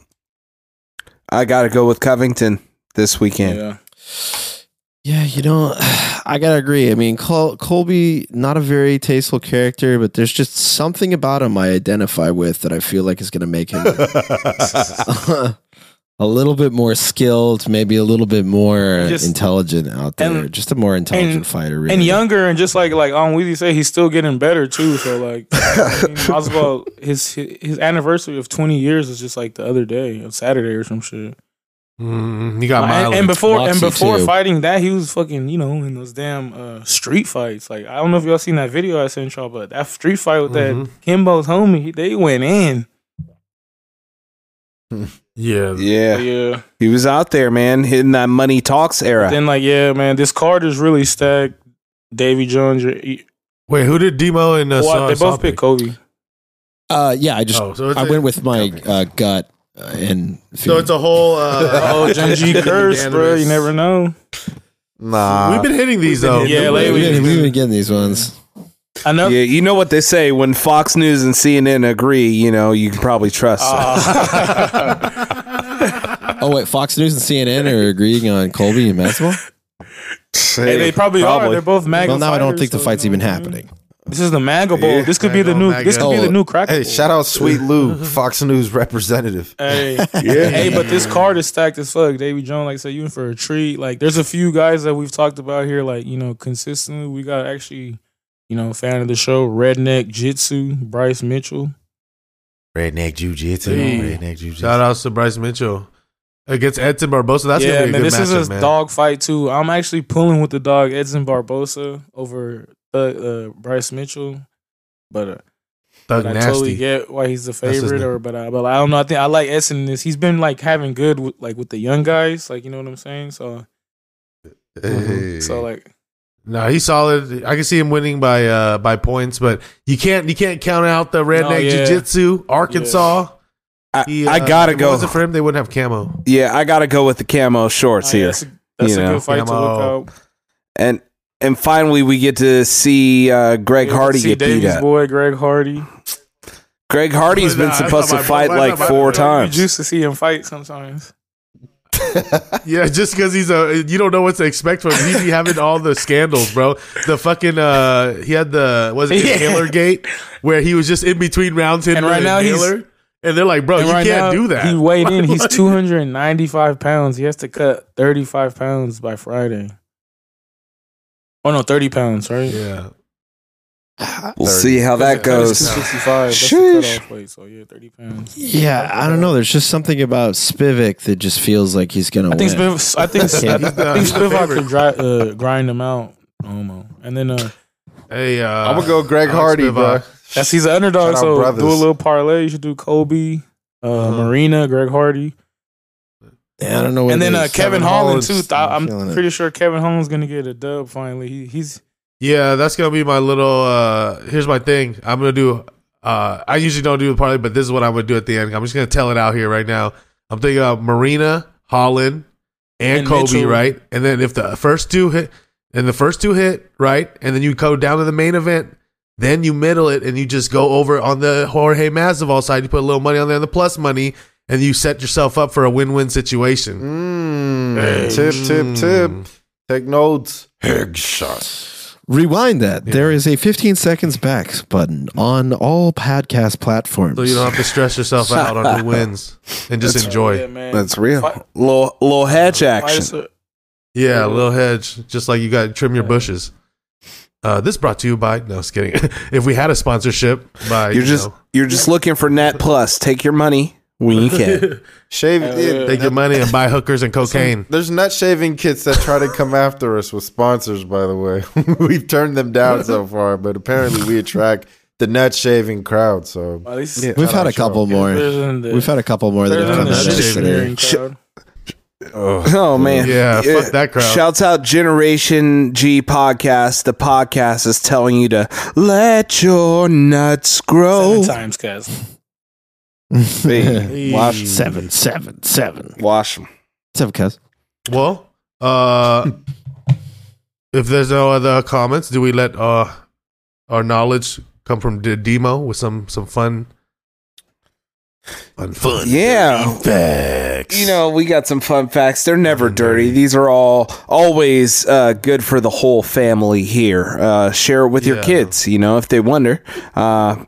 S5: I got to go with Covington this weekend.
S6: Yeah.
S4: Yeah, you know, I gotta agree. I mean, Col- Colby, not a very tasteful character, but there's just something about him I identify with that I feel like is gonna make him a little bit more skilled, maybe a little bit more
S6: Just-
S4: intelligent out there.
S6: and-
S4: just a more intelligent
S6: and-
S4: fighter, really.
S6: And younger, and just like like on Weezy said, he's still getting better too. So like, I mean, Masvidal, his his anniversary of twenty years is just like the other day, on Saturday or some shit.
S7: Mm, you got
S6: Like, and,
S7: mileage.
S6: and before and
S4: Moxie,
S6: before
S4: too.
S6: fighting that, he was fucking you know in those damn uh, street fights. Like I don't know if y'all seen that video I sent y'all, but that street fight with
S7: Mhm.
S6: that Kimbo's homie, they went in.
S7: yeah.
S5: Yeah.
S6: yeah.
S5: he was out there, man, hitting that money talks era.
S6: Then like yeah, man, this card is really stacked. Davy Jones, you're, you-
S7: Wait, who did Demo and uh,
S6: well,
S7: Saw-
S6: they
S7: Saw
S6: both picked
S7: pick?
S6: Kobe.
S4: uh, yeah, I just
S7: Oh, so it's
S4: I
S7: a-
S4: went with my uh, gut uh, and
S7: So it's a whole. Uh,
S6: Oh, Genji curse, bro. You never know.
S2: nah.
S7: We've been hitting these though.
S6: hitting- Oh, yeah,
S4: we, we,
S6: lately-
S4: we've been getting these ones.
S6: Another
S5: Yeah, you know what they say when Fox News and CNN agree, you know, you can probably trust. them.
S7: Uh,
S4: Oh wait, Fox News and CNN are agreeing on Colby and Masvidal.
S6: Hey, they probably, are. They're both MAGA.
S4: Well, now I don't
S6: fighters,
S4: think the
S6: so,
S4: fight's
S6: you know
S4: even
S6: what I mean?
S4: happening.
S6: This is the MAGA Bowl.
S2: Yeah,
S6: this could be the
S7: MAGA,
S6: new.
S7: MAGA.
S6: This could be the new crack.
S2: hey,
S6: Bowl.
S2: shout out Sweet Lou, Fox News representative.
S6: Hey, hey, but this card is stacked as fuck. Davy Jones, like I said, you in for a treat. Like, there's a few guys that we've talked about here, like, you know, consistently. We got actually, you know, fan of the show, Redneck Jitsu, Bryce Mitchell.
S2: Redneck Jiu Jitsu.
S6: Hey.
S2: Redneck Jiu Jitsu.
S7: Shout outs to Bryce Mitchell against Edson Barbosa. That's
S6: yeah,
S7: gonna be a
S6: man,
S7: good
S6: this
S7: matchup,
S6: is a
S7: man.
S6: dog fight, too. I'm actually pulling with the dog Edson Barbosa over uh, uh, Bryce Mitchell. But uh,
S7: Thug
S6: but I totally
S7: nasty.
S6: get why he's the
S7: That's his
S6: favorite,
S7: name.
S6: or but I, but I don't know. I think I like Essen in this. He's been like having good with, like with the young guys, like you know what I'm saying. So
S2: Hey.
S6: so like
S7: No, he's solid. I can see him winning by uh, by points, but you can't you can't count out the redneck
S6: yeah.
S7: jiu-jitsu Arkansas.
S5: I,
S7: He,
S5: I
S7: uh,
S5: gotta
S7: if it
S5: go.
S7: wasn't for him, they wouldn't have camo.
S5: yeah, I gotta go with the camo shorts
S7: Oh,
S6: uh,
S5: here.
S6: that's a, that's
S5: you
S6: a
S5: know.
S6: good fight to look
S7: Camo.
S6: out.
S5: and and finally we get to see uh, Greg
S6: Yeah,
S5: Hardy
S6: see
S5: get beat
S6: Davies
S5: up.
S6: boy Greg Hardy.
S5: Greg Hardy's been
S7: Nah,
S5: supposed to
S7: that's not my
S5: fight
S7: boy. That's
S5: like
S7: not my
S5: four
S7: boy.
S5: times.
S6: You used to see him fight sometimes.
S7: Yeah, just because he's a you don't know what to expect from him. He be having all the scandals, bro. The fucking uh, he had the was it
S6: Yeah.
S7: inhaler gate where he was just in between rounds hitting
S6: And right
S7: an
S6: now he's-
S7: inhaler, and they're like, bro,
S6: And
S7: you
S6: right
S7: can't
S6: now,
S7: do that.
S6: He weighed in. He's
S7: Like-
S6: 295 pounds. He has to cut 35 pounds by Friday. Oh no, 30 pounds, right?
S7: yeah,
S5: We'll see how that
S6: That's
S5: goes.
S6: 265. That's the
S5: Sheesh.
S6: cutoff weight. So yeah, 30 pounds.
S4: Yeah, I don't know. There's just something about Spivak that just feels like he's gonna
S6: I
S4: win.
S6: think Spiv, I think
S4: Yeah,
S6: I
S4: he's
S7: the-
S6: think
S7: Uh, he's the
S6: Spivak
S7: favorite.
S6: could dry, uh, grind them out. Almost. And then uh,
S7: hey, uh,
S2: I'm gonna go Greg
S7: Alex
S2: Hardy, bro.
S7: Spivak.
S6: that's he's an underdog,
S2: Shout out
S6: so
S2: brothers.
S6: do a little parlay. You should do Kobe, uh, Marina, Greg Hardy,
S4: I don't know. What
S6: and
S4: it
S6: then uh,
S4: is.
S7: Kevin
S6: Kevin, Holland
S7: Holland's-
S6: too. Th- I'm
S4: feeling it.
S6: pretty sure Kevin Holland's gonna get a dub finally. He, he's
S7: Yeah, that's gonna be my little. uh Here's my thing. I'm gonna do. uh I usually don't do the parlay, but this is what I'm gonna do at the end. I'm just gonna tell it out here right now. I'm thinking of Marina, Holland, and,
S6: And
S7: Kobe,
S6: Mitchell.
S7: right? And then if the first two hit, and the first two hit, right, and then you go down to the main event, then you middle it and you just go over on the Jorge Masvidal side. You put a little money on there, the plus money, and you set yourself up for a win-win situation.
S2: Mm,
S7: Hey.
S2: Tip, tip,
S7: Mm.
S2: tip. Take notes. Headshot.
S4: Rewind that. There is a 15 seconds back button on all podcast platforms.
S7: So you don't have to stress yourself out on who wins, and just enjoy.
S6: yeah, man.
S5: That's real.
S6: Fight-
S5: Little little hedge
S6: fight
S5: action.
S6: us-
S7: Yeah,
S6: Yeah.
S7: a little hedge, just like you got to trim your bushes. Uh, this brought to you by no, just kidding. if we had a sponsorship by
S5: You're
S7: you
S5: just
S7: know,
S5: you're just looking for Net Plus. Take your money when you can.
S2: Shave. yeah,
S7: take your money and buy hookers and cocaine.
S2: There's nut shaving kits that try to come after us with sponsors, by the way. We've turned them down so far, but apparently we attract the nut shaving crowd. So
S6: At least
S2: Yeah,
S4: We've
S2: shout
S4: had
S2: out
S4: a couple
S2: Charles.
S4: more.
S6: there's in the-
S4: oh, We've had a couple more that
S6: there's
S4: have
S6: in
S4: done
S6: the
S7: that's
S4: that
S7: shit
S6: shit
S4: today.
S6: smearing crowd.
S5: Oh man.
S7: Yeah, fuck that crowd.
S5: Shouts out Generation G podcast. The podcast is telling you to let your nuts grow.
S6: Seven times, cuz.
S5: Wash
S10: Seven, seven, seven.
S5: Wash them.
S4: What's up, Kaz?
S7: Well, uh, if there's no other comments, do we let uh, our knowledge come from the demo with some some fun? Fun, fun.
S5: Yeah. You know, we got some fun facts. They're never dirty. These are all always uh, good for the whole family here. Uh, share it with your
S7: Yeah.
S5: kids, you know, if they wonder. Uh,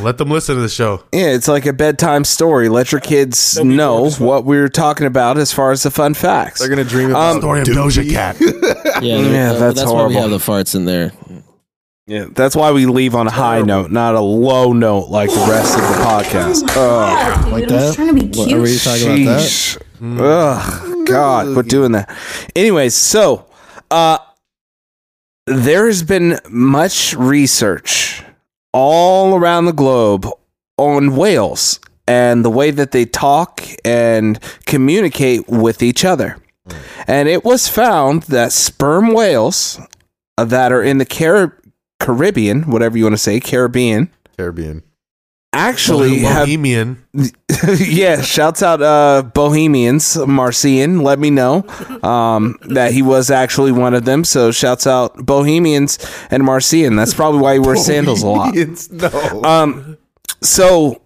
S7: Let them listen to the show.
S5: yeah, it's like a bedtime story. Let your kids know what we were talking about as far as the fun facts.
S2: They're going to dream about
S5: Um,
S7: Story of Doja Cat.
S4: Yeah,
S5: Yeah,
S4: yeah
S5: that's
S4: that's, why we
S5: horrible.
S4: have the farts in there.
S5: Yeah, that's why we leave on a high note, not a low note like the rest of the podcast. Ugh.
S9: Oh, God, dude,
S4: Like
S9: I was
S4: that?
S9: trying to be
S4: What, are we
S9: cute.
S4: talking about that? Hmm.
S5: Sheesh. Ugh, God, we're doing that. Anyways, so uh, there has been much research all around the globe on whales and the way that they talk and communicate with each other. And it was found that sperm whales uh, that are in the Car- Caribbean, whatever you want to say, Caribbean,
S2: Caribbean.
S5: actually have
S7: Bohemian.
S5: yeah, shouts out uh, Bohemians, Marcian, let me know um, that he was actually one of them. So shouts out Bohemians and Marcian. That's probably why he wears sandals a lot.
S2: It's- no.
S5: Um, so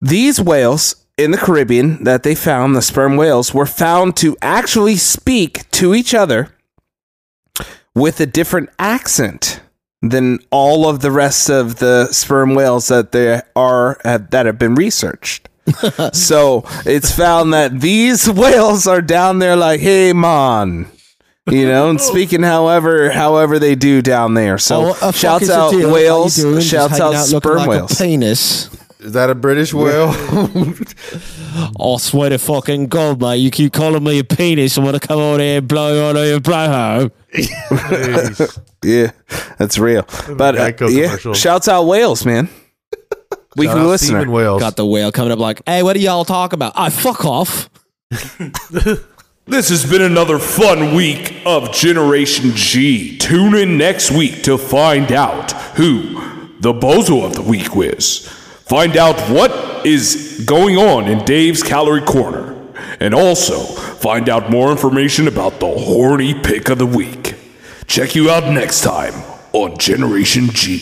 S5: these whales in the Caribbean that they found, the sperm whales, were found to actually speak to each other with a different accent than all of the rest of the sperm whales that there are have, that have been researched. so it's found that these whales are down there like, hey man. You know, and speaking however however they do down there. So
S4: Oh, a
S5: shouts
S4: fuck is a
S5: out
S4: deal? How you
S5: whales,
S4: doing? Just
S5: shouts
S4: hanging
S5: out
S4: looking
S5: sperm
S4: like a
S5: whales.
S4: penis.
S2: Is that a British whale?
S10: I swear to fucking God, mate, you keep calling me a penis. I'm going to come on here and blow on your blowhole.
S7: Jeez.
S5: Yeah, that's real. But uh,
S7: Geico
S5: yeah,
S7: commercial.
S5: shouts out whales, man. Weekly
S7: Uh,
S5: listener.
S7: Seaman Wales.
S4: Got the whale coming up like, hey, what are y'all talking about? I fuck off.
S11: This has been another fun week of Generation G. Tune in next week to find out who the bozo of the week was. Find out what is going on in Dave's Calorie Corner. And also find out more information about the horny pick of the week. Check you out next time on Generation G.